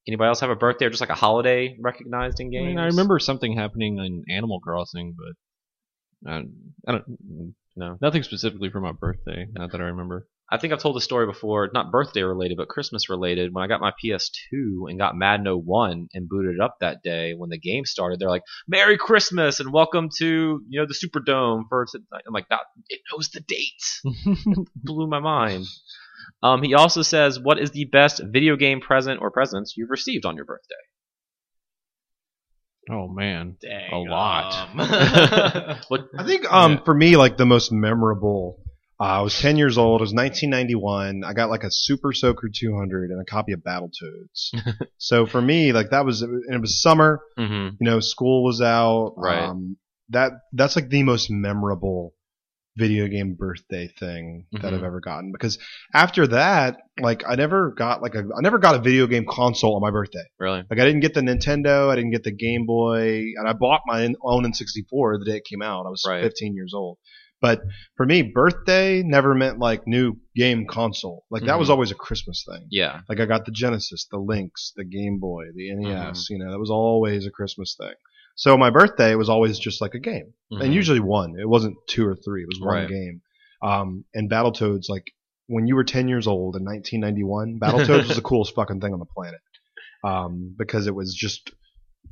Speaker 1: Anybody else have a birthday or just like a holiday recognized in
Speaker 3: I
Speaker 1: games?
Speaker 3: mean, I remember something happening in Animal Crossing, but I, I don't. mm,
Speaker 1: No.
Speaker 3: Nothing specifically for my birthday. Not that I remember.
Speaker 1: I think I've told the story before, not birthday related, but Christmas related. When I got my PS2 and got Madden 01 and booted it up that day, when the game started, they're like, "Merry Christmas and welcome to you know the Superdome." For t- I'm like, that, "It knows the date." Blew my mind. Um, he also says, "What is the best video game present or presents you've received on your birthday?"
Speaker 3: Oh man.
Speaker 4: Dang,
Speaker 3: A lot.
Speaker 4: um,
Speaker 1: What?
Speaker 7: I think um
Speaker 3: Yeah.
Speaker 7: for me like the most memorable. Uh, I was 10 years old. It was 1991. I got like a Super Soaker 200 and a copy of Battletoads. so for me, like that was, and it was summer.
Speaker 1: Mm-hmm.
Speaker 7: You know, school was out.
Speaker 1: Right.
Speaker 7: Um, that that's like the most memorable video game birthday thing that
Speaker 1: Mm-hmm.
Speaker 7: I've ever gotten because after that, like I never got like a I never got a video game console on my birthday.
Speaker 1: Really?
Speaker 7: Like I didn't get the Nintendo, I didn't get the Game Boy, and I bought my own N64 the day it came out. I was
Speaker 1: Right.
Speaker 7: 15 years old. But for me, birthday never meant like new game console. Like that was
Speaker 1: Mhm.
Speaker 7: always a Christmas thing.
Speaker 1: Yeah.
Speaker 7: Like I E got the Genesis, the Lynx, the Game Boy, the NES. You know, that was always a Christmas thing. So my birthday was always just like a game,
Speaker 3: Mhm.
Speaker 1: Mm-hmm.
Speaker 7: and usually one. It wasn't two or three. It was one
Speaker 3: Right.
Speaker 7: game. Um, and Battletoads, like when you were ten years old in 1991, Battletoads was the coolest fucking thing on the planet, um, because it was just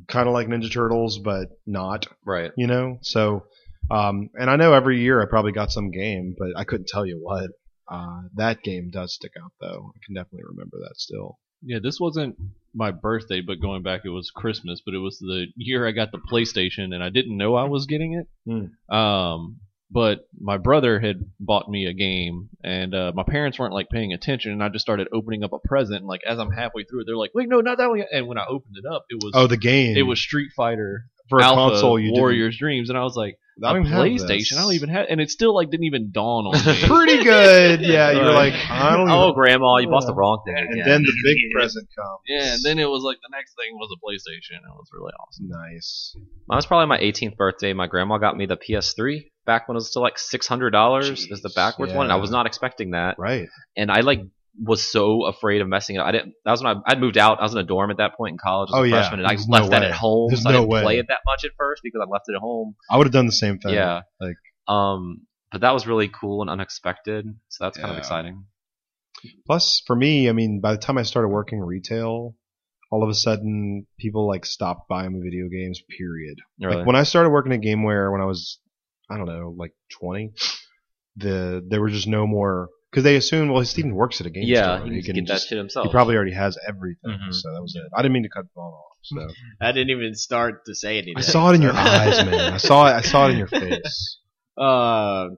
Speaker 7: kind of like Ninja Turtles, but not
Speaker 3: right.
Speaker 7: you know so um and i know every year i probably got some game but i couldn't tell you what uh that game does stick out though i can definitely remember that still
Speaker 3: Yeah, this wasn't my birthday, but going back, it was Christmas. But it was the year I got the PlayStation, and I didn't know I was getting it.
Speaker 7: Hmm.
Speaker 3: Um, but my brother had bought me a game, and uh, my parents weren't like paying attention, and I just started opening up a present. And like as I'm halfway through it, they're like, "Wait, no, not that one." Yet. And when I opened it up, it was
Speaker 7: oh the game
Speaker 3: it was Street Fighter
Speaker 7: for a
Speaker 3: Alpha
Speaker 7: console you
Speaker 3: Warriors Dreams, and I was like,
Speaker 7: didn't, I don't
Speaker 3: "A
Speaker 7: even have this.
Speaker 3: PlayStation? I don't even have," and it still like didn't even dawn on me.
Speaker 7: pretty good yeah you're
Speaker 3: Right.
Speaker 7: like i don't even
Speaker 1: Oh, grandma, you bought the
Speaker 7: Yeah.
Speaker 1: wrong thing
Speaker 7: and
Speaker 1: again.
Speaker 7: then the big present comes
Speaker 3: yeah, and then it was like the next thing was a PlayStation. It was really awesome.
Speaker 7: nice
Speaker 1: Mine was probably my 18th birthday. My grandma got me the PS3 back when it was still like $600 is the
Speaker 7: Jeez,
Speaker 1: backwards one. And I
Speaker 7: yeah.
Speaker 1: was not expecting that.
Speaker 7: right
Speaker 1: And I like was so afraid of messing it up. I didn't. That was when I, I moved out. I was in a dorm at that point in college as
Speaker 7: Oh,
Speaker 1: a
Speaker 7: yeah.
Speaker 1: freshman, and I
Speaker 7: There's
Speaker 1: left
Speaker 7: no
Speaker 1: that
Speaker 7: way.
Speaker 1: at home.
Speaker 7: There's
Speaker 1: so I
Speaker 7: no
Speaker 1: didn't
Speaker 7: way.
Speaker 1: play it that much at first because I left it at home.
Speaker 7: i would have done the same thing
Speaker 1: Yeah.
Speaker 7: like
Speaker 1: Um, but that was really cool and unexpected. So that's kind of
Speaker 4: Yeah.
Speaker 1: exciting.
Speaker 7: plus for me i mean by the time i started working retail all of a sudden people like stopped buying me video games period
Speaker 1: Really.
Speaker 7: Like when I started working at GameWare when I was, I don't know, like twenty, the there were just no more because they assumed well Steven works at a game
Speaker 1: yeah,
Speaker 7: store,
Speaker 1: he, can get that
Speaker 7: just,
Speaker 1: shit himself.
Speaker 7: he probably already has everything.
Speaker 1: Mhm.
Speaker 7: So that was it. I didn't mean to cut Vaughn off. So
Speaker 4: I didn't even start to say anything.
Speaker 7: I saw it in your
Speaker 4: so.
Speaker 7: eyes, man. I saw it. I saw it in your face.
Speaker 4: Uh,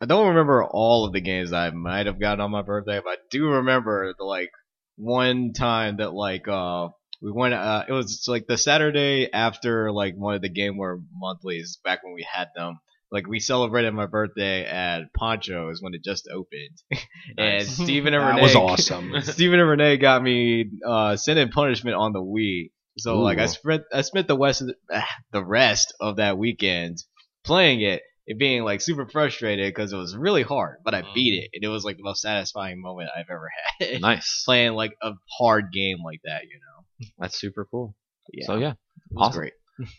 Speaker 4: I don't remember all of the games I might have gotten on my birthday, but I do remember the like one time that like uh we went uh it was like the Saturday after like one of the GameWare monthlies back when we had them. Like we celebrated my birthday at Poncho's when it just opened, and
Speaker 1: Nice.
Speaker 4: Steven and
Speaker 7: That
Speaker 4: Renee
Speaker 7: was awesome.
Speaker 4: Steven and Renee got me uh, Sin and Punishment on the Wii. So like I
Speaker 7: Ooh.
Speaker 4: spent I spent the west ah, the rest of that weekend playing it and being like super frustrated because it was really hard, but I
Speaker 1: Mm.
Speaker 4: beat it and it was like the most satisfying moment I've ever had
Speaker 1: nice.
Speaker 4: playing like a hard game like that. You know,
Speaker 1: That's super cool.
Speaker 4: yeah,
Speaker 1: So yeah,
Speaker 4: it was
Speaker 1: awesome.
Speaker 4: great.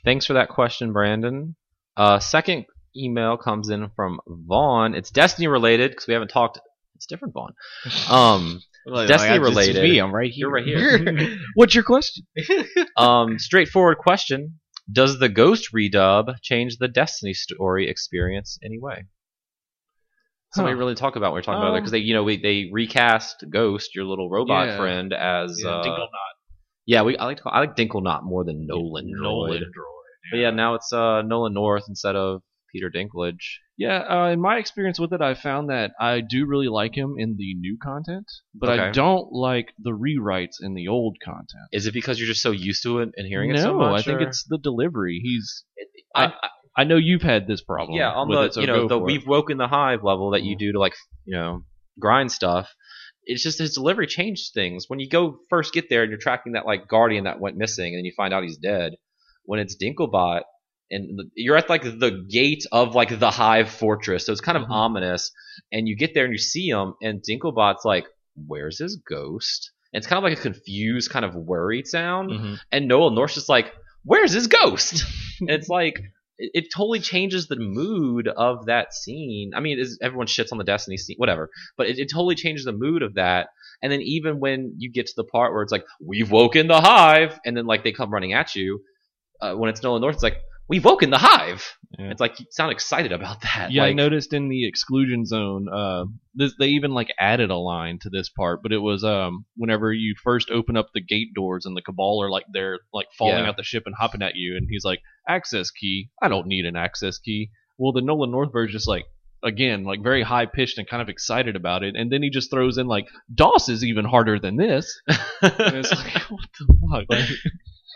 Speaker 1: Thanks for that question, Brandon. Uh, second email comes in from Vaughn. It's Destiny related because we haven't talked. It's different, Vaughn. Um,
Speaker 4: Like,
Speaker 1: Destiny
Speaker 4: I- it's
Speaker 1: related.
Speaker 4: Me, I'm right here.
Speaker 1: You're right here. What's your question? um, straightforward question. Does the Ghost redub change the Destiny story experience anyway? Somebody
Speaker 3: Huh.
Speaker 1: really talk about what we're talking about there
Speaker 3: Um,
Speaker 1: because they, you know, we, they recast Ghost, your little robot
Speaker 3: Yeah.
Speaker 1: friend, as
Speaker 3: Yeah,
Speaker 1: uh,
Speaker 3: Dingle
Speaker 1: yeah. We I like to call, I like Dinkle Knot more than Nolan.
Speaker 3: Nolan
Speaker 1: Droid. But yeah, now it's uh, Nolan North instead of Peter Dinklage.
Speaker 3: Yeah, uh, in my experience with it, I found that I do really like him in the new content, but I
Speaker 1: Okay.
Speaker 3: don't like the rewrites in the old content.
Speaker 1: Is it because you're just so used to it and hearing
Speaker 3: no,
Speaker 1: it so much?
Speaker 3: I think
Speaker 1: or-
Speaker 3: it's the delivery. He's.
Speaker 1: I-
Speaker 3: I, I know you've had this problem.
Speaker 1: yeah, on
Speaker 3: with
Speaker 1: the
Speaker 3: it, so
Speaker 1: you
Speaker 3: go
Speaker 1: know the
Speaker 3: for it. Mm.
Speaker 1: we've woken the hive level that you do to like you know grind stuff. It's just his delivery changed things. When you go first get there and you're tracking that like guardian that went missing, and then you find out he's dead. When it's Dinklebot, and the- you're at like the gate of like the hive fortress, so it's kind of
Speaker 3: Mhm.
Speaker 1: ominous. And you get there and you see him, and Dinklebot's like, "Where's his ghost?" And it's kind of like a confused, kind of worried sound
Speaker 3: Mhm.
Speaker 1: and Noel North's just like, "Where's his ghost?" and it's like it, it totally changes the mood of that scene. I mean, it's, everyone shits on the Destiny scene, whatever, but it, it totally changes the mood of that. And then even when you get to the part where it's like, "We've woken the hive," and then like they come running at you, uh, when it's Nolan North, it's like, "We've woken the hive."
Speaker 3: Yeah.
Speaker 1: It's like you sound excited about that.
Speaker 3: Yeah, I
Speaker 1: like,
Speaker 3: noticed in the exclusion zone, uh, this, they even like added a line to this part, but it was um whenever you first open up the gate doors and the cabal are like they're like falling
Speaker 1: Yeah.
Speaker 3: out the ship and hopping at you, and he's like access key. I don't need an access key. Well, the Nolan North version just like again like very high pitched and kind of excited about it, and then he just throws in like DOS is even harder than this. and it's like what the fuck. Like,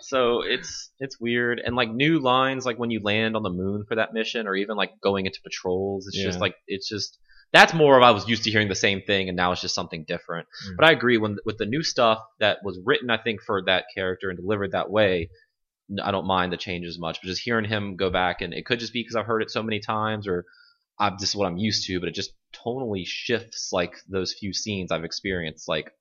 Speaker 1: so it's it's weird and like new lines like when you land on the moon for that mission or even like going into patrols it's just
Speaker 3: Yeah.
Speaker 1: like it's just that's more of i was used to hearing the same thing and now it's just something different
Speaker 3: Mm.
Speaker 1: but i agree when with the new stuff that was written i think for that character and delivered that way n- i don't mind the changes much but just hearing him go back and it could just be because i've heard it so many times or i'm just what i'm used to but it just totally shifts like those few scenes i've experienced like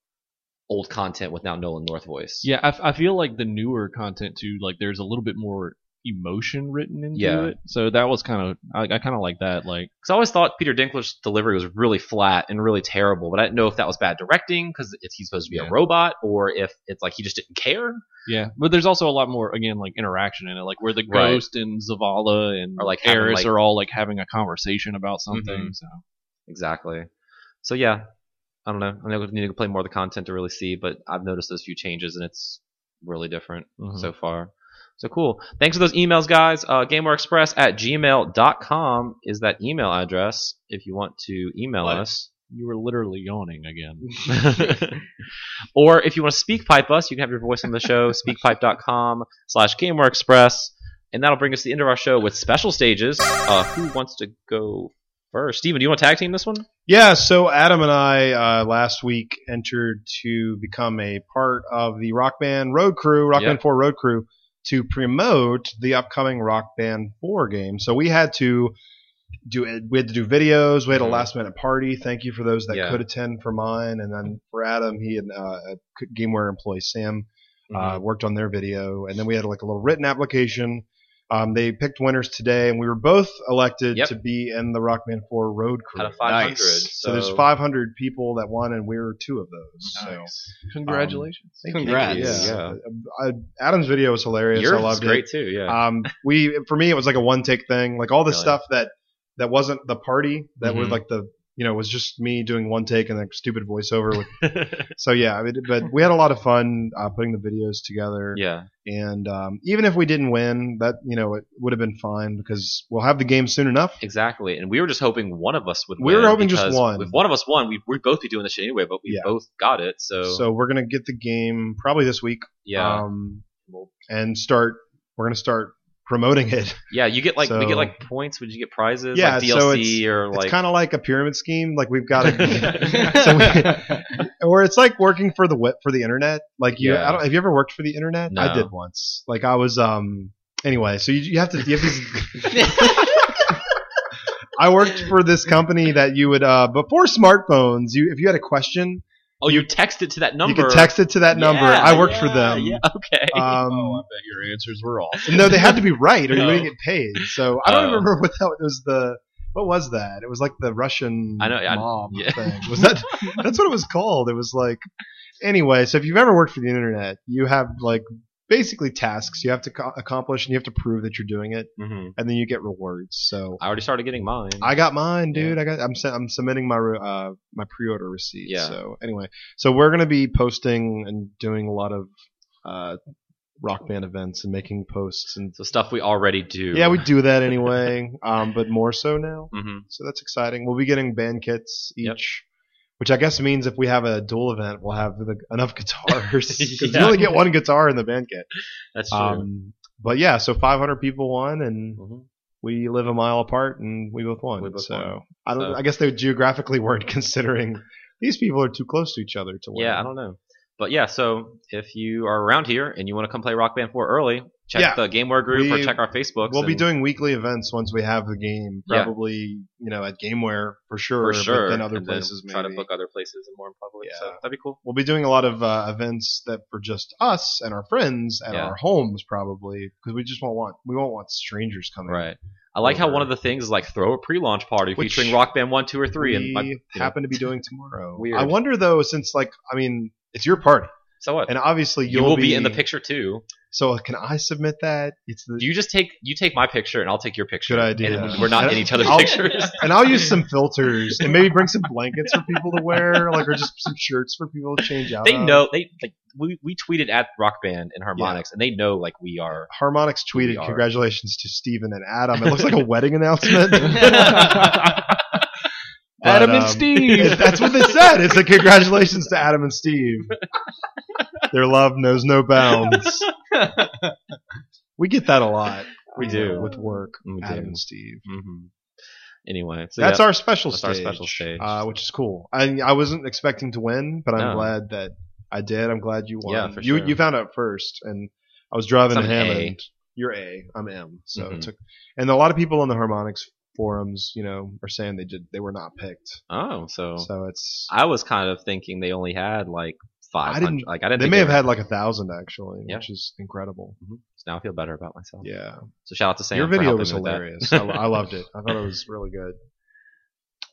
Speaker 1: old content without Nolan North voice.
Speaker 3: Yeah, I, f- I feel like the newer content too, like there's a little bit more emotion written into
Speaker 1: Yeah.
Speaker 3: it. So that was kind of I, I kind of like that. Like
Speaker 1: Because I always thought Peter Dinklage's delivery was really flat and really terrible, but I didn't know if that was bad directing because he's supposed to be
Speaker 3: Yeah.
Speaker 1: a robot or if it's like he just didn't care
Speaker 3: yeah, but there's also a lot more again like interaction in it, like where the
Speaker 1: Right.
Speaker 3: ghost and Zavala and
Speaker 1: Or, like, having,
Speaker 3: Eris
Speaker 1: like- Mm-hmm.
Speaker 3: are all like having a conversation about something. So
Speaker 1: exactly. So yeah, I don't know. I know we need to play more of the content to really see, but I've noticed those few changes and it's really different
Speaker 3: mhm.
Speaker 1: so far. So cool. Thanks for those emails, guys. Uh, GameWareExpress at gmail.com is that email address if you want to email
Speaker 4: What?
Speaker 1: us.
Speaker 3: you were literally yawning again.
Speaker 1: Um, or if you want to speak pipe us, you can have your voice on the show, speakpipe.com slash Gameware Express. And that'll bring us to the end of our show with special stages. Uh, who wants to go first? Steven, do you want to tag team this one?
Speaker 7: Yeah, so Adam and I uh, last week entered to become a part of the Rock Band Road Crew, Rock
Speaker 1: Yep.
Speaker 7: Band 4 Road Crew, to promote the upcoming Rock Band 4 game. So we had to do it. We had to do videos. We had a
Speaker 1: Mhm.
Speaker 7: last minute party. Thank you for those that
Speaker 1: Yeah.
Speaker 7: could attend for mine. And then for Adam, he and uh, a GameWare employee, Sam,
Speaker 1: Mm-hmm.
Speaker 7: uh, worked on their video, and then we had like a little written application. Um, they picked winners today, and we were both elected
Speaker 1: Yep.
Speaker 7: to be in the Rockman Four Road Crew.
Speaker 1: Out of 500.
Speaker 4: Nice.
Speaker 7: So, there's 500 people that won, and we were two of those. So
Speaker 3: Congratulations.
Speaker 7: thank
Speaker 4: Congrats.
Speaker 7: you.
Speaker 1: Yeah.
Speaker 7: Yeah, I, Adam's video was hilarious. I
Speaker 1: Yours is
Speaker 7: loved
Speaker 1: great
Speaker 7: it.
Speaker 1: too, yeah.
Speaker 7: Um, we for me it was like a one take thing. Like all the
Speaker 1: Really?
Speaker 7: stuff that that wasn't the party that was
Speaker 1: Mhm.
Speaker 7: like the you know was just me doing one take and like stupid voiceover. With, so yeah, I mean, but we had a lot of fun uh, putting the videos together
Speaker 1: yeah.
Speaker 7: and um, even if we didn't win, that you know it would have been fine because we'll have the game soon enough.
Speaker 1: Exactly, and we were just hoping one of us would.
Speaker 7: We were
Speaker 1: win
Speaker 7: hoping just
Speaker 1: because
Speaker 7: one.
Speaker 1: If one of us won, we would both be doing this shit anyway. But we
Speaker 7: Yeah.
Speaker 1: both got it, so,
Speaker 7: So we're gonna get the game probably this week,
Speaker 1: yeah,
Speaker 7: um,
Speaker 1: Well-
Speaker 7: and start. We're gonna start promoting it.
Speaker 1: yeah. You get like we
Speaker 7: so-
Speaker 1: get like points. Would you get prizes?
Speaker 7: Yeah,
Speaker 1: like
Speaker 7: so
Speaker 1: DLC
Speaker 7: it's-
Speaker 1: or
Speaker 7: it's
Speaker 1: like
Speaker 7: kind of like a pyramid scheme. Like we've got to,
Speaker 1: So
Speaker 7: or it's like working for the web for the internet. Like you,
Speaker 1: Yeah.
Speaker 7: I don't, have you ever worked for the internet?
Speaker 1: No.
Speaker 7: I did once. Like I was. um Anyway, so you, you have to. You have these. I worked for this company that you would uh before smartphones. You if you had a question,
Speaker 1: Oh, you text it to that number.
Speaker 7: You can text it to that number.
Speaker 1: Yeah,
Speaker 7: I worked
Speaker 1: yeah,
Speaker 7: for them.
Speaker 1: yeah, okay.
Speaker 7: Um,
Speaker 3: bet your answers were all.
Speaker 7: no, they had to be right or you
Speaker 1: No.
Speaker 7: wouldn't get paid. So I don't
Speaker 1: Oh.
Speaker 7: remember what that was. The what was that? It was like the Russian
Speaker 1: I know, I-
Speaker 7: mob
Speaker 1: yeah.
Speaker 7: thing. Was that? that's what it was called. It was like anyway. So if you've ever worked for the internet, you have like basically tasks you have to co- accomplish and you have to prove that you're doing it,
Speaker 1: hmm
Speaker 7: and then you get rewards. So
Speaker 1: I already started getting mine.
Speaker 7: I got mine, dude. I got. I'm sen- I'm submitting my re- uh my pre-order receipt.
Speaker 1: Yeah.
Speaker 7: So anyway, so we're gonna be posting and doing a lot of uh rock band events and making posts and
Speaker 1: so stuff we already do.
Speaker 7: yeah, we do that anyway. um, but more so now.
Speaker 1: Mhm.
Speaker 7: So that's exciting. We'll be getting band kits each.
Speaker 1: Yep.
Speaker 7: Which I guess means if we have a dual event, we'll have the, enough guitars. 'Cause
Speaker 1: Yeah.
Speaker 7: you only get one guitar in the band kit.
Speaker 1: That's true.
Speaker 7: Um, but yeah, so 500 people won, and
Speaker 1: Mhm.
Speaker 7: we live a mile apart and we both won.
Speaker 1: We both
Speaker 7: so
Speaker 1: won.
Speaker 7: I don't.
Speaker 1: So-
Speaker 7: I guess they geographically weren't considering these people are too close to each other to win.
Speaker 1: Yeah, I don't know. But yeah, so if you are around here and you want to come play Rock Band 4 early, check
Speaker 7: Yeah.
Speaker 1: the Gameware group or
Speaker 7: We-
Speaker 1: check our Facebooks.
Speaker 7: We'll be
Speaker 1: and-
Speaker 7: doing weekly events once we have the game,
Speaker 1: Yeah.
Speaker 7: probably you know at GameWare for sure,
Speaker 1: for sure.
Speaker 7: but then other
Speaker 1: and
Speaker 7: places
Speaker 1: Try to
Speaker 7: maybe.
Speaker 1: book other places and more in public.
Speaker 7: Yeah.
Speaker 1: So that'd be cool.
Speaker 7: We'll be doing a lot of uh, events that for just us and our friends at
Speaker 1: Yeah.
Speaker 7: our homes probably because we just won't want we won't want strangers coming.
Speaker 1: Right. I like how
Speaker 7: Over.
Speaker 1: one of the things is like throw a pre-launch party
Speaker 7: Which
Speaker 1: featuring Rock Band 1, 2, or 3.
Speaker 7: we
Speaker 1: and like, know.
Speaker 7: happen to be doing tomorrow.
Speaker 1: Weird.
Speaker 7: I wonder though, since like I mean, it's your party,
Speaker 1: so what?
Speaker 7: and obviously
Speaker 1: you
Speaker 7: you'll
Speaker 1: will be in the picture too.
Speaker 7: So can I submit that? It's the,
Speaker 1: You just take you take my picture and I'll take your picture.
Speaker 7: Good idea.
Speaker 1: And we're not in each other's
Speaker 7: I'll-
Speaker 1: pictures.
Speaker 7: and I'll use some filters and maybe bring some blankets for people to wear, like or just some shirts for people to change out.
Speaker 1: They
Speaker 7: of.
Speaker 1: know they like we, we tweeted at Rock Band and Harmonix and they know like we are
Speaker 7: Harmonix
Speaker 1: We
Speaker 7: tweeted
Speaker 1: are.
Speaker 7: congratulations to Steven and Adam. It looks like a wedding announcement. But,
Speaker 3: Adam and
Speaker 7: um,
Speaker 3: Steve.
Speaker 7: That's what they said. It's like congratulations to Adam and Steve. Their love knows no bounds. We get that a lot.
Speaker 1: We
Speaker 7: uh,
Speaker 1: do.
Speaker 7: with work.
Speaker 1: We
Speaker 7: Adam
Speaker 1: do.
Speaker 7: and Steve.
Speaker 1: hmm Anyway, so
Speaker 7: that's
Speaker 1: yeah,
Speaker 7: our special
Speaker 1: That's our
Speaker 7: stage.
Speaker 1: special stage.
Speaker 7: uh, which is cool. I I wasn't expecting to win, but I'm
Speaker 1: No.
Speaker 7: glad that I did. I'm glad you won.
Speaker 1: Yeah, for
Speaker 7: you
Speaker 1: sure.
Speaker 7: you found out first, and I was driving
Speaker 1: So
Speaker 7: to
Speaker 1: I'm an A.
Speaker 7: Hammond. You're A. I'm M. So
Speaker 1: Mhm.
Speaker 7: it took, and a lot of people on the harmonics forums, you know, are saying they did they were not picked.
Speaker 1: oh, so,
Speaker 7: So it's
Speaker 1: I was kind of thinking they only had like 500.
Speaker 7: didn't-
Speaker 1: like I didn't.
Speaker 7: They
Speaker 1: think
Speaker 7: may have
Speaker 1: were-
Speaker 7: had like a thousand actually,
Speaker 1: Yeah.
Speaker 7: which is incredible.
Speaker 1: Mhm. So now I feel better about myself.
Speaker 7: Yeah,
Speaker 1: So shout out to Sam.
Speaker 7: your
Speaker 1: for
Speaker 7: video
Speaker 1: helping
Speaker 7: was
Speaker 1: me with that.
Speaker 7: hilarious. I, I loved it. I thought it was really good.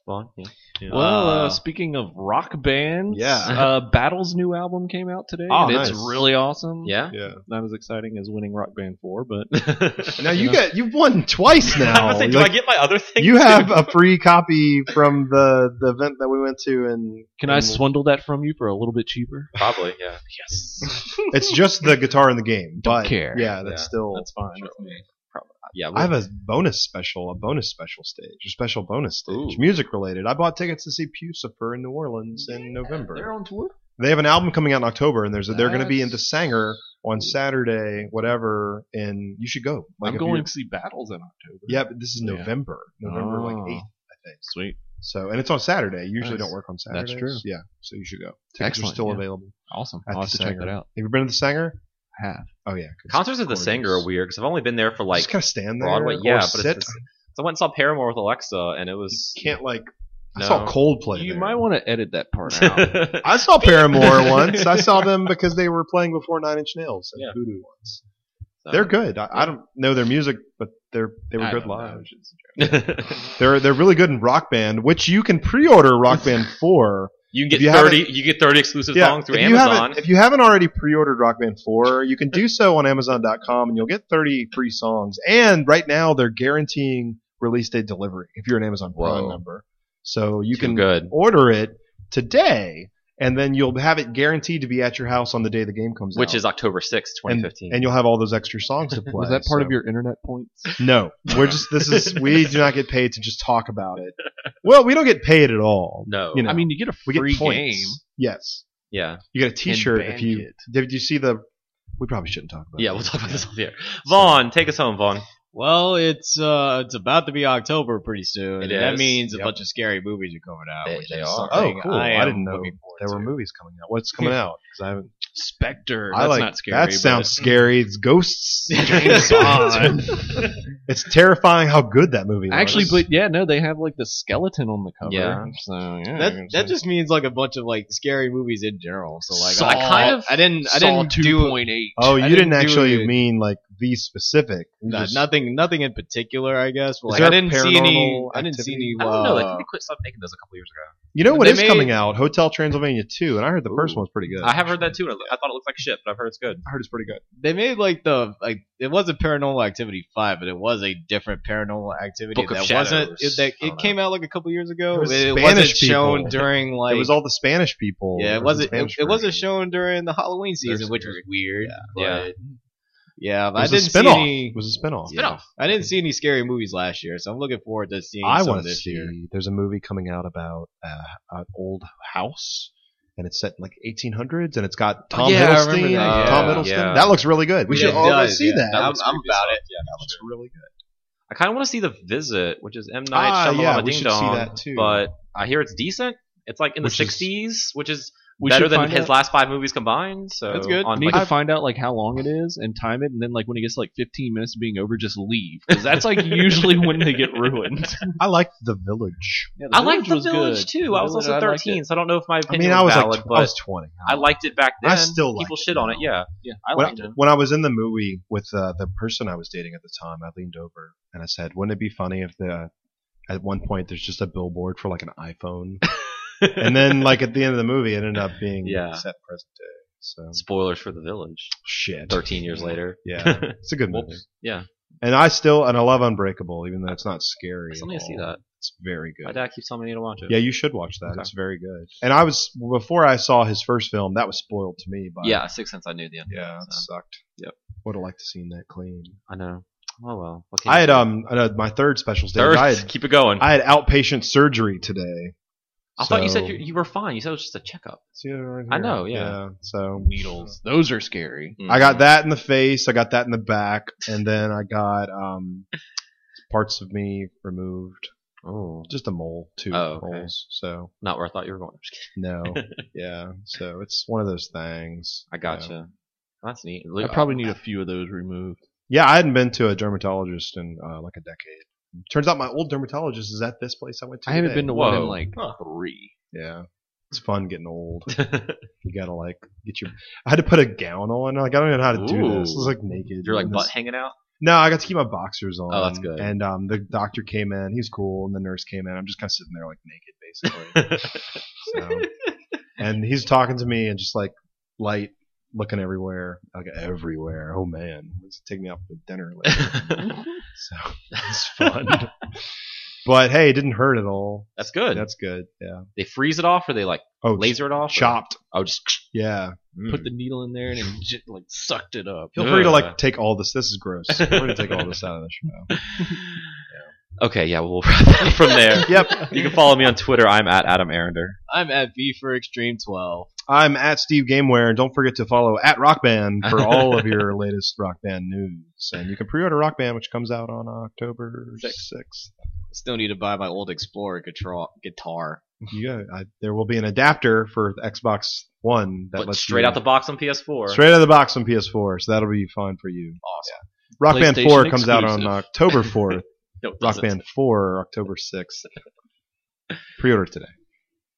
Speaker 1: Vaughn, yeah.
Speaker 3: Well, uh,
Speaker 4: Uh,
Speaker 3: speaking of rock bands,
Speaker 7: Yeah.
Speaker 3: uh, Battle's new album came out today.
Speaker 7: Oh,
Speaker 3: and It's
Speaker 7: nice.
Speaker 3: really awesome.
Speaker 1: Ah, Yeah.
Speaker 7: Yeah.
Speaker 3: Not as exciting as winning Rock Band 4, but
Speaker 7: Now you
Speaker 3: know?
Speaker 7: get you've won twice
Speaker 1: I was
Speaker 7: now.
Speaker 1: like, do
Speaker 7: Like,
Speaker 1: I get my other thing?
Speaker 7: you
Speaker 1: too?
Speaker 7: have a free copy from the the event that we went to, and
Speaker 3: can I swindle that from you for a little bit cheaper?
Speaker 1: probably yeah.
Speaker 3: Yes.
Speaker 7: It's just the guitar in the game.
Speaker 3: Don't
Speaker 7: but
Speaker 3: care.
Speaker 7: Yeah, that's
Speaker 1: Yeah,
Speaker 7: still.
Speaker 3: That's fine.
Speaker 1: Sure. Yeah,
Speaker 7: I have a bonus special, a bonus special stage, a special bonus stage,
Speaker 1: Ooh.
Speaker 7: music related. I bought tickets to see Pucifer in New Orleans in
Speaker 3: They're
Speaker 7: November.
Speaker 3: on tour?
Speaker 7: They have an album coming out in October, and there's a, they're going to be in the
Speaker 3: That's-
Speaker 7: Sanger on Saturday, whatever. And you should go.
Speaker 3: I'm
Speaker 7: if
Speaker 3: going
Speaker 7: you're-
Speaker 3: to see Battles in October.
Speaker 7: Yeah, but this is
Speaker 3: Yeah.
Speaker 7: November, November
Speaker 3: Oh.
Speaker 7: like eighth, I think.
Speaker 3: Sweet.
Speaker 7: So, and it's on Saturday. You Usually
Speaker 3: Nice.
Speaker 7: don't work on Saturdays.
Speaker 3: That's true.
Speaker 7: Yeah, so you should go. Tickets are
Speaker 3: Excellent,
Speaker 7: still
Speaker 3: yeah.
Speaker 7: available.
Speaker 3: Awesome.
Speaker 7: At
Speaker 3: I'll have
Speaker 7: the
Speaker 3: to check
Speaker 7: Sanger.
Speaker 3: that out.
Speaker 7: Have you been to the Sanger?
Speaker 3: Have.
Speaker 7: Oh yeah.
Speaker 1: concerts at the Sanger are weird because I've only been there for like
Speaker 7: just kind of stand there.
Speaker 1: Broadway.
Speaker 7: or
Speaker 1: Yeah, but
Speaker 7: sit.
Speaker 1: it's. Just, so I went and saw Paramore with Alexa, and it was
Speaker 7: You can't like. I
Speaker 1: No.
Speaker 7: saw Coldplay.
Speaker 3: You
Speaker 7: there.
Speaker 3: might want to edit that part out.
Speaker 7: I saw Paramore once. I saw them because they were playing before Nine Inch Nails and
Speaker 1: Yeah. Uh-huh.
Speaker 7: Voodoo once.
Speaker 1: So-
Speaker 7: They're good. I, I don't know their music, but they're they were
Speaker 3: I
Speaker 7: good
Speaker 3: don't know.
Speaker 7: live.
Speaker 1: you
Speaker 7: They're they're really good in Rock Band, which you can pre-order Rock Band Four.
Speaker 1: can get
Speaker 7: If you
Speaker 1: thirty. You get thirty exclusive songs through
Speaker 7: if you
Speaker 1: Amazon.
Speaker 7: haven't if you haven't already pre-ordered Rock Band Four, you can do so on Amazon.com, and you'll get thirty free songs. And right now, they're guaranteeing release date delivery if you're an Amazon Prime
Speaker 1: Whoa.
Speaker 7: member. So you
Speaker 1: Too
Speaker 7: can
Speaker 1: good.
Speaker 7: order it today, and then you'll have it guaranteed to be at your house on the day the game comes out.
Speaker 1: Which is October sixth, twenty fifteen.
Speaker 7: and you'll have all those extra songs to play.
Speaker 3: Was that part
Speaker 7: so-
Speaker 3: of your internet points?
Speaker 7: No, we're just this is we do not get paid to just talk about it. Well, we don't get paid at all.
Speaker 1: no.
Speaker 7: you know,
Speaker 3: I mean, you get a
Speaker 7: we
Speaker 3: free
Speaker 7: get points.
Speaker 3: game.
Speaker 7: Yes,
Speaker 1: yeah.
Speaker 7: you get a T-shirt
Speaker 3: And
Speaker 7: if you
Speaker 3: Bandit.
Speaker 7: did. You see the? We probably shouldn't talk about.
Speaker 1: Yeah,
Speaker 7: it.
Speaker 1: we'll talk about this off the air. Vaughn, take us home, Vaughn.
Speaker 4: Well, it's uh, it's about to be October pretty soon.
Speaker 1: It
Speaker 4: and That
Speaker 1: is.
Speaker 4: means a
Speaker 7: Yep.
Speaker 4: bunch of scary movies are coming out.
Speaker 1: They-
Speaker 4: which
Speaker 1: they
Speaker 4: is
Speaker 1: are.
Speaker 4: something
Speaker 7: Oh, cool.
Speaker 4: I,
Speaker 7: I
Speaker 4: am
Speaker 7: didn't know
Speaker 4: looking forward
Speaker 7: there were
Speaker 4: to.
Speaker 7: movies coming out. What's coming out? 'Cause I haven't.
Speaker 3: Spectre.
Speaker 7: I
Speaker 3: That's
Speaker 7: like
Speaker 3: not scary.
Speaker 7: that.
Speaker 3: but-
Speaker 7: Sounds scary. It's ghosts.
Speaker 3: James Bond.
Speaker 7: it's terrifying how good that movie. was.
Speaker 3: Actually, but yeah, no, they have like the skeleton on the cover.
Speaker 1: Yeah.
Speaker 3: So yeah, I
Speaker 4: That
Speaker 3: guess
Speaker 4: that just means like a bunch of like scary movies in general. So like
Speaker 3: Saw-
Speaker 4: I kind of I didn't I didn't
Speaker 3: Saw
Speaker 4: do
Speaker 3: 2.8.
Speaker 7: oh, you
Speaker 4: I
Speaker 7: didn't,
Speaker 4: didn't do
Speaker 7: actually
Speaker 4: it.
Speaker 7: mean like the specific. You
Speaker 4: no-
Speaker 7: just-
Speaker 4: nothing nothing in particular. I guess. But,
Speaker 7: Is
Speaker 4: like, I
Speaker 7: there
Speaker 4: didn't see any.
Speaker 7: paranormal
Speaker 4: I didn't see
Speaker 7: activity?
Speaker 4: any.
Speaker 1: I don't know. Like,
Speaker 4: uh,
Speaker 1: they quit stop making those a couple years ago.
Speaker 7: You know what
Speaker 4: They
Speaker 7: is
Speaker 4: made-
Speaker 7: coming out? Hotel Transylvania 2, and I heard the first
Speaker 1: Ooh.
Speaker 7: one's pretty good.
Speaker 1: I have heard that too. and I thought it looked like shit, but I've heard it's good.
Speaker 7: I heard it's pretty good.
Speaker 4: they made like the like it was a paranormal activity five, but it was a different paranormal activity
Speaker 1: Book of
Speaker 4: that
Speaker 1: Shadows.
Speaker 4: wasn't it, that
Speaker 1: I
Speaker 4: it
Speaker 1: don't
Speaker 4: came out like a couple years ago.
Speaker 7: It was
Speaker 4: but it
Speaker 7: Spanish
Speaker 4: wasn't shown
Speaker 7: people.
Speaker 4: during like
Speaker 7: it was all the Spanish people.
Speaker 4: yeah, it
Speaker 7: There was a
Speaker 4: wasn't it,
Speaker 7: Spanish
Speaker 4: it wasn't
Speaker 7: version.
Speaker 4: shown during the Halloween
Speaker 1: They're
Speaker 4: season, which was
Speaker 1: scary.
Speaker 4: weird.
Speaker 1: Yeah.
Speaker 4: but- yeah, but
Speaker 7: It
Speaker 4: I
Speaker 7: was a
Speaker 4: didn't see
Speaker 7: spin-off.
Speaker 4: any.
Speaker 7: It was a spinoff.
Speaker 4: yeah.
Speaker 1: Spin-off.
Speaker 4: I didn't see any scary movies last year, so I'm looking forward to seeing
Speaker 7: I
Speaker 4: some
Speaker 7: want to
Speaker 4: this
Speaker 7: see.
Speaker 4: year.
Speaker 7: There's a movie coming out about uh, an old house, and it's set in like 1800s, and it's got Tom
Speaker 3: yeah, I
Speaker 7: Hiddleston.
Speaker 3: remember that.
Speaker 7: and
Speaker 1: Yeah.
Speaker 7: Tom Hiddleston.
Speaker 1: Yeah.
Speaker 7: That looks really good. We
Speaker 4: Yeah,
Speaker 7: should
Speaker 4: it
Speaker 7: all go
Speaker 4: does,
Speaker 7: see
Speaker 4: yeah.
Speaker 7: that.
Speaker 4: I'm,
Speaker 7: That
Speaker 4: I'm about it.
Speaker 7: that looks really good.
Speaker 1: I kind of want to see the visit, which is M Night
Speaker 7: Ah,
Speaker 1: Shyamalan
Speaker 7: yeah, we
Speaker 1: Ding
Speaker 7: should see
Speaker 1: Dong,
Speaker 7: that too.
Speaker 1: But I hear it's decent. It's like in
Speaker 7: Which
Speaker 1: the
Speaker 7: is-
Speaker 1: '60s, which is
Speaker 3: We
Speaker 1: better
Speaker 3: should
Speaker 1: than
Speaker 3: find
Speaker 1: his
Speaker 3: out.
Speaker 1: last five movies combined. So
Speaker 4: That's good.
Speaker 1: On,
Speaker 3: need
Speaker 1: like,
Speaker 3: to find out like how long it is and time it, and then like when it gets to, like 15 minutes of being over, just leave 'Cause that's like usually when they get ruined.
Speaker 7: I liked The Village.
Speaker 3: Yeah,
Speaker 1: I liked The
Speaker 3: was
Speaker 1: Village
Speaker 3: good.
Speaker 1: too.
Speaker 3: The
Speaker 1: I was
Speaker 3: Village,
Speaker 1: also
Speaker 3: liked
Speaker 1: 13,
Speaker 3: it.
Speaker 1: so I don't know if my
Speaker 7: I
Speaker 1: opinion
Speaker 7: mean, I was
Speaker 1: valid,
Speaker 7: like, tw-
Speaker 1: but
Speaker 7: I was 20.
Speaker 1: I liked it back then.
Speaker 7: I still like
Speaker 1: people
Speaker 7: it
Speaker 1: shit on it. Yeah,
Speaker 3: Yeah, I
Speaker 7: when I,
Speaker 3: liked it.
Speaker 7: when I was in the movie with uh, the person I was dating at the time, I leaned over and I said, "Wouldn't it be funny if the uh, at one point there's just a billboard for like an iPhone?" and then like at the end of the movie, it ended up being
Speaker 1: Yeah.
Speaker 7: set present day. So
Speaker 1: spoilers for The Village.
Speaker 7: shit.
Speaker 1: 13 years later.
Speaker 7: Yeah, it's a good
Speaker 1: Whoops.
Speaker 7: movie.
Speaker 1: Yeah.
Speaker 7: And I still and I love Unbreakable, even though it's not scary.
Speaker 1: I still
Speaker 7: at
Speaker 1: need to see
Speaker 7: all.
Speaker 1: that.
Speaker 7: It's very
Speaker 1: My
Speaker 7: good.
Speaker 1: dad keeps telling me to watch it.
Speaker 7: Yeah, you should watch that.
Speaker 1: Okay.
Speaker 7: It's very good. And I was before I saw his first film, that was spoiled to me. By
Speaker 1: yeah. Six Sense, I knew the end.
Speaker 7: yeah, it sucked.
Speaker 1: Yep.
Speaker 7: Would have liked to seen that clean.
Speaker 1: I know. Oh well. What can
Speaker 7: I
Speaker 1: you
Speaker 7: had
Speaker 1: do?
Speaker 7: um I know my third special stage.
Speaker 1: Third,
Speaker 7: I had
Speaker 1: keep it going. I,
Speaker 7: I had outpatient surgery today.
Speaker 1: thought you said
Speaker 7: so-
Speaker 1: you, you were fine. You said it was just a checkup.
Speaker 7: See it right
Speaker 1: I
Speaker 7: here?
Speaker 1: know, yeah. Mm.
Speaker 7: So
Speaker 3: needles. Those are scary.
Speaker 1: Mm-hmm.
Speaker 7: I got that in the face. I got that in the back, and then I got um parts of me removed.
Speaker 1: Oh,
Speaker 7: Just a mole, two
Speaker 1: Oh, okay.
Speaker 7: holes. So
Speaker 1: not where I thought you were going. Just kidding.
Speaker 7: no, yeah. So it's one of those things.
Speaker 1: I
Speaker 7: Yeah.
Speaker 1: gotcha. That's neat.
Speaker 3: I probably need a few of those removed.
Speaker 7: Yeah, I hadn't been to a dermatologist in uh, like a decade. Turns out my old dermatologist is at this place I went to.
Speaker 3: I haven't
Speaker 7: today.
Speaker 3: been to one in
Speaker 1: Whoa.
Speaker 3: like
Speaker 1: Huh.
Speaker 3: three.
Speaker 7: Yeah, It's fun getting old. You gotta like get your. I had to put a gown on. Like I don't even know how to do this. I was like naked.
Speaker 1: You're like
Speaker 7: And
Speaker 1: butt
Speaker 7: this-
Speaker 1: hanging out.
Speaker 7: No, I got to keep my boxers on.
Speaker 1: Oh, that's good.
Speaker 7: And um, the doctor came in. He's cool. And the nurse came in. I'm just kind of sitting there like naked, basically. so, and he's talking to me and just like light looking everywhere, like everywhere. Oh man, let's take me out for dinner later. so it's fun. but hey, it didn't hurt at all.
Speaker 1: That's good.
Speaker 7: That's good. Yeah.
Speaker 1: they freeze it off, or they like
Speaker 7: Oh,
Speaker 1: laser it off. or-
Speaker 7: chopped.
Speaker 1: Oh, just
Speaker 7: Yeah.
Speaker 3: Put the needle in there and it just, like sucked it up.
Speaker 7: Feel free to
Speaker 1: Ugh.
Speaker 7: like take all this. This is gross. We're gonna take all this out of the show.
Speaker 1: Okay, yeah, we'll wrap it up from there.
Speaker 7: Yep.
Speaker 1: You can follow me on Twitter. I'm at Adam Arender.
Speaker 4: I'm at V for Extreme 12.
Speaker 7: I'm at Steve Gameware, and don't forget to follow at Rock Band for all of your latest Rock Band news. And you can pre-order Rock Band, which comes out on October sixth.
Speaker 4: Still need to buy my old Explorer guitar. guitar.
Speaker 7: You got, I, there will be an adapter for the Xbox One that
Speaker 1: But
Speaker 7: lets
Speaker 1: straight
Speaker 7: you,
Speaker 1: out the box on PS4.
Speaker 7: straight out of the box on PS4, so that'll be fun for you.
Speaker 4: Awesome.
Speaker 7: Rock Band
Speaker 3: PlayStation
Speaker 7: 4 comes out on
Speaker 3: exclusive.
Speaker 7: October 4th.
Speaker 1: No, it
Speaker 7: Rock
Speaker 1: doesn't.
Speaker 7: Band 4, October 6th. Pre-order today.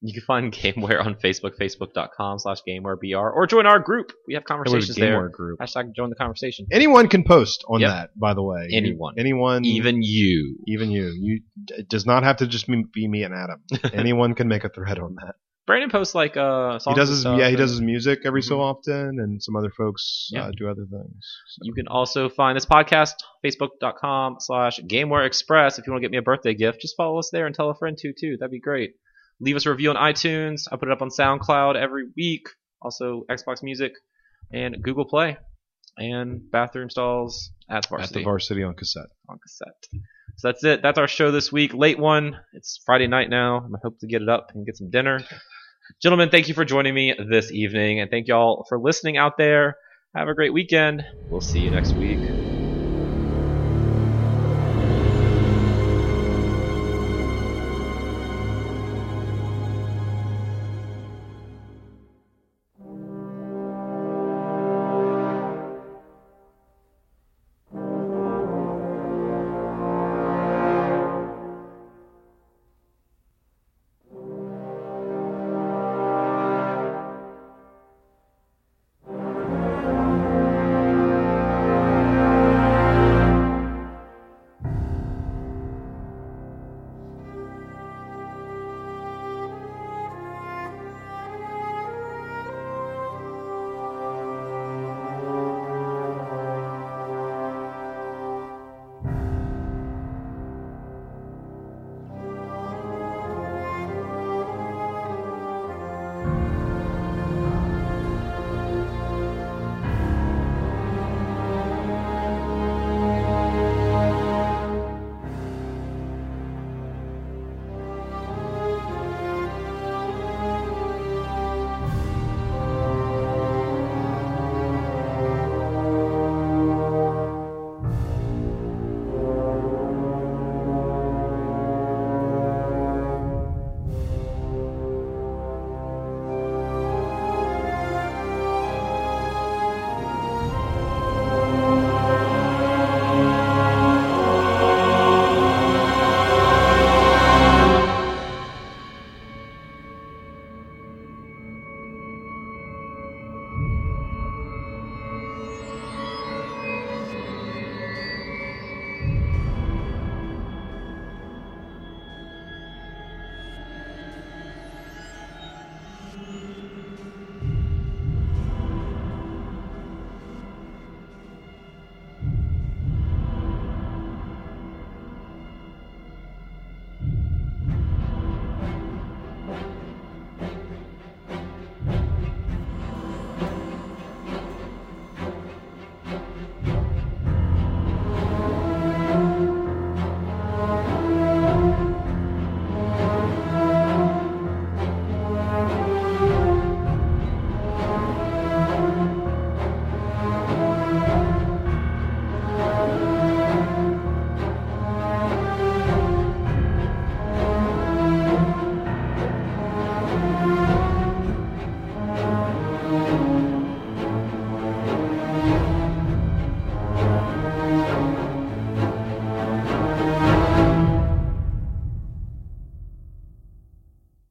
Speaker 1: You can find Gameware on Facebook, facebook.com slash GamewareBR, or join our group. We have
Speaker 7: That was
Speaker 1: conversations
Speaker 7: a
Speaker 1: there.
Speaker 7: Gameware group.
Speaker 1: Hashtag join the conversation.
Speaker 7: Anyone can post on
Speaker 1: Yep.
Speaker 7: that, by the way. You-
Speaker 1: Anyone.
Speaker 7: anyone,
Speaker 1: Even you.
Speaker 7: even you. You it does not have to just be, be me and Adam. Anyone can make a thread on that.
Speaker 1: Brandon posts like uh, songs.
Speaker 7: He does
Speaker 1: and
Speaker 7: his
Speaker 1: stuff,
Speaker 7: yeah. He
Speaker 1: and
Speaker 7: does his music every so often, and some other folks
Speaker 1: Yeah.
Speaker 7: uh, do other things.
Speaker 1: You can also find this podcast facebook.com slash Gameware Express. If you want to get me a birthday gift, just follow us there and tell a friend to too. That'd be great. Leave us a review on iTunes. I put it up on SoundCloud every week. Also Xbox Music and Google Play and bathroom stalls at
Speaker 7: At
Speaker 1: Varsity
Speaker 7: the varsity on cassette.
Speaker 1: on cassette. So that's it. That's our show this week. Late one. It's Friday night now. I hope to get it up and get some dinner. Gentlemen, thank you for joining me this evening, and thank y'all for listening out there. Have a great weekend. We'll see you next week.